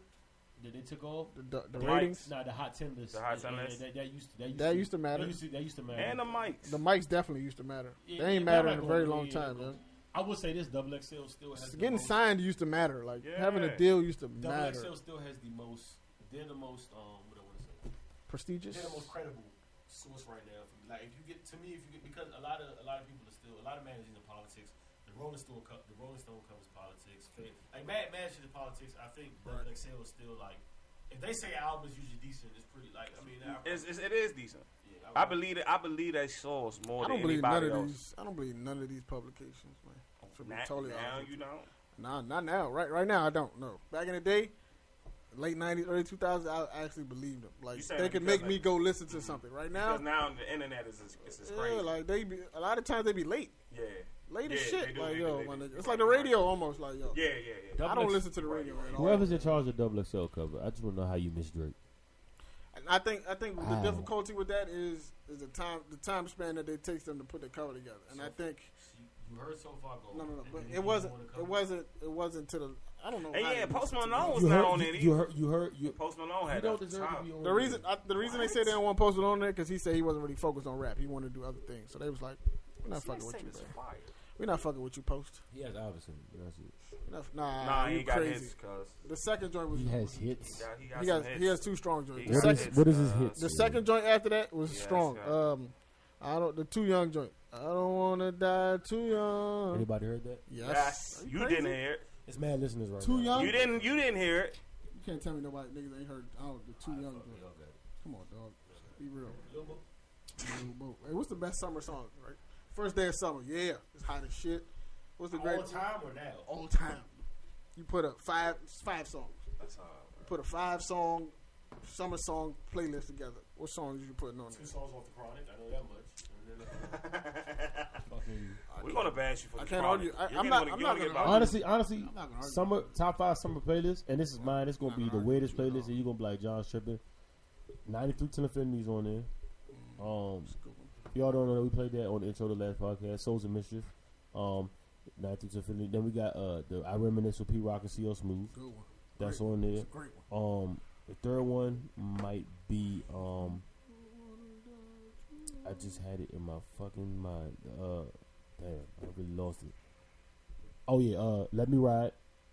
Speaker 2: That they took off.
Speaker 1: The, the, the
Speaker 3: Right.
Speaker 1: ratings,
Speaker 2: Nah, the hot ten list.
Speaker 3: The hot
Speaker 2: Yeah,
Speaker 3: 10
Speaker 2: yeah,
Speaker 3: list.
Speaker 2: That, that used to. That used,
Speaker 1: That
Speaker 2: to,
Speaker 1: used to matter.
Speaker 2: That used to, that used to matter.
Speaker 3: and the mics?
Speaker 1: the mics definitely used to matter.
Speaker 2: Yeah,
Speaker 1: they ain't
Speaker 2: yeah,
Speaker 1: matter
Speaker 2: I'm
Speaker 1: in a
Speaker 2: not
Speaker 1: very
Speaker 2: gonna-
Speaker 1: long
Speaker 2: yeah,
Speaker 1: time,
Speaker 2: yeah.
Speaker 1: man.
Speaker 2: I would say this double XL still has the
Speaker 1: Getting
Speaker 2: most,
Speaker 1: signed used to matter. Like
Speaker 3: Yeah.
Speaker 1: having a deal used to
Speaker 2: Double
Speaker 1: matter.
Speaker 2: XL still has the most. They're the most. Um, what I want to say.
Speaker 1: Prestigious.
Speaker 2: They're the most credible source right now. For me. Like if you get to me, if you get because a lot of a lot of people are still a lot of magazines are politics. The Rolling Stone co- the Rolling Stone covers politics. Fa- Like Mad Mad shit is politics. I think Double XL is still like. If they say album is usually decent, it's pretty like I mean. I,
Speaker 3: It's, it's, it is decent.
Speaker 2: yeah,
Speaker 3: I believe it. I believe that source
Speaker 1: I
Speaker 3: more than
Speaker 1: don't believe none
Speaker 3: anybody
Speaker 1: of
Speaker 3: else.
Speaker 1: these. I don't believe none of these publications, man. To be
Speaker 3: Not
Speaker 1: totally
Speaker 3: now
Speaker 1: honest with
Speaker 3: you
Speaker 1: you.
Speaker 3: don't.
Speaker 1: Nah, not now. Right, right now, I don't know. Back in the day, late '90s, early 2000s, I actually believed them. Like
Speaker 3: You saying
Speaker 1: they
Speaker 3: it
Speaker 1: could
Speaker 3: because,
Speaker 1: make me
Speaker 3: like-
Speaker 1: go listen to something. Right now,
Speaker 3: Because now the internet is is, is, is crazy.
Speaker 1: yeah, like they be a lot of times they be late,
Speaker 3: yeah.
Speaker 1: late as
Speaker 3: Yeah, they
Speaker 1: shit.
Speaker 3: do,
Speaker 1: like
Speaker 3: they do,
Speaker 1: yo,
Speaker 3: they
Speaker 1: my
Speaker 3: do.
Speaker 1: nigga, it's like the radio almost. Like yo,
Speaker 3: Yeah, yeah, yeah.
Speaker 1: I don't listen to the radio at all.
Speaker 2: in charge of Double XL cover, I just want to know how you miss Drake.
Speaker 1: And I think I think
Speaker 2: Wow.
Speaker 1: the difficulty with that is is the time the time span that it takes them to put the cover together. And I think
Speaker 2: You heard so far go.
Speaker 1: no no no, but it wasn't it wasn't it wasn't to the I don't know.
Speaker 3: And
Speaker 1: how
Speaker 3: yeah,
Speaker 1: they-
Speaker 3: Post Malone was
Speaker 2: you
Speaker 3: not
Speaker 2: heard,
Speaker 3: on
Speaker 2: you,
Speaker 3: it
Speaker 2: You
Speaker 3: either.
Speaker 2: heard, you heard, you.
Speaker 3: Post Malone
Speaker 2: you
Speaker 3: had
Speaker 2: don't
Speaker 3: a
Speaker 2: deserve
Speaker 3: top.
Speaker 2: to be on
Speaker 1: The
Speaker 2: it.
Speaker 1: reason I, the reason they say they don't want Post Malone there because he said he wasn't really focused on rap. He wanted to do other things. So they was like, we're not fucking with you, bro. We're not fucking with you, Post.
Speaker 2: He has obviously. That's it.
Speaker 1: We're not- Nah,
Speaker 3: Nah, he
Speaker 1: you
Speaker 3: ain't got
Speaker 1: crazy.
Speaker 3: his cuz.
Speaker 1: The second joint was
Speaker 2: He has hits.
Speaker 3: Yeah, he got
Speaker 1: he
Speaker 3: some
Speaker 1: has
Speaker 3: hits.
Speaker 1: he has two strong
Speaker 3: He
Speaker 1: joints. The,
Speaker 3: got
Speaker 1: sec-
Speaker 2: is-
Speaker 3: hits,
Speaker 2: what is his
Speaker 3: uh,
Speaker 2: hits?
Speaker 1: the second joint after that was
Speaker 3: He has
Speaker 1: strong.
Speaker 3: got-
Speaker 1: Um, I don't the too young joint. I don't wanna die too young.
Speaker 2: Anybody heard that?
Speaker 1: Yes,
Speaker 3: Yes,
Speaker 1: Are
Speaker 3: you
Speaker 1: crazy?
Speaker 3: didn't hear it.
Speaker 2: It's mad listeners right
Speaker 1: Too
Speaker 2: now.
Speaker 1: young.
Speaker 3: You
Speaker 1: You
Speaker 3: didn't. You didn't hear it.
Speaker 1: can't tell me nobody niggas ain't heard. I don't the too young. Joint. Come on, dog. Be real. Lil Bo. Hey, what's the best summer song? Right, first day of summer. Yeah, it's hot as shit. What's the
Speaker 2: All
Speaker 1: greatest
Speaker 2: time or now?
Speaker 1: all time? You put a five five songs.
Speaker 3: That's all.
Speaker 1: You put a five song summer song playlist together. What songs you putting on
Speaker 2: Two
Speaker 1: there?
Speaker 2: songs off the chronic. I know that much.
Speaker 3: We're gonna bash you for
Speaker 1: I
Speaker 3: the
Speaker 1: can't
Speaker 3: chronic.
Speaker 1: argue. I-
Speaker 3: You're
Speaker 1: I'm
Speaker 3: gonna-
Speaker 1: not-
Speaker 3: you're
Speaker 1: I'm not
Speaker 3: gonna get
Speaker 1: gonna
Speaker 3: about-
Speaker 2: Honestly, honestly,
Speaker 1: I'm not gonna argue.
Speaker 2: summer top five summer playlist, and this is mine. It's gonna
Speaker 1: I'm
Speaker 2: be
Speaker 1: not
Speaker 2: the
Speaker 1: gonna
Speaker 2: weirdest
Speaker 1: argue at
Speaker 2: playlist, and you're gonna be like John Stripping. 93 Ten Infinities on there. Um, if y'all don't know, we played that on the intro to the last podcast, Souls and Mischief. Um, 93 Ten Infinity. Then we got uh, the I Reminisce with P Rock and CL Smooth.
Speaker 1: Good one.
Speaker 2: That's
Speaker 1: Great.
Speaker 2: on
Speaker 1: It's
Speaker 2: there.
Speaker 1: a great one.
Speaker 2: Um, the third one might be um. I just had it in my fucking mind. Uh, damn, I really lost it. Oh yeah, uh, let me ride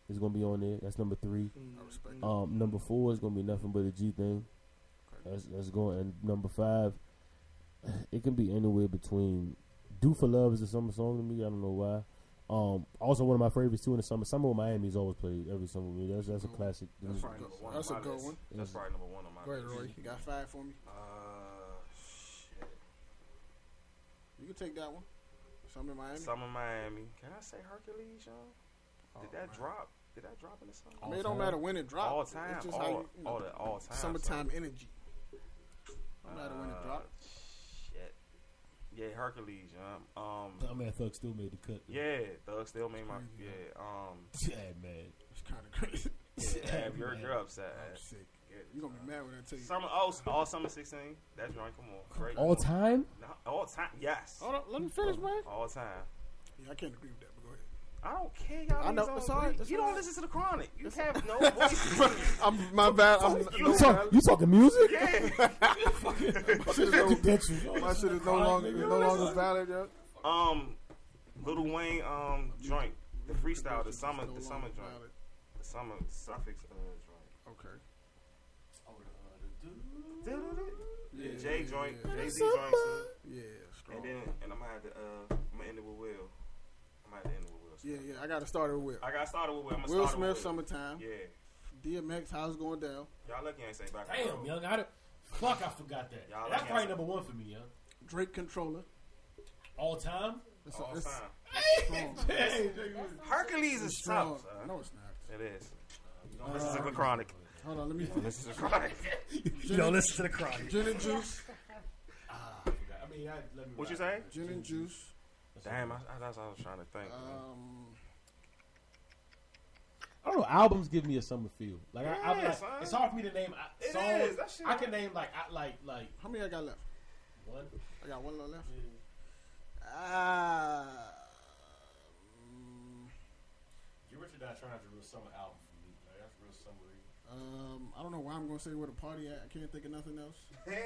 Speaker 2: is gonna be on there. That's number three.
Speaker 1: I
Speaker 3: Mm-hmm.
Speaker 1: respect.
Speaker 3: Uh,
Speaker 1: it.
Speaker 2: Um, number four is gonna be nothing but a G thing. That's that's going. And number five, it can be anywhere between. Do for love is a summer song to me. I don't know why. Um, also one of my favorites too in the summer. Summer with Miami's always played every summer with me. That's that's a classic.
Speaker 3: That's probably number one. on
Speaker 1: That's a
Speaker 3: my
Speaker 1: good
Speaker 3: list.
Speaker 1: one.
Speaker 3: That's probably number one on my.
Speaker 1: Great,
Speaker 3: list.
Speaker 1: Roy. You got five for me.
Speaker 3: Uh, shit.
Speaker 1: You can take that one. Some in Miami.
Speaker 3: Summer Miami. Can I say Hercules, y'all? Did that drop? Did that drop in the summer?
Speaker 1: I mean, Oh, it don't matter when it drops.
Speaker 3: All time,
Speaker 1: It's just
Speaker 3: all,
Speaker 1: how you, you know,
Speaker 3: all, the, all time.
Speaker 1: summertime energy. No matter when it
Speaker 3: Uh,
Speaker 1: drops.
Speaker 3: Shit. Yeah, Hercules, y'all. Um,
Speaker 2: I mean, Thug still made the cut.
Speaker 3: yeah, Thug still made my. Yeah, um,
Speaker 2: yeah, man.
Speaker 1: It's kind of crazy. Oh,
Speaker 3: yeah, Ab, you're, you're upset.
Speaker 1: I'm
Speaker 3: Ab.
Speaker 1: sick.
Speaker 3: Get it,
Speaker 1: You're going to
Speaker 3: son.
Speaker 1: be mad when I tell you.
Speaker 3: Summer, oh, all summer 16. That's right. Come on. Great.
Speaker 2: All time?
Speaker 3: No, all time. Yes.
Speaker 1: Hold up. Let me finish, man.
Speaker 3: All time.
Speaker 1: Oh. Yeah, I can't agree with that, but go ahead.
Speaker 3: I don't care. Y'all
Speaker 1: I know,
Speaker 3: niggas
Speaker 1: it's
Speaker 3: don't
Speaker 1: all right,
Speaker 3: agree.
Speaker 1: it's
Speaker 3: You
Speaker 1: all
Speaker 3: don't
Speaker 1: right.
Speaker 3: listen to the chronic. You have no voice.
Speaker 1: I'm, my bad. I'm,
Speaker 3: You
Speaker 1: no,
Speaker 3: talk-
Speaker 1: my-
Speaker 2: you talking music?
Speaker 3: yeah.
Speaker 1: my shit is no-
Speaker 2: That's you.
Speaker 1: my shit is no longer, is no longer valid, yo.
Speaker 3: Um, Little Wayne. Um, joint. The freestyle. The summer. The summer joint. The summer suffix. Uh, joint.
Speaker 1: Okay.
Speaker 2: Oh,
Speaker 3: Yeah, Jay joint. Jay Z joint. son.
Speaker 1: Yeah,
Speaker 3: And
Speaker 1: strong.
Speaker 3: then, and I'm gonna have to. Uh, I'm gonna end it with Will. I'm gonna have to end it with Will.
Speaker 1: Yeah,
Speaker 3: Smith.
Speaker 1: yeah. I got to start it with Will.
Speaker 3: I got started with Will. I'm gonna
Speaker 1: Will
Speaker 3: start it
Speaker 1: Smith,
Speaker 3: with Will.
Speaker 1: Summertime.
Speaker 3: Yeah.
Speaker 1: DMX, how's it going down?
Speaker 3: Y'all lucky I ain't say back.
Speaker 2: Damn, young. I don't- fuck, I forgot that.
Speaker 3: Y'all
Speaker 2: That's
Speaker 3: like
Speaker 2: probably
Speaker 3: that.
Speaker 2: number one for me, young.
Speaker 1: Drake controller.
Speaker 2: All time.
Speaker 1: That's,
Speaker 3: All
Speaker 1: that's
Speaker 3: time.
Speaker 1: strong.
Speaker 2: Hey,
Speaker 3: Hercules is
Speaker 1: strong.
Speaker 3: tough. son.
Speaker 1: No, it's not.
Speaker 3: It is. Don't listen to the chronic.
Speaker 1: Hold on, let me.
Speaker 3: Uh, This is a chronic.
Speaker 6: You don't listen to the chronic.
Speaker 1: Gin and juice.
Speaker 2: I mean, I, let me
Speaker 3: What you say?
Speaker 1: Gin and juice.
Speaker 3: Damn, I, I, that's what I was trying to think.
Speaker 1: Um,
Speaker 2: I don't know. Albums give me a summer feel. Like I, I'm
Speaker 3: Yeah,
Speaker 2: like,
Speaker 3: son.
Speaker 2: it's hard for me to name I,
Speaker 3: It
Speaker 2: songs.
Speaker 3: is, that shit-
Speaker 2: I can name like I like like
Speaker 1: how many I got left?
Speaker 2: one.
Speaker 1: I got one little left. Ah. mm,
Speaker 5: Get Rich or Die trying to real summer album for me. Like, that's real summery.
Speaker 1: Um, I don't know why I'm gonna say where the party at. I can't think of nothing else.
Speaker 3: hey,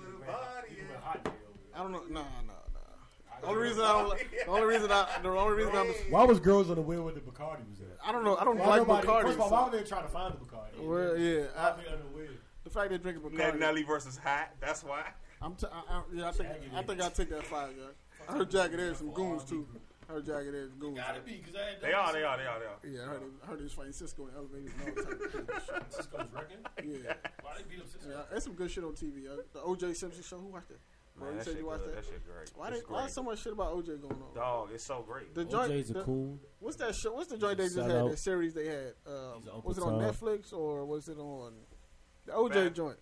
Speaker 3: with a body.
Speaker 5: Even Hot Day over
Speaker 1: I
Speaker 5: there.
Speaker 1: don't know. Nah, nah, nah. The only reason I don't. li- The only reason I. The only reason I'm.
Speaker 2: Why was girls on the wheel with the Bacardi was there?
Speaker 1: I don't know. I don't like
Speaker 2: Why nobody-
Speaker 1: Bacardi.
Speaker 2: First of all, why
Speaker 1: so-
Speaker 2: would they try to find the Bacardi?
Speaker 1: Well, yeah.
Speaker 2: Why
Speaker 1: I,
Speaker 2: they on the wheel?
Speaker 1: the fact they drinking
Speaker 3: Ned
Speaker 1: Bacardi.
Speaker 3: Nelly versus Hot. That's why.
Speaker 1: I'm t- I, I, yeah, I think I think I take that five, yeah. I heard Jagged Edge some goons too. I heard Jagged Edge goons.
Speaker 5: Gotta be, because I had
Speaker 3: They are. They are. They are. They are.
Speaker 1: Yeah, I heard I heard he was fighting Cisco in the elevator and all type of crazy shit.
Speaker 5: Cisco's Reckon.
Speaker 1: Yeah,
Speaker 5: Why they beat up Cisco?
Speaker 1: yeah, there's some good shit on TV. Yeah. The OJ Simpson show. Who watched that? Bro,
Speaker 3: Man,
Speaker 1: you
Speaker 3: that,
Speaker 1: said
Speaker 3: shit
Speaker 1: you watched
Speaker 3: good.
Speaker 1: that.
Speaker 3: that shit great.
Speaker 1: Why
Speaker 3: It's
Speaker 1: did why
Speaker 3: great.
Speaker 1: is so much shit about OJ going on?
Speaker 3: Dog, it's so great.
Speaker 1: The joint.
Speaker 4: OJ's a
Speaker 1: the-
Speaker 4: coon.
Speaker 1: What's that show? What's the joint they just
Speaker 2: Shout
Speaker 1: had?
Speaker 2: out.
Speaker 1: That series they had.
Speaker 2: He's
Speaker 1: Um,
Speaker 2: Uncle
Speaker 1: was it on
Speaker 2: Tom.
Speaker 1: Netflix or was it on the OJ
Speaker 3: Man.
Speaker 1: joint?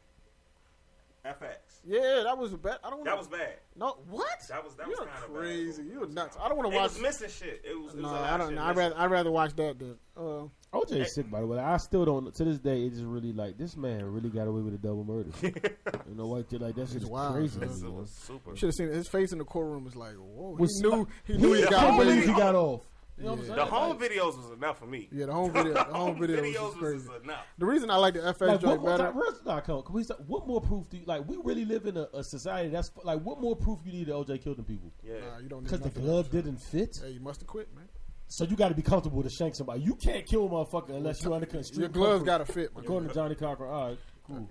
Speaker 3: FX.
Speaker 1: Yeah, that was bad. I don't. wanna-
Speaker 3: That was bad.
Speaker 1: no what?
Speaker 3: That was that
Speaker 1: You're
Speaker 3: was kind of
Speaker 1: crazy.
Speaker 3: Bad.
Speaker 1: You're nuts. I don't want to
Speaker 3: It
Speaker 1: watch.
Speaker 3: was missing shit. It was. It was
Speaker 1: No,
Speaker 3: a lot
Speaker 1: I
Speaker 3: of
Speaker 1: don't.
Speaker 3: shit
Speaker 1: know. I'd
Speaker 3: missing.
Speaker 1: rather I'd rather watch that than. Uh,
Speaker 2: OJ is sick, by the way. I still don't. To this day, it just really like this man really got away with a double murder. you know, like like that's just
Speaker 1: wild,
Speaker 2: crazy.
Speaker 1: man.
Speaker 2: to me,
Speaker 3: It
Speaker 2: man.
Speaker 3: was super.
Speaker 1: should have seen it. his face in the courtroom was like, whoa. He
Speaker 2: Was-
Speaker 1: knew he knew he
Speaker 2: I
Speaker 1: got
Speaker 2: can't
Speaker 1: away.
Speaker 2: believe
Speaker 1: with-
Speaker 2: he got off. You know what I'm
Speaker 1: Yeah.
Speaker 2: saying?
Speaker 3: The home
Speaker 2: Like-
Speaker 3: videos was enough for me.
Speaker 1: Yeah, the home video. The home video was
Speaker 3: videos
Speaker 1: just crazy.
Speaker 3: enough.
Speaker 1: The reason I like the FX
Speaker 2: Like, what
Speaker 1: joint
Speaker 2: more,
Speaker 1: better.
Speaker 2: time, where's- nah, come on, can we stop- what more proof do you like? We really live in a, a society that's like, what more proof you need that OJ killed them people?
Speaker 3: Yeah.
Speaker 1: Nah, you don't need
Speaker 2: Because the
Speaker 1: nothing.
Speaker 2: glove didn't fit.
Speaker 1: Hey, you must have quit, man.
Speaker 2: So you got to be comfortable to shank somebody. You can't kill a motherfucker unless you're under constraint.
Speaker 1: Your gloves got to fit, man.
Speaker 2: According to Johnny Cochran, all right, cool.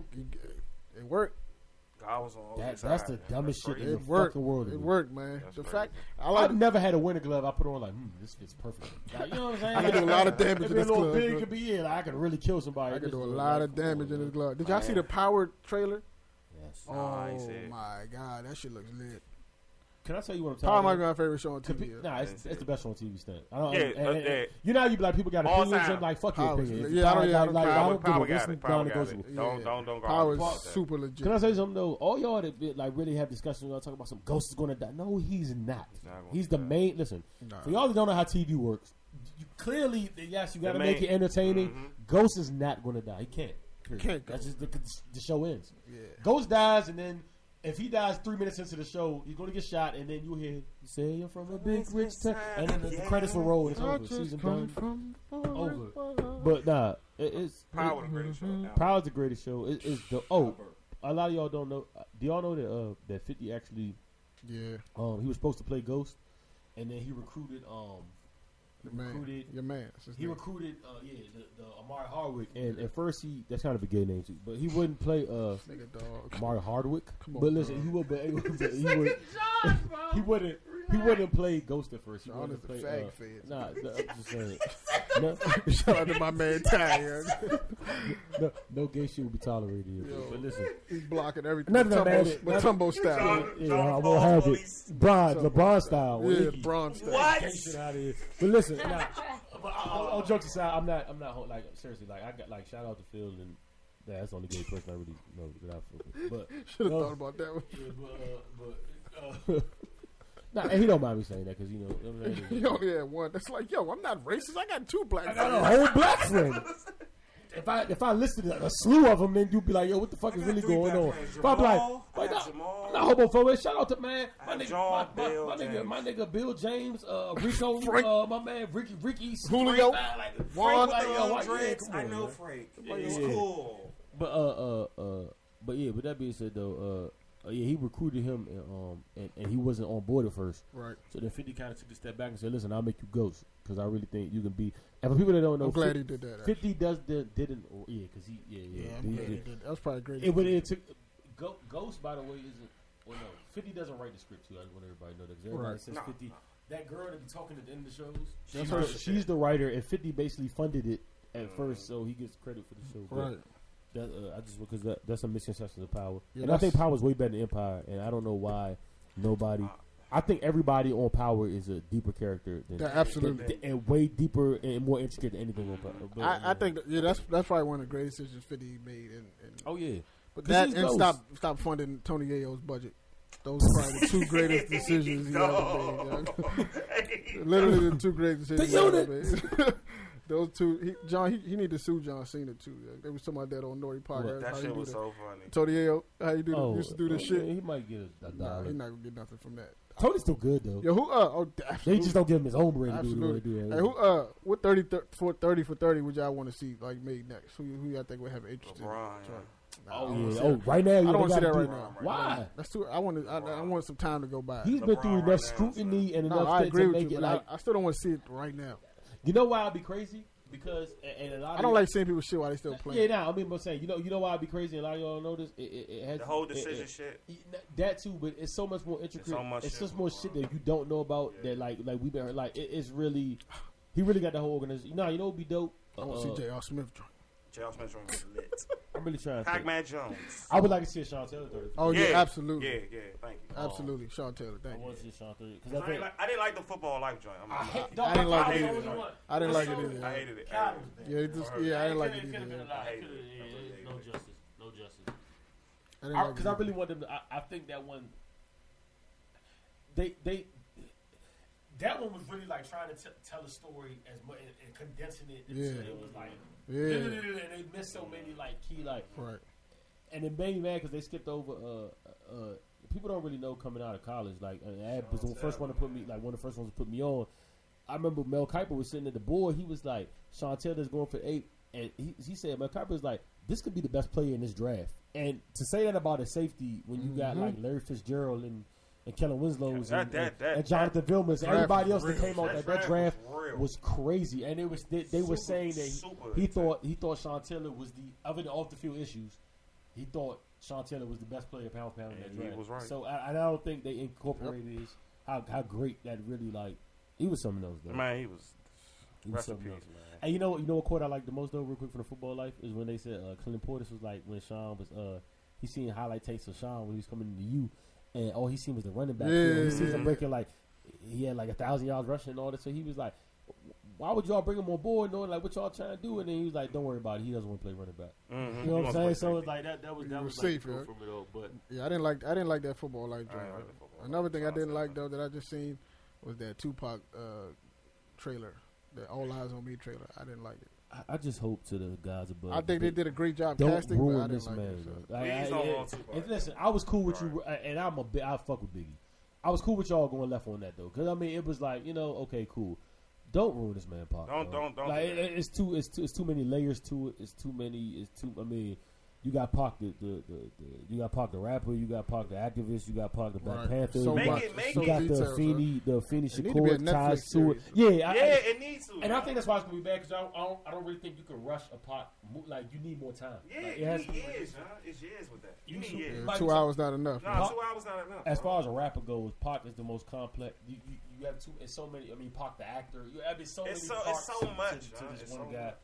Speaker 1: It worked.
Speaker 3: I was on.
Speaker 2: That-
Speaker 3: OJ's
Speaker 2: that's
Speaker 3: side,
Speaker 2: the
Speaker 3: man.
Speaker 2: dumbest shit
Speaker 3: crazy.
Speaker 2: in the
Speaker 1: It worked.
Speaker 2: fucking world.
Speaker 1: It worked, man.
Speaker 3: That's
Speaker 1: the
Speaker 3: crazy.
Speaker 1: fact Oh, I like.
Speaker 2: I've never had a winter glove. I put on like, hmm, this fits perfect. Like, you know what I'm saying?
Speaker 1: I can do a lot of damage
Speaker 2: If
Speaker 1: in
Speaker 2: it
Speaker 1: this
Speaker 2: little
Speaker 1: glove.
Speaker 2: big,
Speaker 1: bro.
Speaker 2: it could be it. I could really kill somebody.
Speaker 1: I can
Speaker 2: This
Speaker 1: do a
Speaker 2: is
Speaker 1: lot
Speaker 2: like,
Speaker 1: of damage in
Speaker 2: come on,
Speaker 1: this glove. Did y'all see
Speaker 3: Man.
Speaker 1: the Power trailer?
Speaker 2: Yes.
Speaker 1: Oh
Speaker 3: Nah, I ain't see it.
Speaker 1: my god, that shit looks lit.
Speaker 2: Can I tell you what I'm talking
Speaker 1: Power
Speaker 2: about?
Speaker 1: might be my favorite show on
Speaker 2: To be-
Speaker 1: TV. yeah.
Speaker 2: nah, it's, it's the best show on TV. Stunt. I don't.
Speaker 3: Yeah,
Speaker 2: and- and-
Speaker 3: uh, yeah.
Speaker 2: You know, how you be like people got
Speaker 3: All
Speaker 2: opinions.
Speaker 3: time.
Speaker 2: I'm like, fuck your
Speaker 1: Power-
Speaker 2: opinion. If
Speaker 1: yeah, I don't- yeah, I don't
Speaker 2: like,
Speaker 1: care.
Speaker 2: I
Speaker 3: Power,
Speaker 2: don't give
Speaker 3: power
Speaker 2: a this
Speaker 3: got
Speaker 2: is
Speaker 3: it. Power got
Speaker 2: non-negotiable.
Speaker 3: it. Don't don't don't go.
Speaker 1: Power
Speaker 3: on about
Speaker 1: is
Speaker 3: that.
Speaker 1: super legit.
Speaker 2: Can I say something though? All y'all that be, like really have discussions. Y'all talking about some ghost is going to die. No, he's not. He's,
Speaker 3: not gonna
Speaker 2: the
Speaker 3: die.
Speaker 2: main. Listen,
Speaker 1: Nah.
Speaker 2: for y'all that don't know how TV works, you, clearly yes, you got to
Speaker 3: main-
Speaker 2: make it entertaining. Ghost is not going to die. He can't. period.
Speaker 1: Can't
Speaker 2: That's just the, the show ends.
Speaker 1: Yeah.
Speaker 2: Ghost dies, and then if he dies three minutes into the show, he's going to get shot, and then you hear you say you're from a big rich town, and then the, the credits will roll. And it's over. Season done. Over. But nah, it, it's
Speaker 3: Mm-hmm. Power the greatest show. ever.
Speaker 2: Proud's the greatest show. It, it's the oh, a lot of y'all don't know. Do y'all know that uh that Fifty actually
Speaker 1: Yeah,
Speaker 2: um he was supposed to play Ghost, and then he recruited um he
Speaker 1: your man.
Speaker 2: recruited
Speaker 1: Your man. That's his
Speaker 2: he
Speaker 1: name.
Speaker 2: recruited uh yeah the, the Amari Hardwick, and at first he that's kind of a gay name too, but he wouldn't play uh
Speaker 1: Nigga dog.
Speaker 2: Amari Hardwick.
Speaker 1: Come on,
Speaker 2: but listen,
Speaker 1: bro.
Speaker 2: he would, but he would, but he would he wouldn't he wouldn't play Ghost at first. He
Speaker 1: Sean
Speaker 2: wouldn't
Speaker 1: is a
Speaker 2: play
Speaker 1: fag
Speaker 2: uh,
Speaker 1: fed.
Speaker 2: Nah, no, I'm just saying. No,
Speaker 1: Shout out to my man Ty. yeah.
Speaker 2: no, no gay shit will be tolerated here.
Speaker 1: Yo.
Speaker 2: But listen,
Speaker 1: He's blocking everything.
Speaker 2: Nothing
Speaker 1: Tumbo,
Speaker 2: about it. Nothing-
Speaker 1: Matumbo style.
Speaker 3: John-
Speaker 2: yeah,
Speaker 3: John
Speaker 2: I
Speaker 3: Paul
Speaker 2: won't have
Speaker 3: Police.
Speaker 2: it. Bron, LeBron style.
Speaker 1: Yeah,
Speaker 2: Wiggy.
Speaker 1: bronze style.
Speaker 3: What?
Speaker 2: Get shit out of here. But listen, nah, but all, all jokes aside, I'm not, I'm not ho- like seriously, like I got like shout out to Phil and nah, that's the only gay person I really know that I feel. with. But
Speaker 1: Should have
Speaker 2: No.
Speaker 1: thought about that one.
Speaker 2: yeah, but, uh, but uh, nah, and he don't mind me saying that because you know, you know what I'm saying?
Speaker 1: He only had one. That's like, yo, I'm not racist. I got two black
Speaker 2: I got a
Speaker 1: friends.
Speaker 2: whole black friend. If I if I listed a slew of them, then you'd be like, yo, what the fuck is
Speaker 3: got
Speaker 2: really
Speaker 3: three
Speaker 2: going
Speaker 3: black
Speaker 2: on?
Speaker 3: friends.
Speaker 2: But I'm like,
Speaker 3: Jamal, I
Speaker 2: like,
Speaker 3: got
Speaker 2: nah,
Speaker 3: Jamal.
Speaker 2: I'm not homophobic. Shout out to man,
Speaker 3: I
Speaker 2: my
Speaker 3: got
Speaker 2: nigga,
Speaker 3: John,
Speaker 2: my, my,
Speaker 3: Bill
Speaker 2: my nigga,
Speaker 3: James.
Speaker 2: my nigga, Bill James, uh, Rico,
Speaker 1: Frank.
Speaker 2: uh, my man, Ricky, Ricky,
Speaker 1: Julio.
Speaker 2: Frank, I like-
Speaker 1: Juan.
Speaker 2: Frank, like, yo, why- yeah, come on, man.
Speaker 3: Frank.
Speaker 2: He's yeah.
Speaker 3: cool.
Speaker 2: But uh, uh, uh, but yeah. With that being said, though, uh, uh, yeah, he recruited him, and um, and, and he wasn't on board at first.
Speaker 1: Right.
Speaker 2: So then Fifty kind of took a step back and said, "Listen, I'll make you ghost because I really think you can be." And for people that don't know,
Speaker 1: I'm glad
Speaker 2: 50
Speaker 1: he did that. actually.
Speaker 2: Fifty does the didn't or- yeah because he yeah yeah,
Speaker 1: Yeah,
Speaker 2: he
Speaker 1: I'm glad he
Speaker 2: did.
Speaker 1: did. That was probably great.
Speaker 2: it would it took Go- Ghost by the way isn't well no Fifty doesn't write the script too I want everybody to know that 'cause everybody
Speaker 1: Right.
Speaker 2: says
Speaker 3: Nah.
Speaker 2: Fifty that girl that be talking at the end of the shows
Speaker 3: That's
Speaker 2: she's,
Speaker 3: her
Speaker 2: the,
Speaker 3: shit.
Speaker 2: she's the writer and Fifty basically funded it at
Speaker 3: Mm.
Speaker 2: first, so he gets credit for the show. but
Speaker 7: Right.
Speaker 2: That, uh, I just because that, that's a misconception of power,
Speaker 7: Yeah,
Speaker 2: and I think
Speaker 7: that's-
Speaker 2: power is way better than Empire, and I don't know why nobody. I think everybody on Power is a deeper character than
Speaker 7: Yeah, absolutely.
Speaker 2: than- and way deeper and more intricate than anything on Power. But,
Speaker 1: I, I
Speaker 2: uh,
Speaker 1: think that- yeah, that's that's probably one of the greatest decisions Fifty made, and, and
Speaker 2: Oh yeah,
Speaker 1: but
Speaker 2: 'Cause
Speaker 1: that
Speaker 2: he's
Speaker 1: and
Speaker 2: those-
Speaker 1: stop stop funding Tony Yayo's budget. Those are probably the two greatest decisions he ever made. Young. Literally the two greatest decisions he ever made. Those two, he, John, he, he need to sue John Cena too. young. They was talking about that on Naughty Podcast.
Speaker 3: That
Speaker 1: how you
Speaker 3: shit
Speaker 1: do
Speaker 3: was
Speaker 1: that.
Speaker 3: so funny.
Speaker 1: Tony Yayo, how you do?
Speaker 2: oh,
Speaker 1: used to do this
Speaker 2: oh,
Speaker 1: shit.
Speaker 2: yeah, He might get a,
Speaker 1: Nah,
Speaker 2: a dollar.
Speaker 1: he's not gonna get nothing from that.
Speaker 2: Tony's still good though.
Speaker 1: Yo, who? Uh, oh,
Speaker 2: They
Speaker 1: absolutely.
Speaker 2: just don't give him his own bread to do the way
Speaker 1: Absolutely.
Speaker 2: he do
Speaker 1: Hey,
Speaker 2: it.
Speaker 1: who? Uh, what 30, thir- for 30 for thirty would y'all want to see like made next? Who? Who y'all think would have an interest
Speaker 3: LeBron.
Speaker 1: in? Sorry. Nah, I
Speaker 2: Oh,
Speaker 1: don't wanna
Speaker 2: yeah.
Speaker 1: see
Speaker 2: oh,
Speaker 1: that.
Speaker 2: right now,
Speaker 1: I
Speaker 2: yeah,
Speaker 1: don't
Speaker 2: they
Speaker 1: want to see
Speaker 2: gotta
Speaker 1: that
Speaker 2: do-
Speaker 1: right now.
Speaker 2: Why?
Speaker 1: That's too. I want. to. I, I want some time to go by.
Speaker 2: He's been
Speaker 3: LeBron
Speaker 2: through
Speaker 3: right now
Speaker 2: enough
Speaker 3: is
Speaker 2: scrutiny and
Speaker 1: No,
Speaker 2: enough
Speaker 1: I
Speaker 2: to-
Speaker 1: agree
Speaker 2: to
Speaker 1: with
Speaker 2: make
Speaker 1: you.
Speaker 2: it
Speaker 1: but I-
Speaker 2: like
Speaker 1: I, still don't want to see it right now.
Speaker 2: You know why I'd be crazy? Because and, and a lot.
Speaker 1: I don't
Speaker 2: of
Speaker 1: like seeing people shit while they still playing.
Speaker 2: Yeah, nah. I mean, but I'm saying you know, you know why I'd be crazy. And a lot of y'all don't know this. It, it, it has
Speaker 3: The whole
Speaker 2: it-
Speaker 3: decision
Speaker 2: it-
Speaker 3: shit.
Speaker 2: that too, but it's so much more intricate.
Speaker 3: so much
Speaker 2: it's
Speaker 3: shit
Speaker 2: just more
Speaker 3: going
Speaker 2: shit
Speaker 3: on.
Speaker 2: that you don't know about. That like, like we been like, it, it's really. He really got the whole organization. Nah, you know, it'd be dope.
Speaker 1: I want to
Speaker 2: uh,
Speaker 1: see J.R. Smith drunk.
Speaker 3: J.R. Smith was lit.
Speaker 2: I'm really trying. to think.
Speaker 3: Pac-Man Jones.
Speaker 2: I would like to see a Sean Taylor. third.
Speaker 1: Oh yeah, absolutely,
Speaker 3: Yeah, yeah. Thank you.
Speaker 1: absolutely. Sean Taylor,
Speaker 2: uh, I
Speaker 1: thank you.
Speaker 2: want to see a Sean Taylor because
Speaker 3: I
Speaker 2: I
Speaker 3: didn't,
Speaker 2: think
Speaker 3: like, I didn't like the football life joint. I'm,
Speaker 2: I
Speaker 3: I,
Speaker 2: hate- no,
Speaker 1: I didn't like it
Speaker 2: I was
Speaker 3: either.
Speaker 2: the only one.
Speaker 1: I didn't like it either.
Speaker 3: I
Speaker 1: yeah.
Speaker 3: hated it. I
Speaker 5: God,
Speaker 3: hated it.
Speaker 1: Yeah, it just, yeah, I didn't like it either. yeah.
Speaker 3: I hated it.
Speaker 4: No justice. No justice.
Speaker 1: I didn't like
Speaker 2: because
Speaker 1: it.
Speaker 2: I,
Speaker 1: either.
Speaker 2: really want them. To, I, I think that one. They they
Speaker 5: That one was really like trying to t- tell a story as much and, and condensing it. And
Speaker 1: Yeah.
Speaker 5: so it was like,
Speaker 1: Yeah,
Speaker 2: and they missed so many like key like
Speaker 1: right.
Speaker 2: and it made me mad because they skipped over. Uh, uh, people don't really know coming out of college. Like uh, Ab was the first one to put me, like one of the first ones to put me on. I remember Mel Kiper was sitting at the board. He was like, "Sean Taylor's going for eight. and he, he said Mel Kiper was like, "This could be the best player in this draft." And to say that about a safety when you got like Larry Fitzgerald and and Kellen Winslow's
Speaker 3: Mm-hmm. Yeah,
Speaker 2: and,
Speaker 3: that-
Speaker 2: and-
Speaker 3: that-
Speaker 2: and Jonathan Vilmas and everybody else
Speaker 1: was
Speaker 2: that came out that,
Speaker 3: That
Speaker 2: that draft
Speaker 3: draft was real.
Speaker 2: was crazy. And it was they, they were
Speaker 3: Super-
Speaker 2: saying that he-
Speaker 3: super
Speaker 2: he
Speaker 3: intense.
Speaker 2: thought he thought Sean Taylor was the other than off the field issues he thought Sean Taylor was the best player pound for pound in that
Speaker 3: And he
Speaker 2: draft.
Speaker 3: was right.
Speaker 2: So I, I don't think they incorporated his, how how great that really like he was something else though.
Speaker 3: Man, he was.
Speaker 2: he was
Speaker 3: Rest in
Speaker 2: something
Speaker 3: peace,
Speaker 2: else.
Speaker 3: man.
Speaker 2: And you know you know what quote I like the most though, real quick for the football life is when they said uh, Clinton Portis was like when Sean was uh he seen highlight tapes of Sean when he was coming into you, and all he seen was the running back. field. He sees him breaking like he had like a thousand yards rushing and all that. So he was like. Why would y'all bring him on board knowing like what y'all trying to do? And then he was like, "Don't worry about it. He doesn't want to play running back." You know
Speaker 3: Mhm. He
Speaker 2: what I'm
Speaker 3: was
Speaker 2: saying?
Speaker 3: like-
Speaker 2: So it's like that. That was
Speaker 1: You
Speaker 2: that
Speaker 1: were
Speaker 2: was
Speaker 1: safe,
Speaker 2: like,
Speaker 1: yeah.
Speaker 2: the proof from it all. But
Speaker 1: Yeah, I didn't like I didn't like that football life
Speaker 3: I didn't
Speaker 1: joint.
Speaker 3: like the football
Speaker 1: Another thing I
Speaker 3: life.
Speaker 1: didn't like though that I just seen was that Tupac uh, trailer, the All Eyes on Me trailer. I didn't like it.
Speaker 2: I, I just hope to the gods above.
Speaker 1: I think they
Speaker 2: that
Speaker 1: did a great job
Speaker 2: Don't
Speaker 1: casting, but I
Speaker 2: ruin
Speaker 1: didn't
Speaker 2: this
Speaker 1: like
Speaker 2: man.
Speaker 1: it. So.
Speaker 2: bro. I-
Speaker 3: Please
Speaker 2: I-
Speaker 3: don't
Speaker 2: yeah.
Speaker 3: ruin Tupac.
Speaker 2: And listen, I was cool with you, uh, and I'm a bi- I fuck with Biggie. I was cool with y'all going left on that though, because I mean it was like you know okay cool. Don't ruin this man, Pop.
Speaker 3: Don't-
Speaker 2: bro.
Speaker 3: don't- don't
Speaker 2: Like
Speaker 3: do that.
Speaker 2: it- it's too it's too it's too many layers to it. It's too many. It's too. I mean, you got Pac the the, the, the you got Pac the rapper. You got Pac the activist. You got Pac the Black
Speaker 1: Right.
Speaker 2: Panther.
Speaker 1: So
Speaker 2: you
Speaker 3: Make
Speaker 2: got,
Speaker 1: much,
Speaker 3: it- make
Speaker 1: so
Speaker 2: you got
Speaker 1: detailed,
Speaker 2: the
Speaker 1: bro.
Speaker 2: Feeny the Feeny
Speaker 1: It need to be a
Speaker 2: Shakur
Speaker 1: Netflix
Speaker 2: ties to it.
Speaker 1: series,
Speaker 2: Yeah, I-
Speaker 3: Yeah,
Speaker 2: I,
Speaker 3: it needs to.
Speaker 2: and I think that's why it's gonna be bad because I don't, I don't I don't really think you can rush a pot. mo- Like you need more time.
Speaker 3: Yeah,
Speaker 2: Like, it
Speaker 3: you
Speaker 2: has-
Speaker 3: need years, huh? It's years with that. You
Speaker 2: You
Speaker 3: need
Speaker 2: should-
Speaker 3: years.
Speaker 1: Yeah, two hours not enough.
Speaker 3: Nah, two hours not enough.
Speaker 2: as
Speaker 3: bro.
Speaker 2: far as a rapper goes, Pac is the most complex. You, you, you have two and so many. I mean, Pac the actor. You have so
Speaker 3: it's so
Speaker 2: many.
Speaker 3: it's
Speaker 2: Pacs
Speaker 3: so much.
Speaker 2: to, to
Speaker 3: huh?
Speaker 2: this
Speaker 3: It's
Speaker 2: one
Speaker 3: so
Speaker 2: guy,
Speaker 3: much.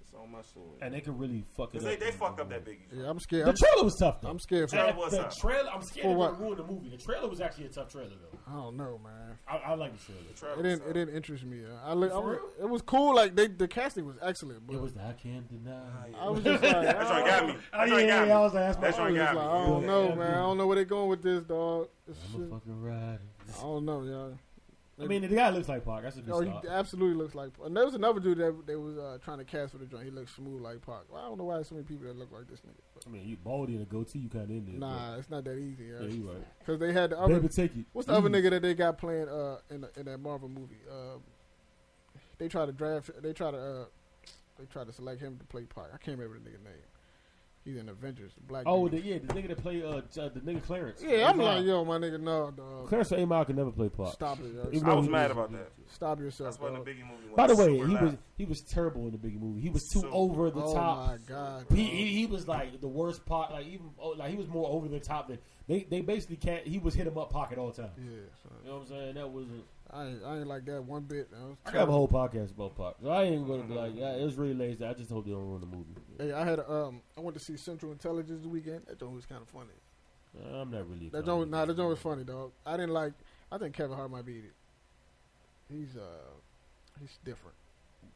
Speaker 3: It's so much to it.
Speaker 2: and they can really fuck it
Speaker 3: Cause
Speaker 2: up.
Speaker 3: they they fucked up that Biggie.
Speaker 1: Yeah,
Speaker 3: joint.
Speaker 1: I'm scared.
Speaker 2: The
Speaker 1: I'm,
Speaker 2: trailer was tough though.
Speaker 1: I'm scared. For,
Speaker 3: Yeah.
Speaker 1: I
Speaker 3: Trailer was
Speaker 2: the
Speaker 3: tough.
Speaker 2: trailer. I'm scared
Speaker 1: For
Speaker 2: it
Speaker 1: what?
Speaker 2: would ruin the movie. The trailer was actually a tough trailer though.
Speaker 1: don't know, man.
Speaker 2: I, I like the trailer.
Speaker 1: It
Speaker 3: Travis,
Speaker 1: didn't.
Speaker 3: huh?
Speaker 1: It didn't interest me. uh, I, li- I
Speaker 2: For
Speaker 1: was,
Speaker 2: real?
Speaker 1: it was cool. Like they, the casting was excellent. But
Speaker 2: It was the I can't deny.
Speaker 1: I was just like, I,
Speaker 3: That joint got me.
Speaker 2: Oh
Speaker 3: That
Speaker 2: yeah,
Speaker 3: joint
Speaker 2: yeah,
Speaker 3: got
Speaker 2: yeah, I
Speaker 3: me.
Speaker 2: was like, that's
Speaker 3: That
Speaker 2: my.
Speaker 3: joint
Speaker 1: was
Speaker 3: got
Speaker 1: just
Speaker 3: me.
Speaker 1: like, I don't
Speaker 2: Yeah.
Speaker 1: know, man. I don't know where they going with this, dog. This
Speaker 2: I'm a
Speaker 1: shit.
Speaker 2: fucking ride.
Speaker 1: I don't know, y'all.
Speaker 2: I mean, the guy looks like Pac. That's a good
Speaker 1: Oh, he
Speaker 2: start.
Speaker 1: absolutely looks like. And there was another dude that they was uh, trying to cast for the joint. He looked smooth like Pac. Well, I don't know why there's so many people that look like this nigga. But
Speaker 2: I mean, you baldy and a goatee, you kind of in there.
Speaker 1: nah, it's not that easy.
Speaker 2: but- yeah,
Speaker 1: Because
Speaker 2: you right.
Speaker 1: they had the
Speaker 2: Baby, Mm.
Speaker 1: other.
Speaker 2: take it.
Speaker 1: What's the other nigga that they got playing uh in the, in that Marvel movie? Uh, they try to draft. They try to uh, they try to select him to play Pac. I can't remember the nigga name. He's in Avengers. The black.
Speaker 2: Oh,
Speaker 1: dude.
Speaker 2: the, yeah, the nigga that play uh, J- the nigga Clarence.
Speaker 1: yeah. I'm
Speaker 2: Amon.
Speaker 1: like, yo, my nigga, no, dog.
Speaker 2: Clarence Amon can never play Pac.
Speaker 1: Stop it. yo.
Speaker 2: Even
Speaker 3: I
Speaker 1: Stop,
Speaker 2: though
Speaker 3: was
Speaker 2: he
Speaker 3: mad about that.
Speaker 1: stop yourself.
Speaker 3: That's when the
Speaker 1: dog.
Speaker 3: Biggie movie.
Speaker 2: By the
Speaker 3: was
Speaker 2: way,
Speaker 3: super
Speaker 2: he
Speaker 3: loud.
Speaker 2: was he was terrible in the Biggie movie. He was too
Speaker 3: Super.
Speaker 2: over the
Speaker 1: Oh
Speaker 2: top.
Speaker 1: my god.
Speaker 2: He,
Speaker 1: dog.
Speaker 2: he he was like the worst part. Like even oh, like he was more over the top than They they basically can't. He was hit him up pocket all the time.
Speaker 1: Yeah, so
Speaker 2: You know what I'm saying? That was. A,
Speaker 1: I ain't, I ain't like that one bit. I, was
Speaker 2: I have a whole podcast about Pac, so I ain't gonna be like, yeah, it was really lazy. I just hope they don't ruin the movie.
Speaker 1: Hey, I had a, um, I went to see Central Intelligence this weekend. That joint was kind of funny.
Speaker 2: Uh, I'm not really. a
Speaker 1: That
Speaker 2: comedy
Speaker 1: joint, nah,
Speaker 2: guy.
Speaker 1: that joint was funny, dog. I didn't like. I think Kevin Hart might beat it. He's uh, he's different.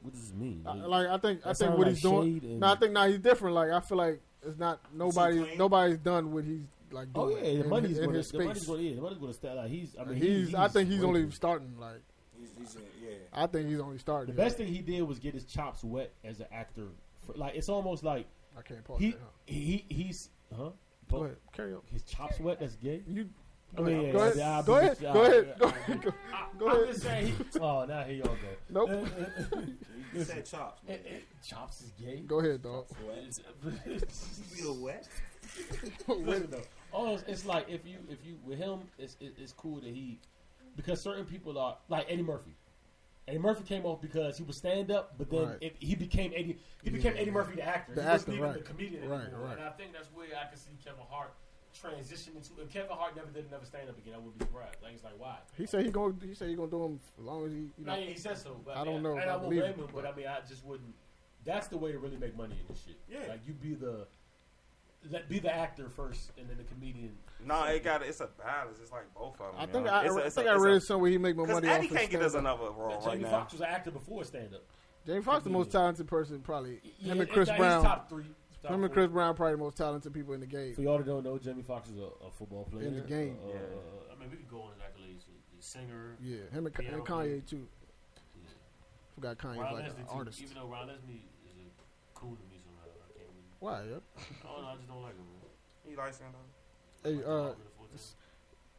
Speaker 2: What does this mean?
Speaker 1: I, like I think,
Speaker 2: That
Speaker 1: I think
Speaker 2: sound
Speaker 1: what
Speaker 2: like
Speaker 1: he's doing.
Speaker 2: shade and-
Speaker 1: No, I think now he's different. Like I feel like it's not nobody.
Speaker 5: clean?
Speaker 1: Nobody's done what he's like.
Speaker 2: Oh
Speaker 1: Doing
Speaker 2: yeah, the
Speaker 1: in,
Speaker 2: money's
Speaker 1: in
Speaker 2: going.
Speaker 1: his
Speaker 2: The money's
Speaker 1: space.
Speaker 2: going. Yeah, the money's going to stay. Like he's. I mean,
Speaker 1: he's, I think he's
Speaker 2: way
Speaker 1: only
Speaker 2: too-
Speaker 1: starting. Like
Speaker 3: He's, he's in, yeah.
Speaker 1: I think he's only
Speaker 2: The
Speaker 1: starting.
Speaker 2: best thing he did was get his chops wet as an actor. For, like it's almost like
Speaker 1: I can't pause
Speaker 2: he
Speaker 1: that. Huh?
Speaker 2: he he's huh.
Speaker 1: Go ahead, carry on.
Speaker 2: His chops wet. That's gay.
Speaker 1: You
Speaker 2: I
Speaker 1: go
Speaker 2: mean,
Speaker 1: ahead. Go
Speaker 2: Oh, yeah,
Speaker 1: ahead.
Speaker 2: yeah, I
Speaker 1: Go
Speaker 2: believe-
Speaker 1: ahead. Go ahead. Go
Speaker 2: I-
Speaker 1: ahead. Go- Go
Speaker 2: I'm
Speaker 1: ahead.
Speaker 2: just saying. He, oh, now here y'all go.
Speaker 1: Nope.
Speaker 3: You said chops,
Speaker 2: Eh, eh, chops is gay.
Speaker 1: Go ahead, dog.
Speaker 3: You wet?
Speaker 2: Listen though, oh, it's like if you if you with him, it's it, it's cool that he because certain people are like Eddie Murphy. Eddie Murphy came off because he was stand up, but then
Speaker 1: Right.
Speaker 2: it, he became Eddie. He became
Speaker 1: Yeah.
Speaker 2: Eddie Murphy the actor.
Speaker 1: The
Speaker 2: He
Speaker 5: He
Speaker 1: actor,
Speaker 5: wasn't even
Speaker 1: right.
Speaker 5: the comedian
Speaker 1: Right,
Speaker 5: anymore.
Speaker 1: right.
Speaker 5: And I think that's where I can see Kevin Hart transition into. If Kevin Hart never did another stand up again, I would be surprised. Like it's like why?
Speaker 1: He said he going. He said he gonna do him as long as he. You
Speaker 5: Now
Speaker 1: know.
Speaker 5: yeah, he said so. But
Speaker 1: I don't
Speaker 5: mean,
Speaker 1: know
Speaker 5: And
Speaker 1: if I
Speaker 5: I won't
Speaker 1: believe
Speaker 5: blame
Speaker 1: it,
Speaker 5: him, but I mean, I just wouldn't.
Speaker 2: That's the way to really make money in this shit.
Speaker 5: Yeah.
Speaker 2: like you be the let be the actor first, and then the comedian.
Speaker 3: No, it got it's a balance. It's like both of them.
Speaker 1: I
Speaker 3: you
Speaker 1: think
Speaker 3: know?
Speaker 1: I,
Speaker 3: it's a-
Speaker 1: I
Speaker 3: it's
Speaker 1: think
Speaker 3: a-
Speaker 1: I
Speaker 3: it's
Speaker 1: read
Speaker 3: a-
Speaker 1: somewhere he make more
Speaker 3: Because
Speaker 1: money.
Speaker 3: Eddie
Speaker 1: off his
Speaker 3: can't get us
Speaker 1: stand-up.
Speaker 3: another role right
Speaker 2: Jamie
Speaker 3: now.
Speaker 2: Foxx was an actor before stand up.
Speaker 1: Jamie Foxx the most talented person probably. him and Chris Brown.
Speaker 2: top three. Top
Speaker 1: him and
Speaker 2: four.
Speaker 1: Chris Brown probably the most talented people in the
Speaker 2: For
Speaker 1: game.
Speaker 2: y'all that don't know, Jamie Foxx is a, a football player
Speaker 1: In the game.
Speaker 2: Uh,
Speaker 3: Yeah.
Speaker 2: uh,
Speaker 5: I mean, we could go on his accolades. The singer,
Speaker 1: Yeah, him and,
Speaker 5: Yeah,
Speaker 1: and
Speaker 5: okay.
Speaker 1: Kanye too.
Speaker 5: Yeah.
Speaker 1: Forgot Kanye's
Speaker 5: Ron
Speaker 1: like
Speaker 5: Leslie
Speaker 1: an
Speaker 5: too.
Speaker 1: artist.
Speaker 5: Even though Ron Leslie is a cool to me
Speaker 2: uh,
Speaker 5: somehow, I can't really.
Speaker 1: Why? Yeah.
Speaker 5: I
Speaker 2: Oh,
Speaker 5: don't know. I just don't like him. Man.
Speaker 3: He likes him.
Speaker 1: Hey,
Speaker 5: Like,
Speaker 1: uh,
Speaker 5: I'm good for this.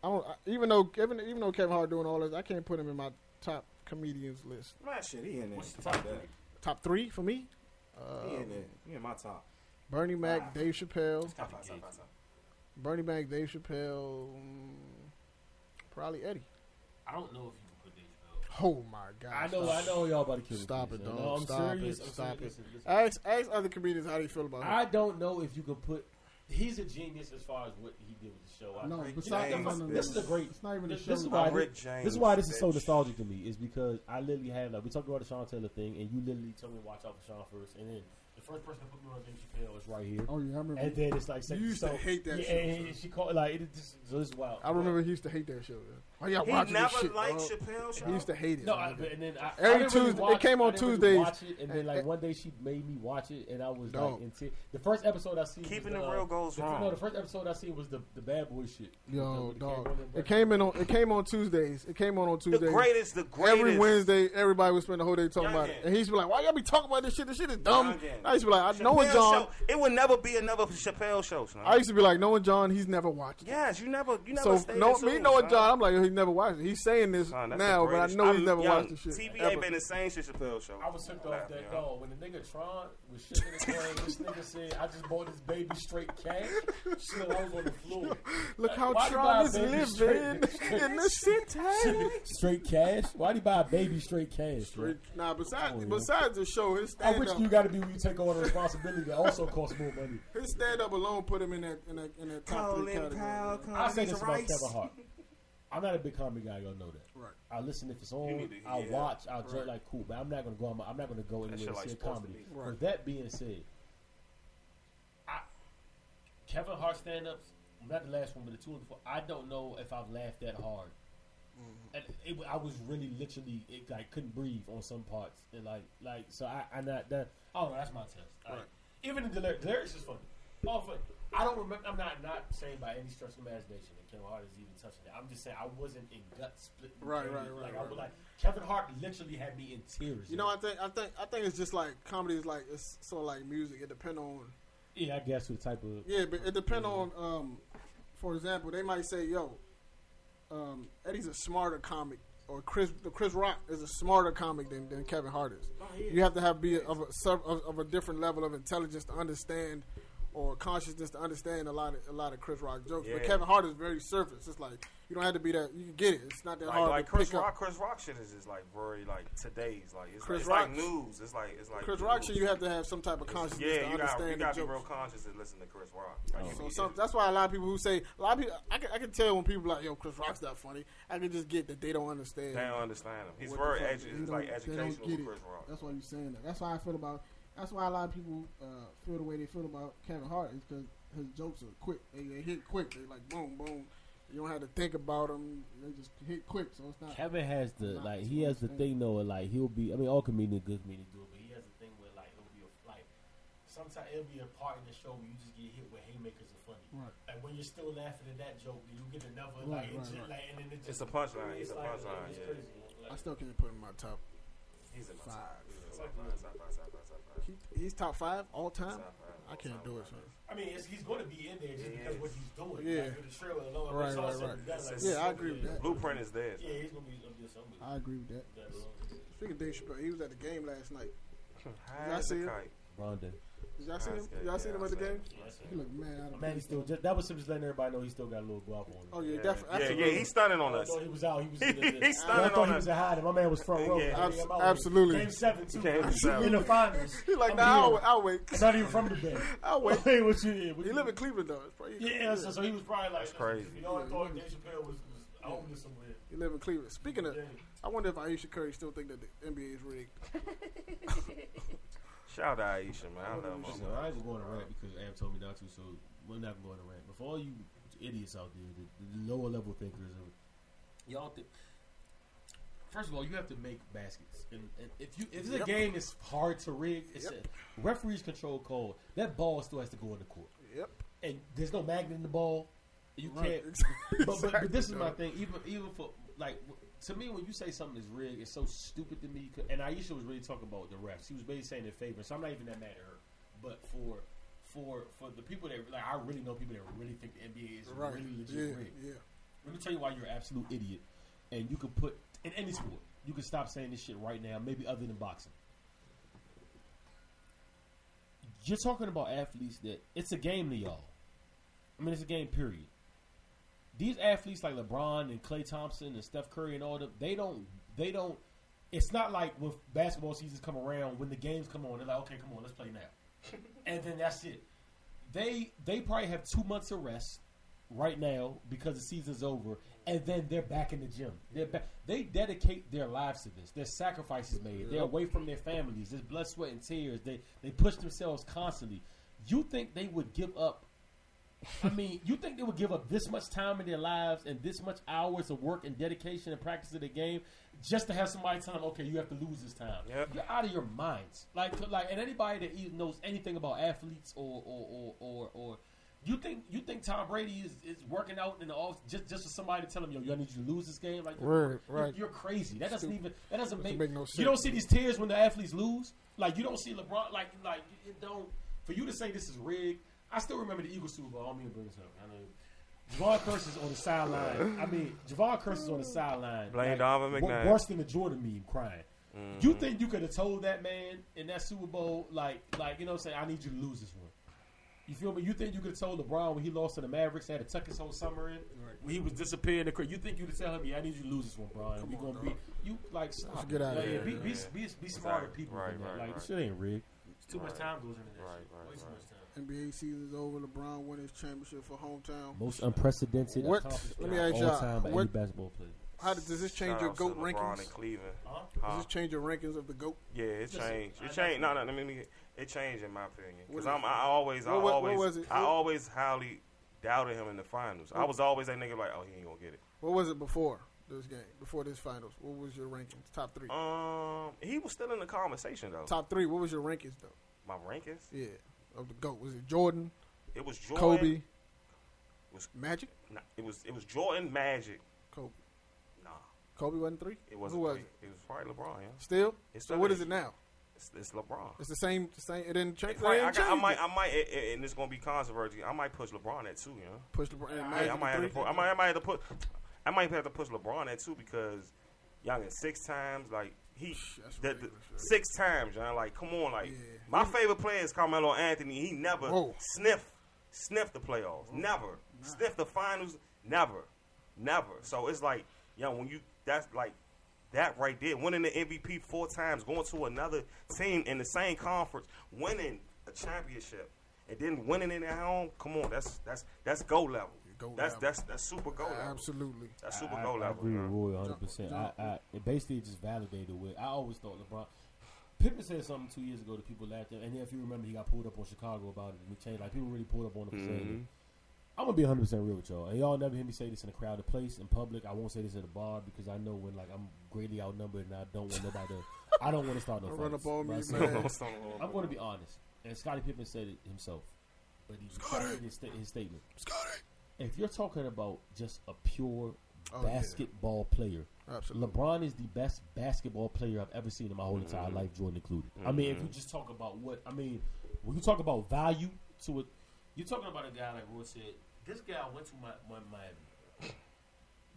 Speaker 1: I don't. I, even though Kevin, even though Kevin Hart doing all this, I can't put him in my top comedians list.
Speaker 3: Man, shit, he in there.
Speaker 5: What's the top
Speaker 3: Fuck that.
Speaker 1: Top three for me. Uh,
Speaker 3: He in there. He in my top.
Speaker 1: Bernie Mac, Dave Chappelle.
Speaker 3: Top five, top five, top
Speaker 1: Bernie Mac, Dave Chappelle, mm, probably Eddie.
Speaker 5: I don't know if you can put Dave Chappelle.
Speaker 1: Oh my God!
Speaker 2: I know,
Speaker 1: stop.
Speaker 2: I know, y'all about to kill me.
Speaker 1: Stop
Speaker 2: for
Speaker 1: it,
Speaker 2: this, man.
Speaker 1: dog.
Speaker 2: No, I'm
Speaker 1: Stop
Speaker 2: serious.
Speaker 1: it.
Speaker 2: I'm
Speaker 1: Stop
Speaker 2: serious.
Speaker 1: it.
Speaker 2: Listen, listen.
Speaker 1: Ask, ask other comedians how they feel about him.
Speaker 2: I don't know if you can put. He's a genius as far as what he did with the show. I,
Speaker 7: No,
Speaker 3: Rick
Speaker 7: besides
Speaker 3: James,
Speaker 7: no, no, no,
Speaker 3: this
Speaker 7: no.
Speaker 3: is a
Speaker 2: great-
Speaker 7: It's not even a
Speaker 2: this-
Speaker 7: show.
Speaker 2: this is
Speaker 3: five.
Speaker 2: why
Speaker 3: I'm Rick James.
Speaker 2: This is why this is so
Speaker 3: bitch.
Speaker 2: nostalgic to me is because I literally had like we talked about the Sean Taylor thing, and you literally told me to watch out for Sean first, and then the first person to put me on Dave Chappelle is right here,
Speaker 7: Oh yeah, I remember.
Speaker 2: and then it's like second-
Speaker 1: used to
Speaker 2: so-
Speaker 1: hate that
Speaker 2: yeah,
Speaker 1: show,
Speaker 2: and
Speaker 1: son.
Speaker 2: she called like it, this, so this is wild.
Speaker 1: I remember he used to hate that show. Man. Why y'all
Speaker 3: He
Speaker 1: watching
Speaker 3: never
Speaker 1: this shit?
Speaker 3: liked
Speaker 1: dog?
Speaker 3: Chappelle's show.
Speaker 1: He used to hate it.
Speaker 2: No, I,
Speaker 1: man.
Speaker 2: but- and then I,
Speaker 1: Every
Speaker 2: I didn't really
Speaker 1: Tuesday-
Speaker 2: watch-
Speaker 1: it came on
Speaker 2: I didn't really
Speaker 1: Tuesdays.
Speaker 2: watch it, and then
Speaker 1: And-
Speaker 2: like
Speaker 1: and-
Speaker 2: one day she made me watch it, and I was
Speaker 1: Dog.
Speaker 2: like, into, the first episode I seen, was
Speaker 3: Keeping
Speaker 2: the,
Speaker 3: it
Speaker 2: uh,
Speaker 3: real goes
Speaker 2: the,
Speaker 3: wrong.
Speaker 2: No, the first episode I seen was the the bad boy shit.
Speaker 1: Yo,
Speaker 2: With the- with the
Speaker 1: dog.
Speaker 2: Cameron
Speaker 1: It
Speaker 2: Brad-
Speaker 1: came in on. It came on Tuesdays. It came on on
Speaker 3: The
Speaker 1: Tuesdays.
Speaker 3: greatest, the greatest.
Speaker 1: Every Wednesday, everybody would spend the whole day talking
Speaker 3: Young
Speaker 1: about
Speaker 3: Gang.
Speaker 1: it, and he's be like, "Why y'all be talking about this shit? This shit is dumb."
Speaker 3: Young Gang.
Speaker 1: I used to be like, "I know
Speaker 3: Chappelle
Speaker 1: it, John."
Speaker 3: Show. It would never be another Chappelle show, son.
Speaker 1: I used to be like, "Knowing John, he's never watched it."
Speaker 3: yes, you never, you never.
Speaker 1: So
Speaker 3: stayed
Speaker 1: no,
Speaker 3: in
Speaker 1: me
Speaker 3: tune,
Speaker 1: knowing
Speaker 3: son.
Speaker 1: John, I'm like, "Yo, he never watched it." He's saying this
Speaker 3: Son, that's the
Speaker 1: now, but I
Speaker 3: greatest.
Speaker 1: know he's
Speaker 3: I'm
Speaker 1: never
Speaker 3: young.
Speaker 1: watched the shit.
Speaker 3: TV
Speaker 1: ever.
Speaker 3: ain't been the same since Chappelle show.
Speaker 2: I was hooked
Speaker 3: Laugh,
Speaker 2: off that
Speaker 3: yo.
Speaker 2: dog when the nigga Tron was shitting in the game. This nigga said, "I just bought this baby straight cash." Shit, I was on the floor.
Speaker 1: Look how
Speaker 2: Why you buy
Speaker 1: Tron is
Speaker 2: baby
Speaker 1: living
Speaker 2: straight-
Speaker 1: in the city.
Speaker 2: straight cash? Why do you buy a baby straight cash? bro?
Speaker 1: Nah, besides
Speaker 2: Oh, yeah.
Speaker 1: besides the show, his
Speaker 2: How
Speaker 1: stand
Speaker 2: rich
Speaker 1: up,
Speaker 2: do you got to be when you take on the responsibility that also costs more money?
Speaker 1: his stand up alone put him in that in that in that top three category. man.
Speaker 2: I say this about Kevin Hart. I'm not a big comedy guy. Y'all know that.
Speaker 1: Right.
Speaker 2: I listen if it's on.
Speaker 3: need to-
Speaker 2: I
Speaker 3: yeah,
Speaker 2: watch. I will
Speaker 1: right.
Speaker 2: like cool, but I'm not gonna go. I'm, I'm not gonna go
Speaker 3: shit
Speaker 2: anywhere to see
Speaker 3: like
Speaker 2: a
Speaker 3: supposed to
Speaker 2: comedy.
Speaker 3: be.
Speaker 1: Right.
Speaker 2: With that being said,
Speaker 5: Kevin Hart stand ups.
Speaker 2: not the last one, but the two before. I don't know if I've laughed that hard. And it, I was really literally it, like couldn't breathe on some parts and like like so I I not that
Speaker 5: Oh, that's my test. I- even the lyrics, the lyrics is funny. All funny. I don't remember. I'm not not saying by any stretch of imagination that Kevin Hart is even touching it. I'm just saying I wasn't in gut split.
Speaker 1: Right, right, right,
Speaker 5: Like I
Speaker 1: right,
Speaker 5: was
Speaker 1: right.
Speaker 5: like Kevin Hart literally had me in tears.
Speaker 1: You know, I think I think I think it's just like comedy is like it's sort of like music. It depend on
Speaker 2: yeah I guess what type of
Speaker 1: yeah, but it depend on um, for example, they might say yo, um, Eddie's a smarter comic. Or Chris, Chris Rock is a smarter comic than, than
Speaker 3: Oh,
Speaker 1: Kevin Hart is. You have to have be of a, sub- of, of a different level of intelligence to understand or consciousness to understand a lot of a lot of Chris Rock jokes. But
Speaker 3: Yeah.
Speaker 1: Kevin Hart is very surface. It's like you don't have to be that. You can get it. It's not that
Speaker 3: Like,
Speaker 1: hard
Speaker 3: like
Speaker 1: to
Speaker 3: Chris
Speaker 1: pick
Speaker 3: Rock,
Speaker 1: up.
Speaker 3: Chris Rock shit is just like very like today's like it's,
Speaker 1: Chris
Speaker 3: like, it's
Speaker 1: Rock-
Speaker 3: like news. It's like it's like
Speaker 1: Chris
Speaker 3: news.
Speaker 1: Rock, shit, you have to have some type of consciousness to
Speaker 3: yeah, you got you
Speaker 1: understand
Speaker 3: got
Speaker 1: the
Speaker 3: to be real
Speaker 1: jokes.
Speaker 3: conscious and listen to Chris Rock. Like, you
Speaker 1: So
Speaker 3: need
Speaker 1: some,
Speaker 3: to-
Speaker 1: that's why a lot of people who say a lot of people, I can, I can tell when people like, yo, Chris Rock's not funny. I can just get that they don't understand.
Speaker 3: they don't understand him. He's
Speaker 1: What the
Speaker 3: very
Speaker 1: fuck,
Speaker 3: edu-
Speaker 1: they
Speaker 3: he's
Speaker 1: don't-
Speaker 3: like
Speaker 1: they don't
Speaker 3: educational
Speaker 1: get it.
Speaker 3: with Chris Rock.
Speaker 7: That's why you're saying that. That's why I feel about. That's why a lot of people uh, feel the way they feel about Kevin Hart is because his jokes are quick. They, they hit quick. They like boom, boom. You don't have to think about them. They just hit quick. So it's not.
Speaker 2: Kevin has the like he has the thing though, and, like he'll be. I mean, all comedians, good comedians do it,
Speaker 5: But he has a thing where like it'll be a, like sometimes it'll be a part in the show where you just get hit with haymakers are funny.
Speaker 7: Right.
Speaker 5: Like when you're still laughing at that joke, you get another
Speaker 7: Right,
Speaker 5: like, it's
Speaker 7: right,
Speaker 5: just,
Speaker 7: right.
Speaker 5: like and then it
Speaker 3: It's
Speaker 5: just
Speaker 3: a punchline. It's a
Speaker 5: like,
Speaker 3: punchline.
Speaker 5: it's
Speaker 3: Yeah,
Speaker 5: crazy. Like,
Speaker 1: I still can't put him in my top.
Speaker 3: he's in my
Speaker 1: Five.
Speaker 3: side. He's in my side, side, side, side, side, side,
Speaker 1: He, he's top five all time.
Speaker 3: side,
Speaker 1: I
Speaker 3: side,
Speaker 1: can't
Speaker 3: side,
Speaker 1: do it,
Speaker 3: side.
Speaker 1: son.
Speaker 5: I mean, it's, he's going to be in there just
Speaker 3: Yeah.
Speaker 5: because what he's doing.
Speaker 1: Yeah.
Speaker 5: Like, with the trailer alone.
Speaker 1: Right,
Speaker 5: it's
Speaker 1: right,
Speaker 5: also-
Speaker 1: right.
Speaker 5: that's, like,
Speaker 3: Yeah,
Speaker 1: I agree with that.
Speaker 3: Blueprint is there.
Speaker 5: Yeah, he's going to be up there somewhere.
Speaker 7: I agree with that.
Speaker 5: That alone.
Speaker 1: Speaking of Dave Chappelle, he was at the game last night.
Speaker 3: High
Speaker 1: Y'all
Speaker 3: as
Speaker 1: see
Speaker 3: a
Speaker 1: him?
Speaker 3: kite.
Speaker 2: Rhonda.
Speaker 1: Did y'all see
Speaker 3: High
Speaker 1: him?
Speaker 3: as a kite.
Speaker 1: Y'all seen
Speaker 3: Yeah,
Speaker 1: him at the
Speaker 3: I seen
Speaker 1: game?
Speaker 5: Yeah, that's
Speaker 7: He
Speaker 5: it.
Speaker 7: looked mad out of
Speaker 2: Man, he still just, that was him just letting everybody know he still got a little guap on him.
Speaker 1: Oh yeah,
Speaker 3: Yeah,
Speaker 1: definitely.
Speaker 3: yeah,
Speaker 1: absolutely.
Speaker 3: yeah, he's stunning on
Speaker 5: I
Speaker 3: us.
Speaker 5: thought he was out. He was.
Speaker 3: He's
Speaker 5: I
Speaker 3: stunning
Speaker 5: thought
Speaker 3: on
Speaker 5: he
Speaker 3: us.
Speaker 5: was in hiding. My man was front row.
Speaker 3: Yeah.
Speaker 5: I think I'm out.
Speaker 1: Absolutely.
Speaker 5: Game seven too.
Speaker 3: Game seven.
Speaker 5: in the finals.
Speaker 1: He like,
Speaker 5: I'm
Speaker 1: nah, I'll,
Speaker 5: here.
Speaker 1: wait- I'll wait.
Speaker 5: It's not even from the Bay.
Speaker 1: I'll wait.
Speaker 5: Wait, what you did? What
Speaker 1: He
Speaker 5: you
Speaker 1: live in
Speaker 5: did?
Speaker 1: Cleveland though. It's probably,
Speaker 5: Yeah, So, so he was probably like,
Speaker 3: That's crazy.
Speaker 5: You know, I thought Dave Chappelle was, was out there somewhere.
Speaker 1: He live in Cleveland. Speaking of,
Speaker 5: Yeah.
Speaker 1: I wonder if Aisha Curry still think that the NBA is rigged.
Speaker 3: Shout out Aisha, man. I love
Speaker 2: Listen,
Speaker 3: him.
Speaker 2: I ain't going to rant because Ab told me not to, so we're not going to rant. But for all you idiots out there, the, the lower level thinkers, and y'all think. First of all, you have to make baskets, and, and if you if it's
Speaker 1: Yep.
Speaker 2: a game that's hard to rig, it's a, referees control call. That ball still has to go in the court,
Speaker 1: Yep.
Speaker 2: and there's no magnet in the ball. You
Speaker 1: Right.
Speaker 2: can't but, but, but this is my
Speaker 1: Exactly.
Speaker 2: thing. Even even for like w- to me, when you say something is rigged, it's so stupid to me. 'cause- And Aisha was really talking about the refs. She was basically saying their favor. So I'm not even that mad at her. But for for for the people that like, I really know people that really think the NBA is
Speaker 1: Right.
Speaker 2: really legit
Speaker 1: Yeah.
Speaker 2: rigged.
Speaker 1: Yeah.
Speaker 2: Let me tell you why you're an absolute idiot. And you could put in any sport, you could stop saying this shit right now. Maybe other than boxing. You're talking about athletes that it's a game to y'all. I mean, it's a game. Period. These athletes like LeBron and Klay Thompson and Steph Curry and all them, they don't. They don't. It's not like when basketball seasons come around, when the games come on, they're like, okay, come on, let's play now, and then that's it. They they probably have two months of rest right now because the season's over, and then they're back in the gym. They're back. They dedicate their lives to this. Their sacrifices made. They're away from their families. There's blood, sweat, and tears. They they push themselves constantly. You think they would give up I mean, you think they would give up this much time in their lives and this much hours of work and dedication and practice of the game just to have somebody tell them, okay, you have to lose this time?
Speaker 3: Yep.
Speaker 2: You're out of your minds. Like, like, and anybody that even knows anything about athletes or or or or, or you think you think Tom Brady is, is working out in the off just just for somebody to tell him, yo, I need you to lose this game? Like,
Speaker 1: Right,
Speaker 2: you're,
Speaker 1: right.
Speaker 2: you're crazy. That doesn't even that doesn't make,
Speaker 1: make no
Speaker 2: You don't
Speaker 1: sense.
Speaker 2: see these tears when the athletes lose. Like you don't see LeBron. Like like it don't. For you to say this is rigged, I still remember the Eagles Super Bowl. I don't mean to bring this up. I know Javon Curse is on the sideline. I mean Javon Curse is on the sideline.
Speaker 3: Blame Donovan
Speaker 2: wor-
Speaker 3: McNabb. Mm-hmm.
Speaker 2: Worse than the Jordan meme crying. You think you could have told that man in that Super Bowl, like like you know, what I'm saying I need you to lose this one. You feel me? You think you could have told LeBron when he lost to the Mavericks, had to tuck his whole summer in, when he was disappearing? The crib. You think you could tell him, "Yeah, I need you to lose this one, Brian. we gonna be you like stop.
Speaker 1: get outta
Speaker 2: Like,
Speaker 1: here.
Speaker 2: Be, be,
Speaker 3: Yeah.
Speaker 2: be, be smarter
Speaker 3: Exactly.
Speaker 2: people.
Speaker 3: Right,
Speaker 2: than that.
Speaker 3: right,
Speaker 2: like
Speaker 3: right.
Speaker 2: this shit ain't rigged.
Speaker 5: Too much time goes into that.
Speaker 3: Right,
Speaker 5: shit.
Speaker 3: right,
Speaker 5: Way too
Speaker 3: right.
Speaker 5: much time.
Speaker 1: NBA season is over. LeBron won his championship for hometown.
Speaker 2: Most unprecedented
Speaker 1: What-
Speaker 2: accomplishment
Speaker 1: let me
Speaker 2: of
Speaker 1: ask
Speaker 2: all
Speaker 1: y'all,
Speaker 2: time by
Speaker 1: what-
Speaker 2: any basketball player.
Speaker 1: How did, does this change
Speaker 3: Shout
Speaker 1: your
Speaker 3: outs to
Speaker 1: goat
Speaker 3: LeBron
Speaker 1: rankings?
Speaker 3: in Cleveland.
Speaker 5: Huh?
Speaker 1: Does
Speaker 3: Huh?
Speaker 1: this change your rankings of the goat?
Speaker 3: Yeah, it
Speaker 5: Listen,
Speaker 3: changed.
Speaker 5: I
Speaker 3: It changed. No, no,
Speaker 5: definitely-
Speaker 3: no. I mean, it changed in my opinion because
Speaker 1: What-
Speaker 3: I'm. I always, I
Speaker 1: what- what- what
Speaker 3: always,
Speaker 1: was it?
Speaker 3: I
Speaker 1: What-
Speaker 3: always highly doubted him in the finals. I
Speaker 1: What-
Speaker 3: was always that nigga like, oh, he ain't gonna get it.
Speaker 1: What was it before this game? Before this finals? What was your rankings? Top three.
Speaker 3: Um, he was still in the conversation though.
Speaker 1: Top three. What was your rankings though?
Speaker 3: My rankings.
Speaker 1: Yeah, of the goat. Was it Jordan,
Speaker 3: It was Jordan.
Speaker 1: Kobe,
Speaker 3: Was-
Speaker 1: Magic?
Speaker 3: Nah, it was it was Jordan Magic.
Speaker 1: Kobe.
Speaker 3: Nah,
Speaker 1: Kobe wasn't three.
Speaker 3: it wasn't.
Speaker 1: Who was
Speaker 3: three.
Speaker 1: it?
Speaker 3: It was probably LeBron. Yeah,
Speaker 1: Still.
Speaker 3: It's
Speaker 1: so
Speaker 3: not
Speaker 1: what
Speaker 3: a-
Speaker 1: is it now?
Speaker 3: it's, it's LeBron.
Speaker 1: It's the same. The same. It didn't change.
Speaker 3: It
Speaker 1: It
Speaker 3: probably- I,
Speaker 1: didn't
Speaker 3: got- I
Speaker 1: change.
Speaker 3: might, I might, and- and it's gonna be controversial. I might push LeBron at two. You know.
Speaker 1: Push LeBron. and
Speaker 3: Yeah,
Speaker 1: Magic
Speaker 3: I might
Speaker 1: to
Speaker 3: have to.
Speaker 1: three.
Speaker 3: Put, I might. I might have to put. I might have to push LeBron at two because Young is six times. Like he
Speaker 1: That's
Speaker 3: the, the,
Speaker 1: ridiculous, right?
Speaker 3: six times, John. Like, come on, like
Speaker 1: Yeah.
Speaker 3: my favorite player is Carmelo Anthony. He never
Speaker 1: Whoa.
Speaker 3: sniffed sniffed the playoffs. Never sniffed the finals. Never, never. So it's like, yo, when you that's like that right there, winning the MVP four times, going to another team in the same conference, winning a championship, and then winning it at home. Come on, that's that's that's go level.
Speaker 1: Go
Speaker 3: that's
Speaker 1: level.
Speaker 3: that's that's super go level.
Speaker 1: Absolutely.
Speaker 3: That's super
Speaker 2: I,
Speaker 3: go
Speaker 2: I
Speaker 3: level.
Speaker 2: agree with
Speaker 3: man.
Speaker 2: Roy 100. percent I, I it basically just validated what I always thought LeBron. Pippen said something two years ago that people laughed at, and if you remember, he got pulled up on Chicago about it, and he changed. Like people really pulled up on him for saying it.
Speaker 1: Mm-hmm.
Speaker 2: I'm gonna be 100 percent real with y'all, and y'all never hear me say this in a crowded place in public. I won't say this at a bar because I know when like I'm greatly outnumbered, and I don't want nobody. to I don't want to start no
Speaker 1: Don't run
Speaker 2: fights.
Speaker 1: up on me,
Speaker 2: Right? So-
Speaker 1: man.
Speaker 3: uh,
Speaker 2: I'm going to be honest, and Scottie Pippen said it himself, but he retracted his, sta- his statement. If you're talking about just a pure
Speaker 1: Oh, yeah.
Speaker 2: basketball player,
Speaker 1: Absolutely.
Speaker 2: LeBron is the best basketball player I've ever seen in my whole entire life, Jordan included. I mean, if you just talk about what I mean, when you talk about value to it,
Speaker 5: You're talking about a guy like Roy said. This guy went to my, my Miami.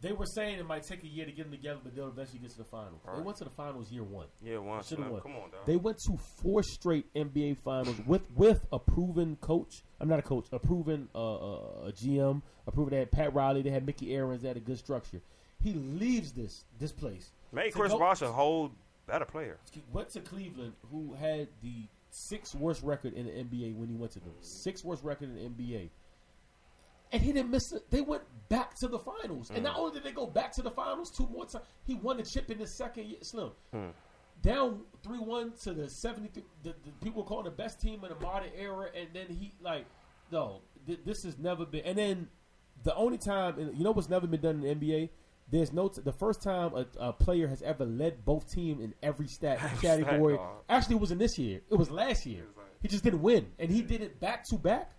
Speaker 5: They were saying it might take a year to get them together, but they'll eventually get to the finals.
Speaker 3: Right.
Speaker 2: they went to the finals year one.
Speaker 3: Yeah, one.
Speaker 2: Should've
Speaker 3: man.
Speaker 2: won.
Speaker 3: Come on, dog.
Speaker 2: They went to four straight NBA finals with with a proven coach. I'm not a coach, a proven uh, uh, a GM, a proven they had Pat Riley, they had Mickey Aarons, they had a good structure. He leaves this this place.
Speaker 3: Made
Speaker 2: to
Speaker 3: Chris
Speaker 2: go-
Speaker 3: Bosh a whole better player.
Speaker 2: He went to Cleveland, who had the sixth worst record in the NBA when he went to them. Sixth worst record in the NBA. And he didn't miss it. They went back to the finals. And not only did they go back to the finals two more times, he won the chip in the second year. Slim. Down 3 1 to the 73. The, the people call it the best team in the modern era. And then he, like, no, th- this has never been. And then the only time, and you know what's never been done in the NBA? There's no t- the first time a, a player has ever led both teams in every stat
Speaker 3: stat,
Speaker 2: category.
Speaker 3: dog.
Speaker 2: Actually, it wasn't this year. It was last year. He just didn't win, and he did it back to back.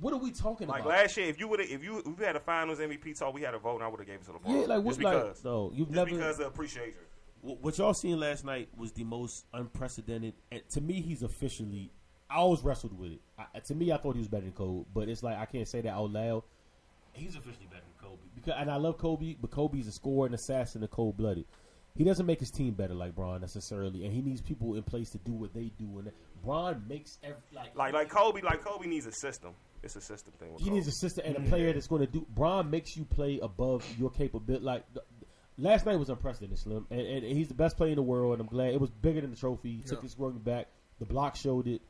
Speaker 2: What are we talking
Speaker 3: Like
Speaker 2: about?
Speaker 3: last year, if you would have, if you if we had a Finals MVP talk, we had a vote, and I would have gave it to LeBron.
Speaker 2: yeah, like
Speaker 3: just
Speaker 2: what's
Speaker 3: because,
Speaker 2: like? No, you've
Speaker 3: just
Speaker 2: never.
Speaker 3: because of appreciation.
Speaker 2: Wh- what y'all seen last night was the most unprecedented. And to me, he's officially. I always wrestled with it. I, to me, I thought he was better than Kobe, but it's like I can't say that out loud
Speaker 5: He's officially better than Kobe.
Speaker 2: because. And I love Kobe, but Kobe's a scorer, an assassin, and cold blooded. He doesn't make his team better like Braun necessarily, and he needs people in place to do what they do. And Braun makes every like
Speaker 3: Like like Kobe, like Kobe needs a system. It's a system thing. With
Speaker 2: He
Speaker 3: Kobe.
Speaker 2: needs a sister
Speaker 1: Mm.
Speaker 2: and a player that's going to do. Braun makes you play above your capability. Like th- last night was unprecedented, Slim, and, and he's the best player in the world. And I'm glad it was bigger than the trophy. He took
Speaker 1: Yeah.
Speaker 2: his running back. The block showed it.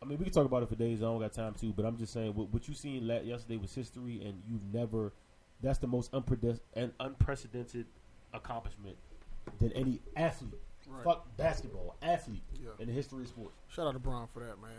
Speaker 2: I mean, we can talk about it for days. I don't got time to, but I'm just saying what, what you seen la- yesterday was history, and you've never. That's the most unprecedented and unprecedented accomplishment that any athlete,
Speaker 1: Right.
Speaker 2: fuck basketball athlete,
Speaker 1: Yeah.
Speaker 2: in the history of sports.
Speaker 1: Shout out to Bron for that, man.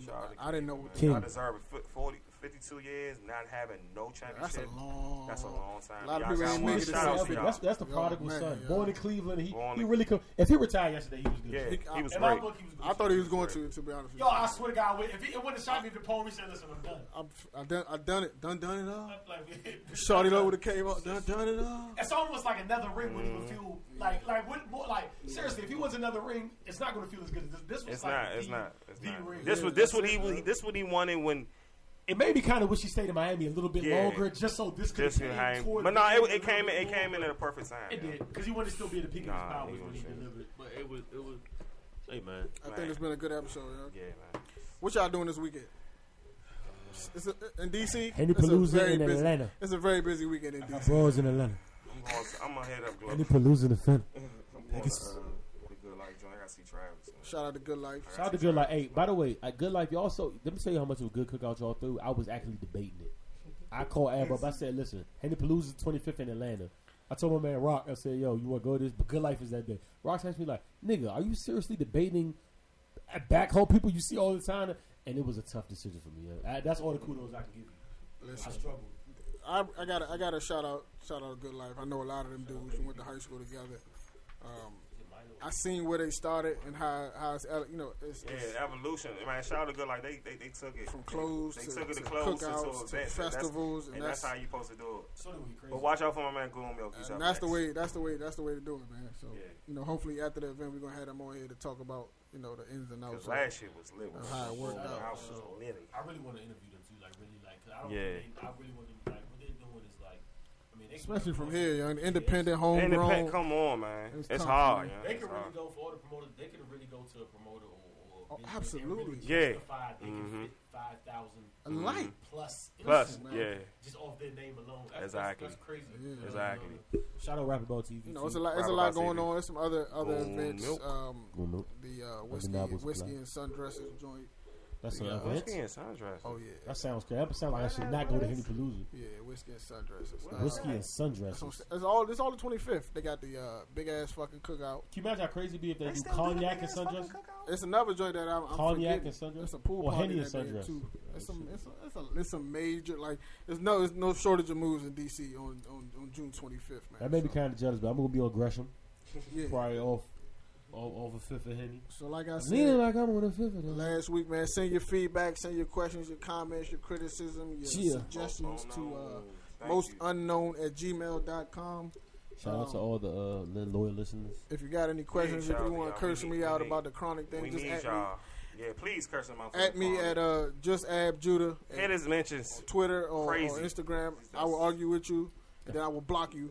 Speaker 3: Shout out to
Speaker 1: I didn't know what
Speaker 2: King.
Speaker 3: I deserve it. Fi- 40, 52 years not having no
Speaker 1: That's
Speaker 3: championship.
Speaker 1: a long.
Speaker 3: That's a long time.
Speaker 1: A lot of
Speaker 3: Y'all
Speaker 1: people
Speaker 3: got
Speaker 1: ain't
Speaker 3: one.
Speaker 1: making
Speaker 3: Shout out
Speaker 1: it.
Speaker 3: to y'all.
Speaker 2: that's that's the
Speaker 1: Yo,
Speaker 2: prodigal
Speaker 1: man,
Speaker 2: son,
Speaker 1: yo.
Speaker 2: born in Cleveland. He,
Speaker 3: Born
Speaker 2: he
Speaker 3: in-
Speaker 2: really could. If he retired yesterday, he was good.
Speaker 3: Yeah, he was
Speaker 1: I-
Speaker 5: In my
Speaker 3: great.
Speaker 5: book, he was.
Speaker 1: I thought he was going to, to be honest with
Speaker 5: Yo,
Speaker 1: you.
Speaker 5: I swear to God, if he, it wouldn't have shot me if the poem, he said, "Listen, I'm done."
Speaker 1: I'm, I done, I done it, done, done it all.
Speaker 5: Like,
Speaker 1: Shorty low with the came up, done, done it all.
Speaker 5: It's almost like another ring would
Speaker 3: Mm.
Speaker 5: even feel like like what more like seriously. If he wants another ring, it's not going to feel as good as this. This was
Speaker 3: It's
Speaker 5: like
Speaker 3: not. It's
Speaker 5: the,
Speaker 3: not. It's
Speaker 5: the ring.
Speaker 3: not. This was this what he was. This what he wanted when
Speaker 2: It made me kind of wish he stayed in Miami a little bit
Speaker 3: Yeah.
Speaker 2: longer, just so this could
Speaker 3: this
Speaker 2: have came
Speaker 3: was hanging.
Speaker 2: toward
Speaker 3: But
Speaker 2: the
Speaker 3: no,
Speaker 2: end
Speaker 3: it,
Speaker 2: a
Speaker 3: it came.
Speaker 2: little
Speaker 3: It
Speaker 2: bit
Speaker 3: came
Speaker 2: more.
Speaker 3: in at a perfect time.
Speaker 5: It
Speaker 3: yeah.
Speaker 5: did because he wanted to still be at the peak
Speaker 3: Nah,
Speaker 5: of
Speaker 3: he
Speaker 5: his powers when
Speaker 3: was
Speaker 5: he
Speaker 3: saying-
Speaker 5: delivered. But it was it was.
Speaker 4: Hey man,
Speaker 1: I think it's been a good episode. Yo.
Speaker 3: Yeah, man.
Speaker 1: What y'all doing this weekend? It's a, in DC.
Speaker 2: Henry
Speaker 1: it's a
Speaker 2: Palooza
Speaker 1: very
Speaker 2: in
Speaker 1: busy-
Speaker 2: Atlanta.
Speaker 1: It's a very busy weekend in DC.
Speaker 2: Bros in Atlanta.
Speaker 3: I'm going. To, I'm gonna head up. Glow.
Speaker 2: And he Palooza in the fin.
Speaker 3: I'm going to, uh, the good life joint. I gotta see Travis. man.
Speaker 1: Shout out to Good Life.
Speaker 2: Shout out to Good Life. Hey, by the way, at Good Life, y'all so let me tell you how much of a good cookout y'all threw. I was actually debating it. I called Ab up. I said, listen, Henry Palooza 25th in Atlanta. I told my man Rock, I said, yo, you want to go to this? But Good Life is that day. Rock asked me, like, nigga, are you seriously debating at back home people you see all the time? And it was a tough decision for me. I, that's all the kudos I can give you. I
Speaker 1: Listen,
Speaker 2: struggled.
Speaker 1: I, I got I got to shout out shout out to Good Life. I know a lot of them dudes who went to high school together. Um, I seen where they started and how how it's ele- you know it's, it's
Speaker 3: Yeah, evolution. Man, shout out to good like they they, they took it
Speaker 1: From clothes
Speaker 3: They
Speaker 1: to-
Speaker 3: took it to
Speaker 1: to
Speaker 3: clothes
Speaker 1: cookouts to
Speaker 3: to, events. and that's-
Speaker 1: festivals,
Speaker 3: and,
Speaker 1: and
Speaker 3: that's,
Speaker 1: that's-
Speaker 3: how you supposed to do it.
Speaker 5: So he crazy.
Speaker 3: But watch out for my man Gloom Milk. He's up
Speaker 1: And that's the
Speaker 3: next.
Speaker 1: way. That's the way. That's the way to do it, man. So
Speaker 3: Yeah.
Speaker 1: you know, hopefully after the event, we're gonna have them on here to talk about you know the ins and outs.
Speaker 3: Cause last year was lit.
Speaker 1: That's how it worked out,
Speaker 3: I was
Speaker 1: so.
Speaker 3: living.
Speaker 5: I really want to interview them too. Like really like. 'cause I don't
Speaker 3: Yeah.
Speaker 5: Think they, I really want to like what they're doing is like I mean, they can-
Speaker 1: Especially from here, young. Independent,
Speaker 3: And the
Speaker 1: homegrown.
Speaker 3: pack, come on, man.
Speaker 7: It's
Speaker 3: It's,
Speaker 7: tough,
Speaker 3: hard.
Speaker 7: man.
Speaker 3: yeah.
Speaker 5: They
Speaker 3: It's
Speaker 5: can really
Speaker 3: hard.
Speaker 5: go for all the promoters. They can really go to a promoter or, or
Speaker 1: Oh,
Speaker 5: business and
Speaker 1: absolutely.
Speaker 5: really
Speaker 3: Yeah.
Speaker 5: justify They can
Speaker 3: Mhm.
Speaker 5: fit five thousand
Speaker 7: A light.
Speaker 5: plus.
Speaker 3: Plus,
Speaker 7: Listen, man.
Speaker 3: yeah,
Speaker 5: just off their name alone. That's,
Speaker 3: Exactly.
Speaker 5: That's, that's crazy.
Speaker 7: Yeah.
Speaker 3: exactly.
Speaker 2: Shout out Rapper Ball TV.
Speaker 1: You know,
Speaker 2: too.
Speaker 1: it's a lot. It's a
Speaker 3: Rob
Speaker 1: lot
Speaker 3: about
Speaker 1: going
Speaker 3: saving.
Speaker 1: on. There's some other other
Speaker 3: Boom,
Speaker 1: events.
Speaker 3: milk.
Speaker 1: Um,
Speaker 2: Well, no,
Speaker 1: the uh, whiskey,
Speaker 2: novels
Speaker 1: whiskey
Speaker 2: black.
Speaker 1: and sundresses joint.
Speaker 2: That's an
Speaker 1: Yeah.
Speaker 2: event.
Speaker 3: Whiskey and sundress.
Speaker 1: Oh yeah,
Speaker 2: That sounds crazy. That sounds like I should not go to Henny Palooza.
Speaker 1: yeah, whiskey and sundresses. Uh,
Speaker 2: Whiskey and
Speaker 1: that's what I'm
Speaker 2: sundresses.
Speaker 1: saying. It's all. It's all the 25th. They got the uh, big ass fucking cookout.
Speaker 2: Can you imagine how crazy it'd be if they, do cognac and sundresses?
Speaker 1: It's another joint that I'm, I'm
Speaker 2: Cognac
Speaker 1: forgetting.
Speaker 2: and sundress?
Speaker 1: It's a pool
Speaker 2: Or
Speaker 1: party
Speaker 2: Henny
Speaker 1: that
Speaker 2: and
Speaker 1: day
Speaker 2: sundress.
Speaker 1: too.
Speaker 2: Yeah,
Speaker 1: It's
Speaker 2: that
Speaker 1: some.
Speaker 2: shit.
Speaker 1: It's a, it's a. It's a major like. There's no. There's no shortage of moves in DC on on, on June 25th, man.
Speaker 2: That made me
Speaker 1: So,
Speaker 2: kind of jealous, but I'm gonna be on Gresham,
Speaker 1: Yeah.
Speaker 2: probably off, off, off a fifth of Henny.
Speaker 1: So like I
Speaker 2: Leaning
Speaker 1: said.
Speaker 2: like I'm on a fifth of them.
Speaker 1: Last week, man, send your feedback, send your questions, your comments, your criticism, your
Speaker 2: Yeah.
Speaker 1: suggestions
Speaker 3: Oh,
Speaker 1: to uh,
Speaker 3: no. Thank
Speaker 1: most
Speaker 3: you.
Speaker 1: unknown at gmail.com
Speaker 2: Shout out to all the uh, li- loyal listeners.
Speaker 1: if you got any questions if
Speaker 3: y'all,
Speaker 1: you want
Speaker 3: y'all.
Speaker 1: to
Speaker 3: We
Speaker 1: curse
Speaker 3: need-
Speaker 1: me
Speaker 3: we
Speaker 1: out
Speaker 3: need-
Speaker 1: about the chronic thing
Speaker 3: We
Speaker 1: just
Speaker 3: need
Speaker 1: at
Speaker 3: y'all. Yeah, please curse him out.
Speaker 1: me at me at uh just ab judah
Speaker 3: hit
Speaker 1: at
Speaker 3: his mentions.
Speaker 1: twitter or, or
Speaker 3: Crazy.
Speaker 1: instagram i will argue with you and then i will block you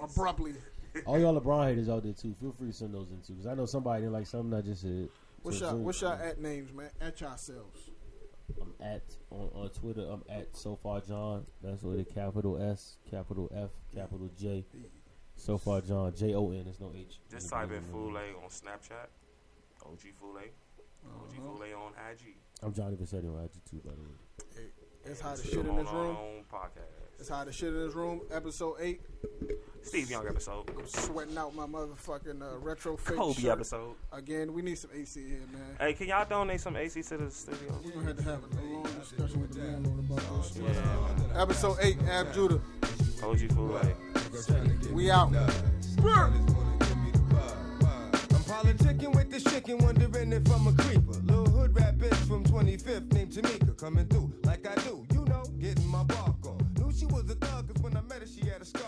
Speaker 1: abruptly
Speaker 2: All y'all LeBron haters out there too. Feel free to send those in too, because I know somebody didn't like something I just said.
Speaker 1: what's
Speaker 2: So,
Speaker 1: y'all
Speaker 2: so,
Speaker 1: what's y'all at names man at yourselves
Speaker 2: I'm at on, on Twitter. I'm at so far John. That's with a capital S, capital F, capital J. So far John. J O N. There's no H.
Speaker 3: Just type in Fule on Snapchat. OG Fule.
Speaker 1: Uh-huh.
Speaker 3: OG Fule on IG.
Speaker 2: I'm Johnny Vassetti on IG too, by the way.
Speaker 1: it's
Speaker 3: And
Speaker 1: how the
Speaker 3: come
Speaker 1: shit in
Speaker 3: on
Speaker 1: this
Speaker 3: our
Speaker 1: room
Speaker 3: own podcast.
Speaker 1: it's how the shit in this room episode 8
Speaker 3: Steve Young episode.
Speaker 1: i'm sweating out my motherfucking uh, retro fake
Speaker 3: Kobe
Speaker 1: shirt.
Speaker 3: episode.
Speaker 1: again we need some ac here man
Speaker 3: Hey, can y'all donate some AC to the studio?
Speaker 1: We're gonna have to have a long discussion with the landlord about this.
Speaker 3: Yeah, man.
Speaker 1: Episode 8, Ab Judah.
Speaker 3: OG Fule.
Speaker 1: We out.
Speaker 8: I'm politicking with this chicken, wondering if I'm a creeper. Little hood rat bitch from 25th named Jamaica, coming through like I do. You know, getting my bark on. Knew she was a thug, cause when I met her, she had a scar